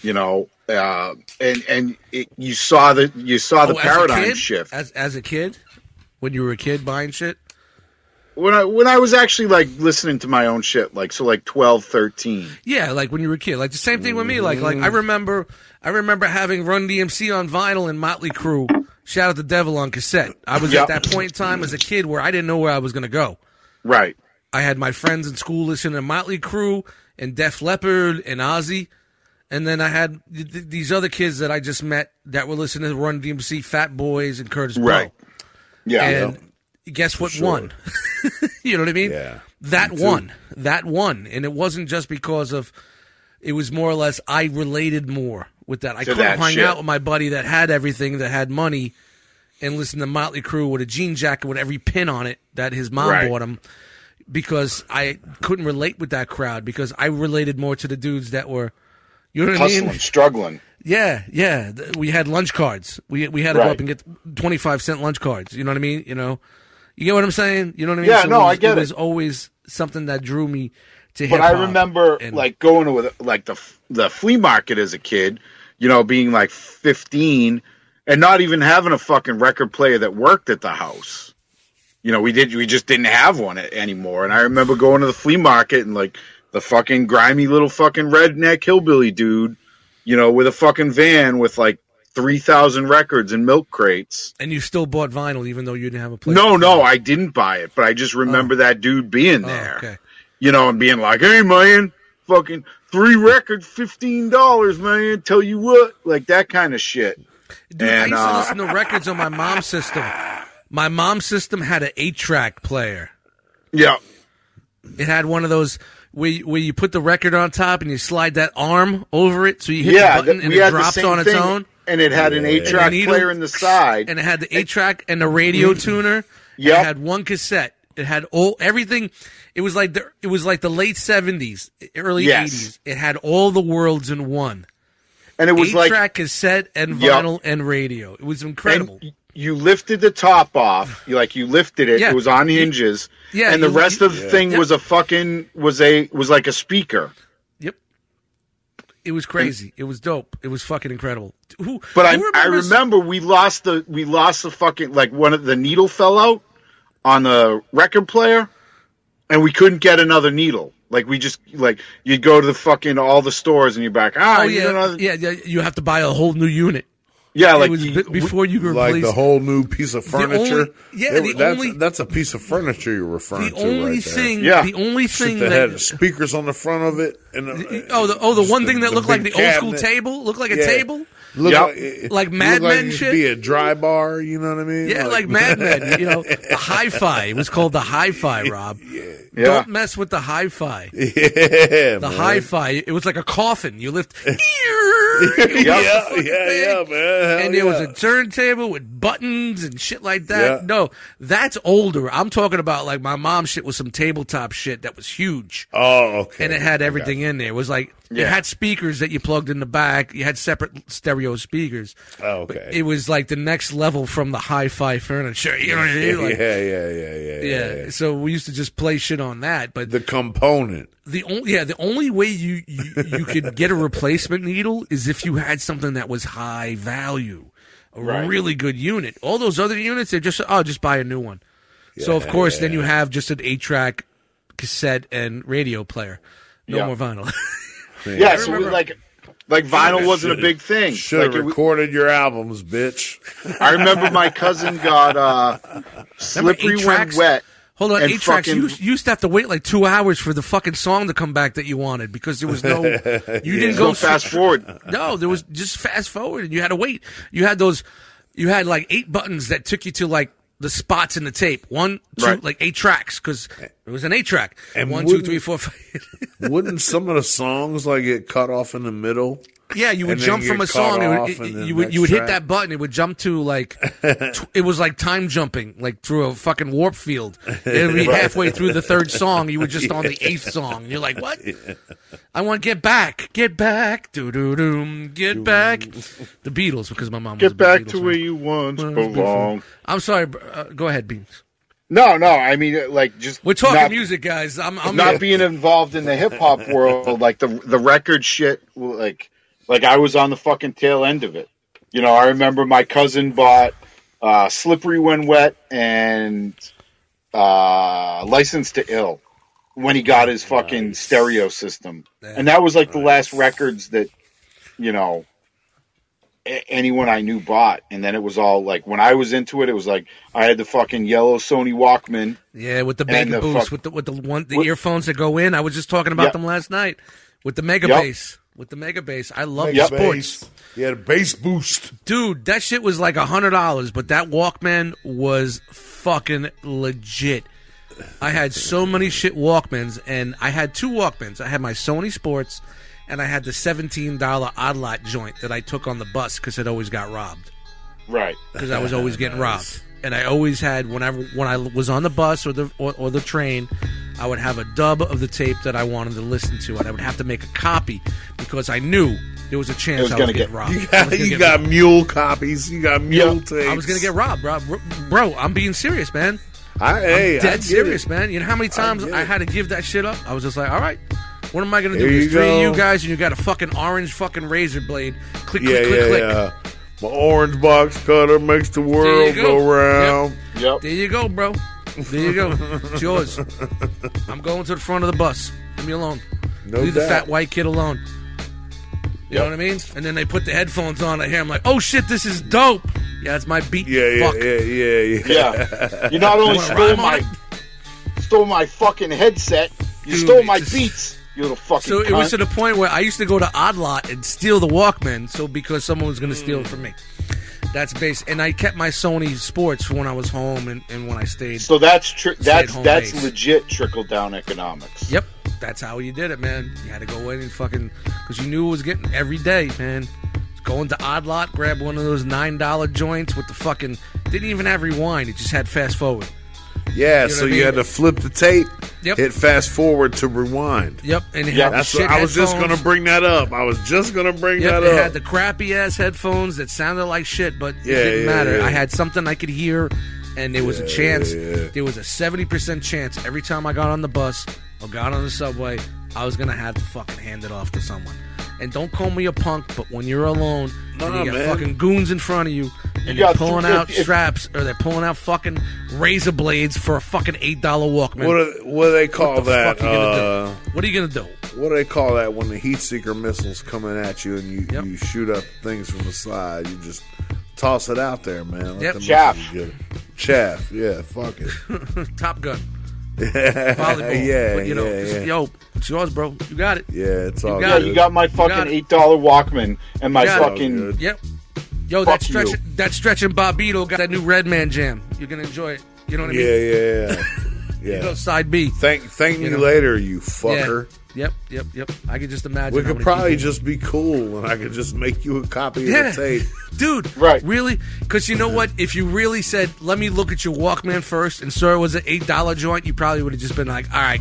Speaker 3: You know, uh, and and it, you saw the you saw the
Speaker 1: Oh, as a
Speaker 3: paradigm
Speaker 1: kid?
Speaker 3: shift
Speaker 1: as as a kid when you were a kid buying shit.
Speaker 3: when I when I was actually like listening to my own shit, like so like 12, 13.
Speaker 1: Yeah, like when you were a kid. Like the same thing with me. Like like
Speaker 3: Mm-hmm.
Speaker 1: I remember I remember having Run DMC on vinyl and Motley Crue. Shout out to Devil on cassette. I was
Speaker 3: Yep.
Speaker 1: at that point in time as a kid where I didn't know where I was gonna go.
Speaker 3: Right.
Speaker 1: I had my friends in school listening to Motley Crue and Def Leppard and Ozzy. And then I had th- th- these other kids that I just met that were listening to Run DMC, Fat Boys, and Curtis Blow.
Speaker 3: Right. Yeah.
Speaker 1: And guess what won? [LAUGHS] you know what I mean?
Speaker 2: Yeah.
Speaker 1: That won. That won. And it wasn't just because of, it was more or less I related more with that. I
Speaker 3: To
Speaker 1: could have
Speaker 3: that
Speaker 1: hung
Speaker 3: shit.
Speaker 1: out with my buddy that had everything, that had money, and listened to Motley Crue with a jean jacket with every pin on it that his mom
Speaker 3: Right.
Speaker 1: bought him because I couldn't relate with that crowd because I related more to the dudes that were, you know what I
Speaker 3: hustling,
Speaker 1: mean?
Speaker 3: struggling.
Speaker 1: Yeah, yeah. Th- We had lunch cards. We we had to go
Speaker 3: Right.
Speaker 1: up and get twenty five cent lunch cards. You know what I mean? You know, you get what I'm saying? You know what I mean?
Speaker 3: Yeah, no,
Speaker 1: it
Speaker 3: I
Speaker 1: was,
Speaker 3: get
Speaker 1: It
Speaker 3: it.
Speaker 1: was always something that drew me to hip
Speaker 3: But I remember
Speaker 1: and-
Speaker 3: like going to with- like the f- the flea market as a kid, you know, being like 15 and not even having a fucking record player that worked at the house. You know, we did we just didn't have one a- anymore. And I remember going to the flea market and like the fucking grimy little fucking redneck hillbilly dude, you know, with a fucking van with like 3000 records and milk crates.
Speaker 1: and you still bought vinyl even though you didn't have a place.
Speaker 3: No, no, I didn't buy it, but I just remember that dude being
Speaker 1: uh, Oh,
Speaker 3: there
Speaker 1: okay.
Speaker 3: you know, and being like, "Hey, man, fucking three records, fifteen dollars, man. Tell you what, like that kind of shit."
Speaker 1: Dude, I
Speaker 3: And,
Speaker 1: used to
Speaker 3: uh,
Speaker 1: listen to records on my mom's system. My mom's system had an eight track player.
Speaker 3: Yeah,
Speaker 1: It had one of those where you, where you put the record on top and you slide that arm over it, so you hit
Speaker 3: yeah.
Speaker 1: the button
Speaker 3: that-
Speaker 1: and
Speaker 3: we
Speaker 1: it
Speaker 3: had
Speaker 1: drops
Speaker 3: the same
Speaker 1: on its
Speaker 3: thing,
Speaker 1: own.
Speaker 3: and it had an
Speaker 1: And
Speaker 3: eight-track
Speaker 1: the needle-
Speaker 3: player in the side.
Speaker 1: and it had the eight track and the radio tuner. Yeah,
Speaker 3: Yep.
Speaker 1: it had one cassette. It had all everything. It was like the it was like the late seventies, early
Speaker 3: Yes.
Speaker 1: eighties. It had all the worlds in one.
Speaker 3: and it was
Speaker 1: Eight
Speaker 3: like
Speaker 1: track cassette and
Speaker 3: Yep.
Speaker 1: vinyl and radio. It was
Speaker 3: and
Speaker 1: incredible.
Speaker 3: y- you lifted the top off, you like you lifted it.
Speaker 1: Yeah.
Speaker 3: It was on hinges.
Speaker 1: Yeah,
Speaker 3: and the
Speaker 1: you-
Speaker 3: rest of the thing
Speaker 1: Yeah.
Speaker 3: was a fucking was a was like a speaker.
Speaker 1: yep. It was crazy. It was dope. It was fucking incredible. Who,
Speaker 3: But I,
Speaker 1: who
Speaker 3: I
Speaker 1: remembers-
Speaker 3: remember we lost the we lost the fucking like one of the needle fell out on the record player, and we couldn't get another needle. Like we just like you'd go to the fucking all the stores and you're back. Ah,
Speaker 1: Oh
Speaker 3: you know,
Speaker 1: yeah,
Speaker 3: another-"
Speaker 1: yeah, yeah. You have to buy a whole new unit.
Speaker 3: yeah,
Speaker 1: It
Speaker 3: like
Speaker 1: was
Speaker 3: you-
Speaker 1: b- before you could
Speaker 2: Like
Speaker 1: replace
Speaker 2: the whole new piece of furniture.
Speaker 1: only- yeah,
Speaker 2: They-
Speaker 1: the
Speaker 2: that's,
Speaker 1: only-
Speaker 2: that's a piece of furniture you're
Speaker 1: the
Speaker 2: referring to.
Speaker 1: only
Speaker 2: right there.
Speaker 1: thing.
Speaker 3: Yeah.
Speaker 1: The only
Speaker 2: Shit
Speaker 1: thing
Speaker 2: that,
Speaker 1: that
Speaker 2: had speakers on the front of it. And uh,
Speaker 1: Oh, the oh, the
Speaker 2: just
Speaker 1: one thing that looked like the
Speaker 2: big
Speaker 1: old school
Speaker 2: cabinet.
Speaker 1: table looked like a
Speaker 2: Yeah.
Speaker 1: table.
Speaker 2: Looked
Speaker 3: Yep.
Speaker 2: it-
Speaker 1: Like
Speaker 2: it
Speaker 1: Mad
Speaker 2: looked like
Speaker 1: Men
Speaker 2: it'd
Speaker 1: shit?
Speaker 2: Be a dry bar. You know what I mean?
Speaker 1: Yeah,
Speaker 2: [LAUGHS]
Speaker 1: like Mad Men. You know, the hi-fi. It was called the
Speaker 2: [LAUGHS]
Speaker 1: hi-fi, Rob.
Speaker 3: yeah.
Speaker 1: Don't mess with the hi-fi. The
Speaker 2: yeah, man.
Speaker 1: hi-fi. It was like a coffin. You
Speaker 2: [LAUGHS]
Speaker 1: lift. [LAUGHS] and
Speaker 2: Yeah, yeah, yeah, man. Hell
Speaker 1: there was
Speaker 2: Oh, yeah.
Speaker 1: a turntable with buttons and shit like that.
Speaker 2: Yeah.
Speaker 1: No, that's older. I'm talking about like my mom's shit was some tabletop shit that was huge.
Speaker 2: Oh, okay.
Speaker 1: and it had everything in there. It was like it
Speaker 3: Yeah.
Speaker 1: had speakers that you plugged in the back. You had separate stereo speakers.
Speaker 2: Oh,
Speaker 1: But
Speaker 2: okay.
Speaker 1: It was like the next level from the hi-fi furniture. [LAUGHS] You know what I mean? Like,
Speaker 2: yeah, yeah, yeah, yeah,
Speaker 1: yeah.
Speaker 2: yeah,
Speaker 1: So we used to just play shit on that. But
Speaker 2: The
Speaker 1: the,
Speaker 2: component.
Speaker 1: only yeah, the only way you, you you could get a replacement needle is if you had something that was high value, a really good unit. All those other units, they just oh, just buy a new one. so of course, then you have just an eight-track cassette and radio player. No
Speaker 3: Yeah.
Speaker 1: more vinyl. [LAUGHS]
Speaker 3: yeah. So we, like like vinyl wasn't a big thing.
Speaker 2: Should
Speaker 3: Like
Speaker 2: have
Speaker 3: it, w-
Speaker 2: recorded your albums, bitch.
Speaker 3: I remember my cousin
Speaker 1: [LAUGHS]
Speaker 3: got uh, slippery when
Speaker 1: eight-tracks?
Speaker 3: wet.
Speaker 1: Hold on,
Speaker 3: and
Speaker 1: eight tracks. You
Speaker 3: fucking-
Speaker 1: used- you used to have to wait like two hours for the fucking song to come back that you wanted because there was
Speaker 3: [LAUGHS]
Speaker 1: no. You didn't
Speaker 3: Go
Speaker 1: go
Speaker 3: fast forward.
Speaker 1: No, there was just fast forward, and you had to wait. You had those. You had like eight buttons that took you to like the spots in the tape. One, two,
Speaker 3: Right.
Speaker 1: like eight tracks because it was an eight track.
Speaker 2: And
Speaker 1: one, two,
Speaker 2: wouldn't-
Speaker 1: three, four, five.
Speaker 2: Wouldn't some of the songs like get cut off in the middle?
Speaker 1: Yeah, you would
Speaker 2: And then
Speaker 1: jump from
Speaker 2: you're
Speaker 1: a song.
Speaker 2: cut
Speaker 1: It
Speaker 2: off
Speaker 1: would,
Speaker 2: and
Speaker 1: it-
Speaker 2: then
Speaker 1: you would
Speaker 2: next
Speaker 1: you would hit
Speaker 2: track.
Speaker 1: that button. It would jump to like
Speaker 2: [LAUGHS]
Speaker 1: tw- it was like time jumping, like through a fucking warp field. It
Speaker 2: [LAUGHS]
Speaker 1: would be halfway through the third song. You were just on the eighth song. You're like, what? I want get back, get back, do do do, get back. The Beatles, because my mom was a
Speaker 3: Get
Speaker 1: big
Speaker 3: back
Speaker 1: Beatles
Speaker 3: to
Speaker 1: fan.
Speaker 3: where you once belong.
Speaker 1: I'm sorry. br- Uh, go ahead, Beans.
Speaker 3: No, no. I mean, like just
Speaker 1: We're talking
Speaker 3: not-
Speaker 1: music, guys. I'm, I'm
Speaker 3: not being involved in the hip hop world, like the the record shit, like like I was on the fucking tail end of it. You know, I remember my cousin bought uh, "Slippery When Wet" and uh, "License to Ill" when he got his fucking stereo system, and that was like the last records that you know a- anyone I knew bought. And then it was all like when I was into it, it was like I had the fucking yellow Sony Walkman.
Speaker 1: Yeah, with the mega
Speaker 3: And the
Speaker 1: boost,
Speaker 3: fuck-
Speaker 1: with the with the one the
Speaker 3: With-
Speaker 1: earphones that go in. I was just talking about
Speaker 3: Yep.
Speaker 1: them last night with the mega
Speaker 3: Yep.
Speaker 1: bass. With the mega bass, I love
Speaker 3: Mega
Speaker 1: sports,
Speaker 2: Bass. Yeah, the bass boost.
Speaker 1: dude. That shit was like a hundred dollars, but that Walkman was fucking legit. I had so many shit Walkmans, and I had two Walkmans. I had my Sony Sports, and I had the seventeen dollar odd lot joint that I took on the bus because it always got robbed
Speaker 3: Right.
Speaker 1: because I was always
Speaker 2: [LAUGHS]
Speaker 1: getting robbed. And I always had whenever when I was on the bus or the or, or the train, I would have a dub of the tape that I wanted to listen to, and I would have to make a copy because I knew there was a chance
Speaker 3: was
Speaker 1: I
Speaker 3: gonna
Speaker 1: would get,
Speaker 3: get-
Speaker 1: robbed.
Speaker 2: [LAUGHS] You
Speaker 1: I was
Speaker 2: got,
Speaker 1: gonna
Speaker 2: you
Speaker 1: get
Speaker 2: got mule copies. You got mule
Speaker 3: Yeah, I
Speaker 2: tapes.
Speaker 1: I was gonna get robbed, bro. Bro, I'm being serious, man.
Speaker 2: I, hey, I
Speaker 1: Dead
Speaker 2: get
Speaker 1: serious,
Speaker 2: it.
Speaker 1: man. You know how many times
Speaker 2: get
Speaker 1: I,
Speaker 2: it.
Speaker 1: had to give that shit up? I was just like, all right, what am I gonna
Speaker 2: Here
Speaker 1: do?
Speaker 2: you
Speaker 1: There's three of
Speaker 2: go.
Speaker 1: you guys, and you got a fucking orange fucking razor blade. Click,
Speaker 2: Yeah,
Speaker 1: click, click,
Speaker 2: yeah,
Speaker 1: click.
Speaker 2: yeah. My orange box cutter makes the world
Speaker 1: go.
Speaker 2: go round.
Speaker 3: Yep.
Speaker 1: There you go, bro. There you go. It's
Speaker 2: [LAUGHS]
Speaker 1: yours. I'm going to the front of the bus. Leave me alone.
Speaker 2: No
Speaker 1: Leave the
Speaker 2: doubt.
Speaker 1: fat white kid alone. You know what I mean? And then they put the headphones on. I hear I'm like, oh shit, this is dope. Yeah, it's my beat.
Speaker 2: Yeah, yeah,
Speaker 1: Fuck.
Speaker 2: yeah, yeah, yeah.
Speaker 1: [LAUGHS]
Speaker 3: Yeah. You not only
Speaker 1: Wanna
Speaker 3: stole
Speaker 1: rhyme on
Speaker 3: my
Speaker 1: it?
Speaker 3: stole my fucking headset, you
Speaker 1: Dude,
Speaker 3: stole
Speaker 1: it
Speaker 3: my
Speaker 1: just-
Speaker 3: beats. You little fucking.
Speaker 1: So it was
Speaker 3: cunt.
Speaker 1: to the point where I used to go to Odd Lot and steal the Walkman. So because someone was going to steal it from me, that's base. And I kept my Sony Sports for when I was home and, and when I stayed.
Speaker 3: So that's tri- that's
Speaker 1: home
Speaker 3: that's
Speaker 1: base.
Speaker 3: legit trickle down economics.
Speaker 1: Yep, that's how you did it, man. You had to go in and fucking because you knew it was getting every day, man. Go into Odd Lot, grab one of those nine dollar joints with the fucking didn't even have rewind. It just had fast forward.
Speaker 2: Yeah,
Speaker 1: know
Speaker 2: so
Speaker 1: what I
Speaker 2: you had
Speaker 1: mean?
Speaker 2: to flip the tape,
Speaker 1: Yep.
Speaker 2: hit fast forward to rewind.
Speaker 1: Yep, and it
Speaker 3: Yeah,
Speaker 1: had the
Speaker 2: That's
Speaker 1: shit
Speaker 2: what I was just
Speaker 1: headphones.
Speaker 2: gonna bring that up. I was just gonna bring
Speaker 1: Yep,
Speaker 2: that
Speaker 1: it
Speaker 2: up.
Speaker 1: had the crappy ass headphones that sounded like shit, but
Speaker 2: Yeah,
Speaker 1: it didn't
Speaker 2: yeah,
Speaker 1: matter.
Speaker 2: yeah.
Speaker 1: I had something I could hear, and there was a chance. There was a seventy percent chance every time I got on the bus or got on the subway, I was gonna have to fucking hand it off to someone. And don't call me a punk, but when you're alone
Speaker 2: Nah,
Speaker 1: and you got
Speaker 2: man.
Speaker 1: fucking goons in front of you, and
Speaker 3: You
Speaker 1: they're
Speaker 3: got
Speaker 1: pulling
Speaker 3: th-
Speaker 1: out
Speaker 3: if- if-
Speaker 1: straps or they're pulling out fucking razor blades for a fucking eight dollar Walkman.
Speaker 2: what do, what do they call
Speaker 1: What the
Speaker 2: that?
Speaker 1: fuck you gonna
Speaker 2: uh,
Speaker 1: do? What are you gonna do? [LAUGHS]
Speaker 2: what do they call that when the heat seeker missile's coming at you and you,
Speaker 1: Yep.
Speaker 2: you shoot up things from the side? You just toss it out there, man. Let
Speaker 1: Yep.
Speaker 2: the
Speaker 3: Chaff.
Speaker 2: missiles get it. Chaff. Yeah, fuck
Speaker 1: [LAUGHS]
Speaker 2: it.
Speaker 1: Top Gun, volleyball.
Speaker 2: [LAUGHS] yeah,
Speaker 1: but, you know,
Speaker 2: yeah,
Speaker 1: just,
Speaker 2: yeah.
Speaker 1: yo, it's yours, bro. You got it.
Speaker 2: yeah, it's
Speaker 1: got
Speaker 2: all
Speaker 3: Yeah,
Speaker 1: it.
Speaker 2: good.
Speaker 3: you got my
Speaker 1: got
Speaker 3: fucking
Speaker 1: it.
Speaker 3: eight dollar Walkman and my
Speaker 1: Got it.
Speaker 3: fucking.
Speaker 2: Good.
Speaker 1: Yep. Yo,
Speaker 3: Fuck
Speaker 1: that stretch,
Speaker 3: you.
Speaker 1: that stretch and Bobito got that new Redman jam. You're gonna enjoy it. You know what I mean? [LAUGHS]
Speaker 2: yeah, yeah, yeah.
Speaker 1: You
Speaker 2: yeah.
Speaker 1: go side B.
Speaker 2: Thank, thank me
Speaker 1: know.
Speaker 2: later, you fucker.
Speaker 1: Yeah. Yep, yep, yep. I could just imagine.
Speaker 2: We
Speaker 1: how
Speaker 2: could
Speaker 1: many
Speaker 2: probably
Speaker 1: people-
Speaker 2: just be cool, and I could just make you a copy
Speaker 1: Yeah.
Speaker 2: of the tape.
Speaker 1: [LAUGHS] dude,
Speaker 3: Right.
Speaker 1: Really? Because you know what? If you really said, "Let me look at your Walkman first," and sir, it was an eight dollar joint, you probably would have just been like, "All right,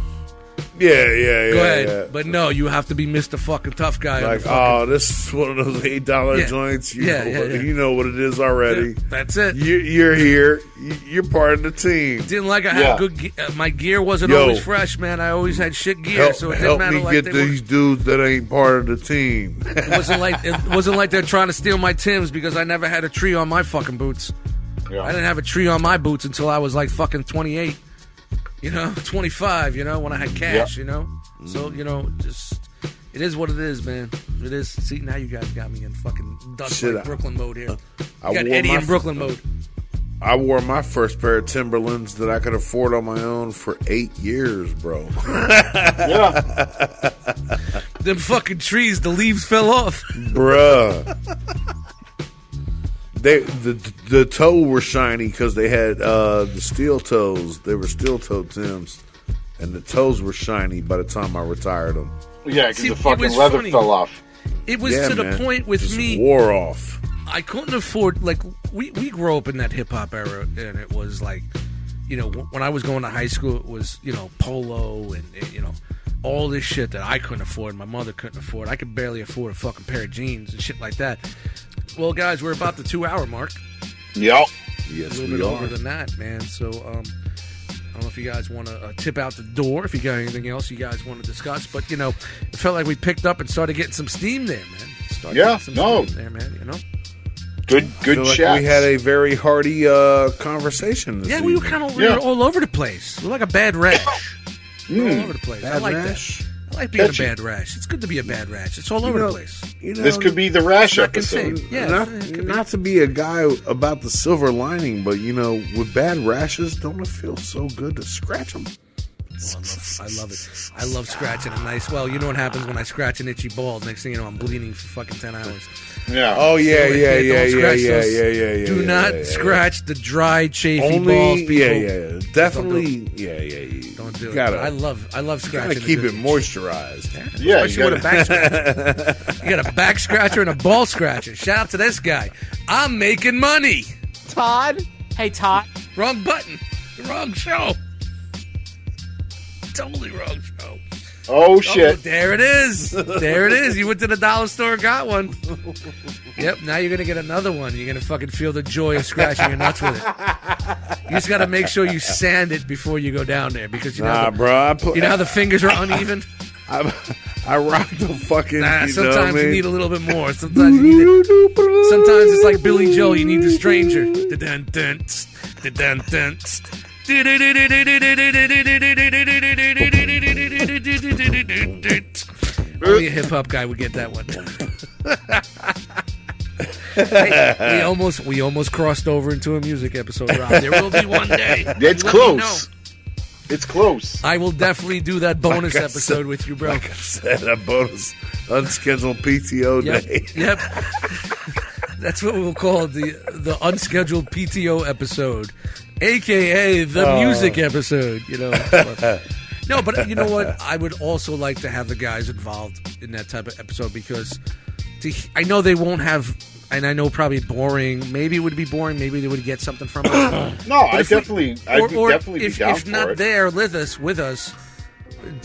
Speaker 2: Yeah, yeah, yeah.
Speaker 1: go ahead."
Speaker 2: yeah.
Speaker 1: But no, you have to be Mr. Fucking Tough Guy. on the
Speaker 2: like,
Speaker 1: fucking-
Speaker 2: oh, this is one of those eight dollar
Speaker 1: Yeah.
Speaker 2: joints. You,
Speaker 1: Yeah,
Speaker 2: know
Speaker 1: yeah,
Speaker 2: what,
Speaker 1: yeah.
Speaker 2: you know what it is already.
Speaker 1: that's it.
Speaker 2: You, you're here. You- You're part of the team.
Speaker 1: Didn't like I had
Speaker 3: Yeah.
Speaker 1: good. Ge- uh, my gear wasn't
Speaker 2: Yo.
Speaker 1: always fresh, man. I always had shit gear,
Speaker 2: Help,
Speaker 1: so it didn't
Speaker 2: help
Speaker 1: matter.
Speaker 2: me
Speaker 1: like
Speaker 2: get
Speaker 1: they were-
Speaker 2: these dudes that ain't part of the team. [LAUGHS]
Speaker 1: It wasn't like it wasn't like they're trying to steal my Tim's because I never had a tree on my fucking boots.
Speaker 3: Yeah.
Speaker 1: I didn't have a tree on my boots until I was like fucking 28, you know, [LAUGHS] 25, you know, when I had cash, you know.
Speaker 2: Mm.
Speaker 1: So you know, just it is what it is, man. It is. See, now you guys got me in fucking dust
Speaker 2: Shit,
Speaker 1: like
Speaker 2: I-
Speaker 1: Brooklyn mode here.
Speaker 2: I
Speaker 1: You got
Speaker 2: wore
Speaker 1: Eddie
Speaker 2: my-
Speaker 1: in Brooklyn mode.
Speaker 2: I wore my first pair of Timberlands that I could afford on my own for eight years, bro. [LAUGHS]
Speaker 3: Yeah,
Speaker 1: Them fucking trees, the leaves fell off.
Speaker 2: Bruh. They the the toe were shiny because they had uh, the steel toes. They were steel toe Tims, and the toes were shiny by the time I retired them.
Speaker 3: yeah, because
Speaker 1: See,
Speaker 3: the
Speaker 1: it
Speaker 3: fucking
Speaker 1: was
Speaker 3: leather
Speaker 1: funny.
Speaker 3: fell off.
Speaker 1: It was
Speaker 2: Yeah,
Speaker 1: to
Speaker 2: man.
Speaker 1: the point with
Speaker 2: Just
Speaker 1: me.
Speaker 2: wore off.
Speaker 1: I couldn't afford like we we grew up in that hip hop era, and it was like, you know, wh- when I was going to high school, it was you know polo and and, you know all this shit that I couldn't afford, my mother couldn't afford. I could barely afford a fucking pair of jeans and shit like that. Well, guys, we're about the two hour mark,
Speaker 3: Yep.
Speaker 1: a
Speaker 2: Yes,
Speaker 1: little
Speaker 2: we
Speaker 1: bit
Speaker 2: are.
Speaker 1: older than that, man. So um. I don't know if you guys want to uh, tip out the door. If you got anything else you guys want to discuss, but you know, it felt like we picked up and started getting some steam there, man. Started
Speaker 3: Yeah,
Speaker 1: getting some
Speaker 3: no.
Speaker 1: steam there, man. You know,
Speaker 3: Good, good
Speaker 2: Feel
Speaker 3: like
Speaker 2: like we had a very hearty uh, conversation. This
Speaker 1: Yeah, we were
Speaker 2: evening.
Speaker 1: kind of we
Speaker 3: Yeah.
Speaker 1: were all over the place. We were like a bad rash. We were all over the place. I
Speaker 2: Hmm. Bad
Speaker 1: like
Speaker 2: rash?
Speaker 1: that. I like being
Speaker 3: Catchy.
Speaker 1: a bad rash. It's good to be a bad rash. It's all over
Speaker 2: know,
Speaker 1: the place.
Speaker 2: You know,
Speaker 3: this could be the rash
Speaker 1: Second
Speaker 3: episode.
Speaker 1: tape. Yeah,
Speaker 2: not,
Speaker 1: it could be.
Speaker 2: not to be a guy about the silver lining, but you know, with bad rashes, don't it feel so good to scratch them?
Speaker 1: I love, I love it. I love scratching a nice. Well, you know what happens when I scratch an itchy bald. Next thing you know, I'm bleeding for fucking ten hours.
Speaker 3: Yeah.
Speaker 2: Oh yeah,
Speaker 1: Don't
Speaker 2: yeah, yeah,
Speaker 1: scratch
Speaker 2: yeah, yeah,
Speaker 1: those-
Speaker 2: yeah, yeah, yeah, yeah.
Speaker 1: Do not
Speaker 2: yeah, yeah.
Speaker 1: scratch the dry, chafy
Speaker 2: Only,
Speaker 1: balls. People.
Speaker 2: yeah, yeah, definitely, yeah, yeah. You
Speaker 1: Don't do it.
Speaker 2: gotta,
Speaker 1: I love, I love scratching.
Speaker 2: gotta
Speaker 1: a
Speaker 2: keep
Speaker 1: good
Speaker 2: it
Speaker 1: itch.
Speaker 2: moisturized.
Speaker 3: Yeah, you
Speaker 1: Especially with a
Speaker 3: gotta-
Speaker 2: [LAUGHS]
Speaker 1: back scratcher. you got a back scratcher and a ball scratcher. Shout out to this guy. I'm making money.
Speaker 9: Todd? Hey, Todd.
Speaker 1: Wrong button. Wrong show. Totally wrong show.
Speaker 3: oh
Speaker 1: Oh,
Speaker 3: shit.
Speaker 1: there it is. There it is. You went to the dollar store and got one. Yep, now you're going to get another one. You're going to fucking feel the joy of scratching your nuts with it. You just got to make sure you sand it before you go down there because you know,
Speaker 2: Nah,
Speaker 1: the,
Speaker 2: bro, I put,
Speaker 1: you know how the fingers are
Speaker 2: [LAUGHS]
Speaker 1: uneven?
Speaker 2: I, I rock the fucking.
Speaker 1: Nah,
Speaker 2: you know what I
Speaker 1: sometimes you
Speaker 2: mean?
Speaker 1: need a little bit more. Sometimes you need it.
Speaker 2: [LAUGHS]
Speaker 1: Sometimes it's like Billy Joel, you need the stranger. Dun dun dun dun. Only a hip hop guy would get that one. Hey, we almost we almost crossed over into a music episode, Rob. There will be one day.
Speaker 3: It's
Speaker 1: Let me know. Uh,
Speaker 3: close. It's close.
Speaker 1: I will definitely do that bonus
Speaker 2: Like I
Speaker 1: episode
Speaker 2: said-
Speaker 1: with you, bro.
Speaker 2: Like I said, a bonus unscheduled PTO day.
Speaker 1: Yep. yep. That's what we'll call the the unscheduled PTO episode, aka the music episode. You know. But- no, but you know what? I would also like to have the guys involved in that type of episode because to, I know they won't have. And I know probably boring. Maybe it would be boring. Maybe they would get something from us.
Speaker 3: No, I
Speaker 1: if we-
Speaker 3: definitely, I'd be definitely
Speaker 1: if,
Speaker 3: be down
Speaker 1: if
Speaker 3: for
Speaker 1: not
Speaker 3: it.
Speaker 1: there with us, with us,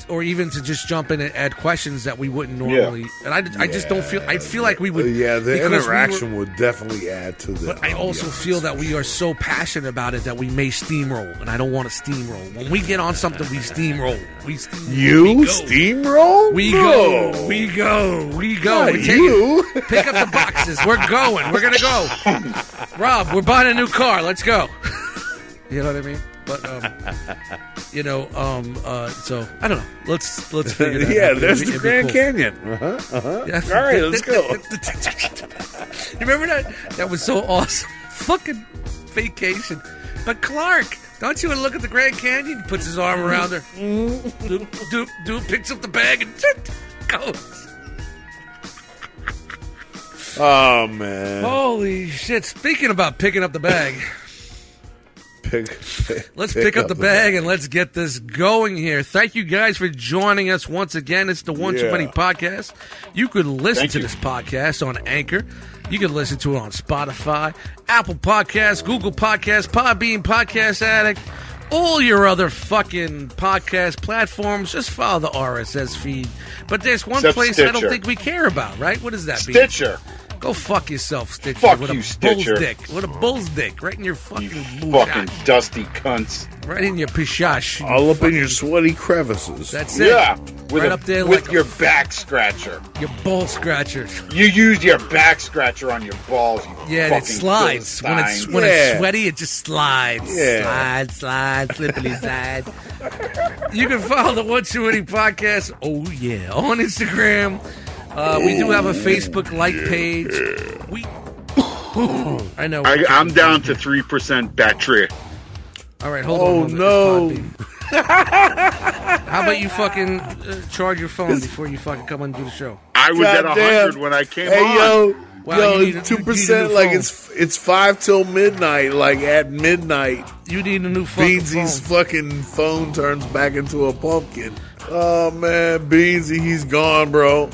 Speaker 1: or even to just jump in and add questions that we wouldn't normally. And I, I just don't feel. I feel like we would.
Speaker 2: Yeah, the
Speaker 1: because we were-
Speaker 2: interaction would definitely add to the.
Speaker 1: but I also
Speaker 2: ambiance.
Speaker 1: feel that we are so passionate about it that we may steamroll, and I don't want to steamroll. When we get on something, we steamroll. We steamroll.
Speaker 2: You
Speaker 1: we go.
Speaker 2: steamroll?
Speaker 1: We
Speaker 2: no.
Speaker 1: go. We go. We go.
Speaker 2: Not
Speaker 1: We're taking-
Speaker 2: you.
Speaker 1: Pick up the boxes. We're going. We're gonna go. Rob, we're buying a new car. Let's go. You know what I mean? But um, you know, um, uh, so I don't know. Let's let's figure that out.
Speaker 2: [LAUGHS] [LAUGHS] yeah,
Speaker 1: It'd
Speaker 2: there's
Speaker 1: be-
Speaker 2: the
Speaker 1: it'd be
Speaker 2: Grand
Speaker 1: cool.
Speaker 2: Canyon. Uh-huh, uh-huh. All right, let's go.
Speaker 1: [LAUGHS] you remember that? That was so awesome. Fucking vacation. But Clark, don't you want to look at the Grand Canyon? He puts his arm around her.
Speaker 2: Mm-hmm.
Speaker 1: doop, doop, doop, picks up the bag and [LAUGHS] goes.
Speaker 2: Oh man.
Speaker 1: Holy shit. Speaking about picking up the bag,
Speaker 2: Pick, pick-
Speaker 1: let's pick, up, the, bag and let's get this going here. Thank you guys for joining us once again. It's the One Too
Speaker 2: Yeah.
Speaker 1: Many podcast. You could listen
Speaker 3: Thank
Speaker 1: to
Speaker 3: you.
Speaker 1: this podcast on Anchor. You can listen to it on Spotify, Apple Podcasts, Google Podcasts, Podbean, Podcast Addict, all your other fucking podcast platforms. Just follow the RSS feed. But there's one
Speaker 3: Except
Speaker 1: place I don't
Speaker 3: Stitcher.
Speaker 1: think we care about, right? What does that be?
Speaker 3: Stitcher.
Speaker 1: Go fuck yourself, Stitcher.
Speaker 3: Fuck
Speaker 1: with
Speaker 3: you,
Speaker 1: a
Speaker 3: Stitcher.
Speaker 1: bull's dick. With a bull's dick. Right in your fucking
Speaker 3: You
Speaker 1: bullshot.
Speaker 3: fucking dusty cunts.
Speaker 1: Right in your pishash. you
Speaker 2: all up in
Speaker 1: fucking-
Speaker 2: your sweaty crevices.
Speaker 1: That's it.
Speaker 3: Yeah. With,
Speaker 1: right
Speaker 3: a-
Speaker 1: up there
Speaker 3: with
Speaker 1: like
Speaker 3: your back scratcher.
Speaker 1: your ball scratcher.
Speaker 3: You used your back scratcher on your balls. You
Speaker 1: Yeah, and
Speaker 3: fucking
Speaker 1: it slides. When it's
Speaker 3: Philistine.
Speaker 1: when it's
Speaker 2: Yeah.
Speaker 1: sweaty, it just slides.
Speaker 2: Yeah.
Speaker 1: Slide, slide, slippily slide. you can follow the One Too Many podcast. Oh yeah, on Instagram. Uh, we do
Speaker 2: Oh
Speaker 1: have a Facebook like page. We. [COUGHS] I know.
Speaker 3: I, I'm down to three percent battery.
Speaker 1: All right, hold
Speaker 2: Oh,
Speaker 1: on. a
Speaker 2: no.
Speaker 1: moment. It's Podbean. How about you fucking uh, charge your phone before you fucking come and do the show?
Speaker 3: I was at
Speaker 2: God damn.
Speaker 3: hundred when I came
Speaker 2: Hey
Speaker 3: on.
Speaker 2: yo,
Speaker 1: Wow, you need a-
Speaker 2: yo,
Speaker 1: you
Speaker 2: two
Speaker 1: need a
Speaker 2: percent.
Speaker 1: new
Speaker 2: Like
Speaker 1: phone.
Speaker 2: it's it's five till midnight. Like at midnight,
Speaker 1: You need a new fucking
Speaker 2: Beansy's
Speaker 1: phone.
Speaker 2: fucking phone turns back into a pumpkin. Oh man, Beansy, he's gone, bro.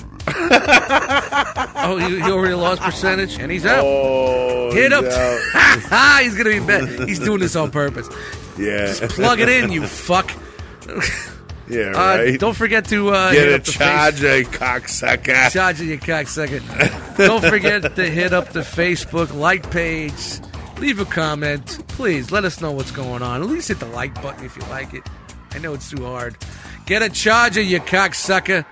Speaker 1: Oh, he, he already lost percentage, and he's out.
Speaker 2: Oh,
Speaker 1: Hit up.
Speaker 2: he's out.
Speaker 1: he's gonna be bad. He's doing this on purpose. [LAUGHS]
Speaker 2: yeah,
Speaker 1: Plug it in, you fuck.
Speaker 2: yeah,
Speaker 1: Uh,
Speaker 2: right.
Speaker 1: Don't forget to uh,
Speaker 2: Get
Speaker 1: hit
Speaker 2: a
Speaker 1: up the
Speaker 2: charge, a cocksucker.
Speaker 1: face- charge it, you cocksucker. don't forget to hit up the Facebook like page. Leave a comment, please. Let us know what's going on. At least hit the like button if you like it. I know it's too hard. Get a charger, you cocksucker.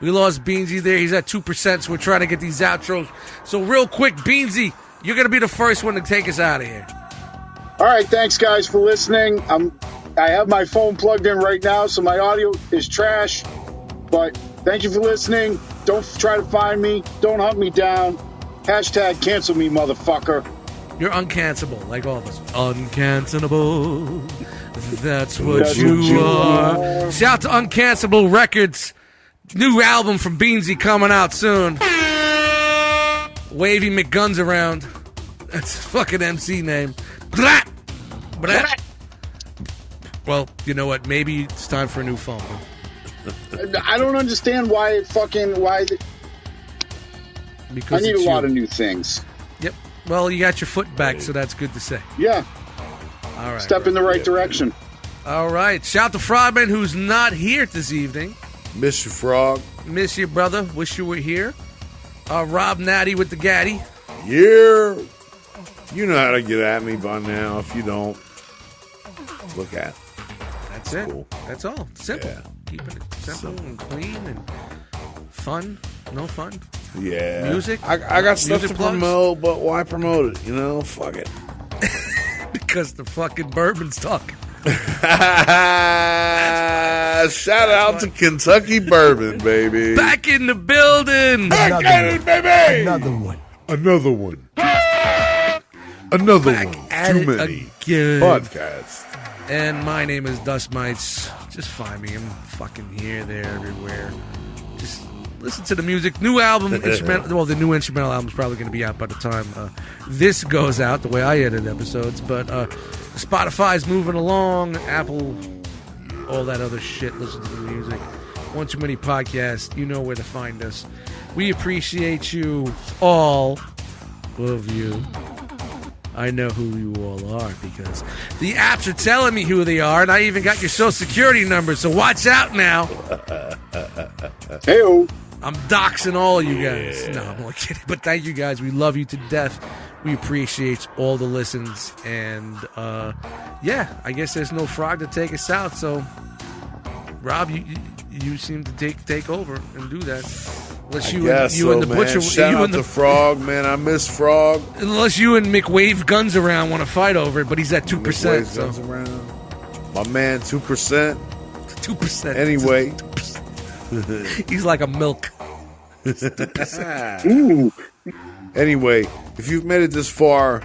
Speaker 1: We lost Beansy there. He's at 2%, so we're trying to get these outros. So, real quick, Beansy, you're going to be the first one to take us out of here.
Speaker 3: All right, thanks guys for listening. I'm I have my phone plugged in right now, so my audio is trash. But thank you for listening. Don't try to find me. Don't hunt me down. Hashtag cancel me, motherfucker.
Speaker 1: You're uncancelable, like all of us. Uncancelable. That's what you, are. Shout to Uncancelable Records. New album from Beansy coming out soon. Wavy McGuns around. That's his fucking MC name. Brat! Brat! Well, you know what? Maybe it's time for a new phone.
Speaker 3: I don't understand why it fucking why. The, I
Speaker 1: Because
Speaker 3: need a
Speaker 1: it's
Speaker 3: lot
Speaker 1: you.
Speaker 3: of new things.
Speaker 1: Yep. Well, you got your foot back, so that's good to say.
Speaker 3: Yeah,
Speaker 1: All right.
Speaker 3: step in the right direction.
Speaker 1: All right. Shout to Frogman, who's not here this evening.
Speaker 2: Miss you, Frog.
Speaker 1: Miss you, brother. Wish you were here. Uh, Rob Natty with the Gaddy.
Speaker 2: Yeah. You know how to get at me by now. If you don't, look at.
Speaker 1: That's it.
Speaker 2: Cool.
Speaker 1: That's all. Simple.
Speaker 2: Yeah.
Speaker 1: Keeping it simple and clean and fun. No fun. [LAUGHS]
Speaker 2: Yeah.
Speaker 1: Music?
Speaker 2: I, I got stuff
Speaker 1: Music
Speaker 2: to
Speaker 1: plugs?
Speaker 2: promote, but why promote it? You know,
Speaker 1: [LAUGHS]
Speaker 2: fuck it.
Speaker 1: Because the fucking bourbon's talking.
Speaker 2: Shout out to Kentucky Bourbon, baby.
Speaker 1: Back in the building.
Speaker 4: Another one.
Speaker 2: baby.
Speaker 4: Another one.
Speaker 2: Another one. Another
Speaker 1: Back
Speaker 2: one.
Speaker 1: at
Speaker 2: Too
Speaker 1: it
Speaker 2: many
Speaker 1: again.
Speaker 2: podcasts.
Speaker 1: And my name is Dust Mites. Just find me. I'm fucking here, there, everywhere. Just listen to the music. New album, instrumental. Well, the new instrumental album's probably going to be out by the time uh, this goes out, the way I edit episodes. But uh, Spotify's moving along. Apple, all that other shit. Listen to the music. One Too Many Podcast. You know where to find us. We appreciate you all. Love you. I know who you all are because the apps are telling me who they are, and I even got your social security number. So watch out now.
Speaker 3: Heyo.
Speaker 1: I'm doxing all you guys. No, I'm only kidding. But thank you guys. We love you to death. We appreciate all the listens, and uh, yeah, I guess there's no frog to take us out. So, Rob, you you, you seem to take take over and do that. Unless you and,
Speaker 2: Yes,
Speaker 1: you
Speaker 2: so,
Speaker 1: and the
Speaker 2: man.
Speaker 1: butcher,
Speaker 2: Shout
Speaker 1: you
Speaker 2: out
Speaker 1: and the
Speaker 2: to Frog, man. I miss Frog.
Speaker 1: unless you and McWave guns around want to fight over it, but he's at two percent.
Speaker 2: Waves comes
Speaker 1: So
Speaker 2: around. My man, 2%.
Speaker 1: two percent.
Speaker 2: Anyway,
Speaker 1: He's like a milk.
Speaker 3: Ooh.
Speaker 2: anyway, if you've made it this far,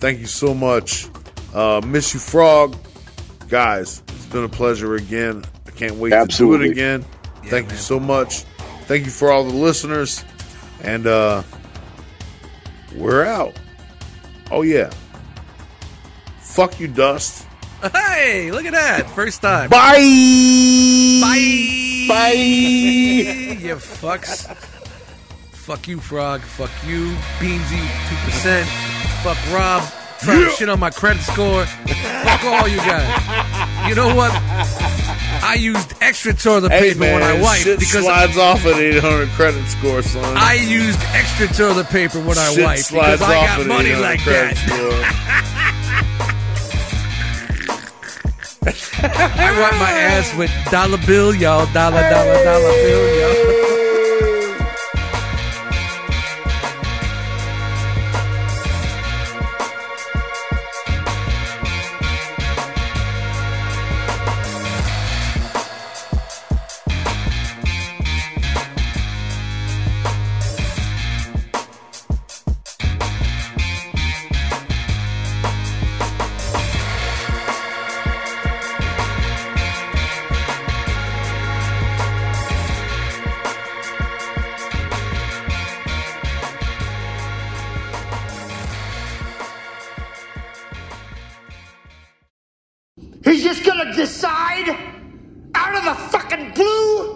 Speaker 2: thank you so much. Uh, miss you, Frog. Guys, it's been a pleasure again. I can't wait
Speaker 3: Absolutely.
Speaker 2: to do it again. thank you so much. Thank you for all the listeners. And uh, we're out. Oh, yeah. Fuck you, Dust.
Speaker 1: Hey, look at that. First time.
Speaker 2: Bye.
Speaker 1: Bye.
Speaker 2: Bye.
Speaker 1: you fucks. Fuck you, Frog. Fuck you, Beansy, 2%. Fuck Rob. Trying to shit on my credit score. Fuck all you guys. You know what? I used extra toilet
Speaker 2: Hey,
Speaker 1: paper
Speaker 2: man,
Speaker 1: when I wiped
Speaker 2: shit
Speaker 1: because
Speaker 2: slides off at 800 credit score, son.
Speaker 1: I used extra toilet paper when I
Speaker 2: Shit
Speaker 1: wiped
Speaker 2: slides
Speaker 1: because I
Speaker 2: off uh,
Speaker 1: got
Speaker 2: at
Speaker 1: money
Speaker 2: 800
Speaker 1: like
Speaker 2: credit
Speaker 1: that.
Speaker 2: score.
Speaker 1: I wipe my ass with dollar bill, y'all. Dollar, dollar, dollar bill, y'all.
Speaker 5: He's just gonna decide out of the fucking blue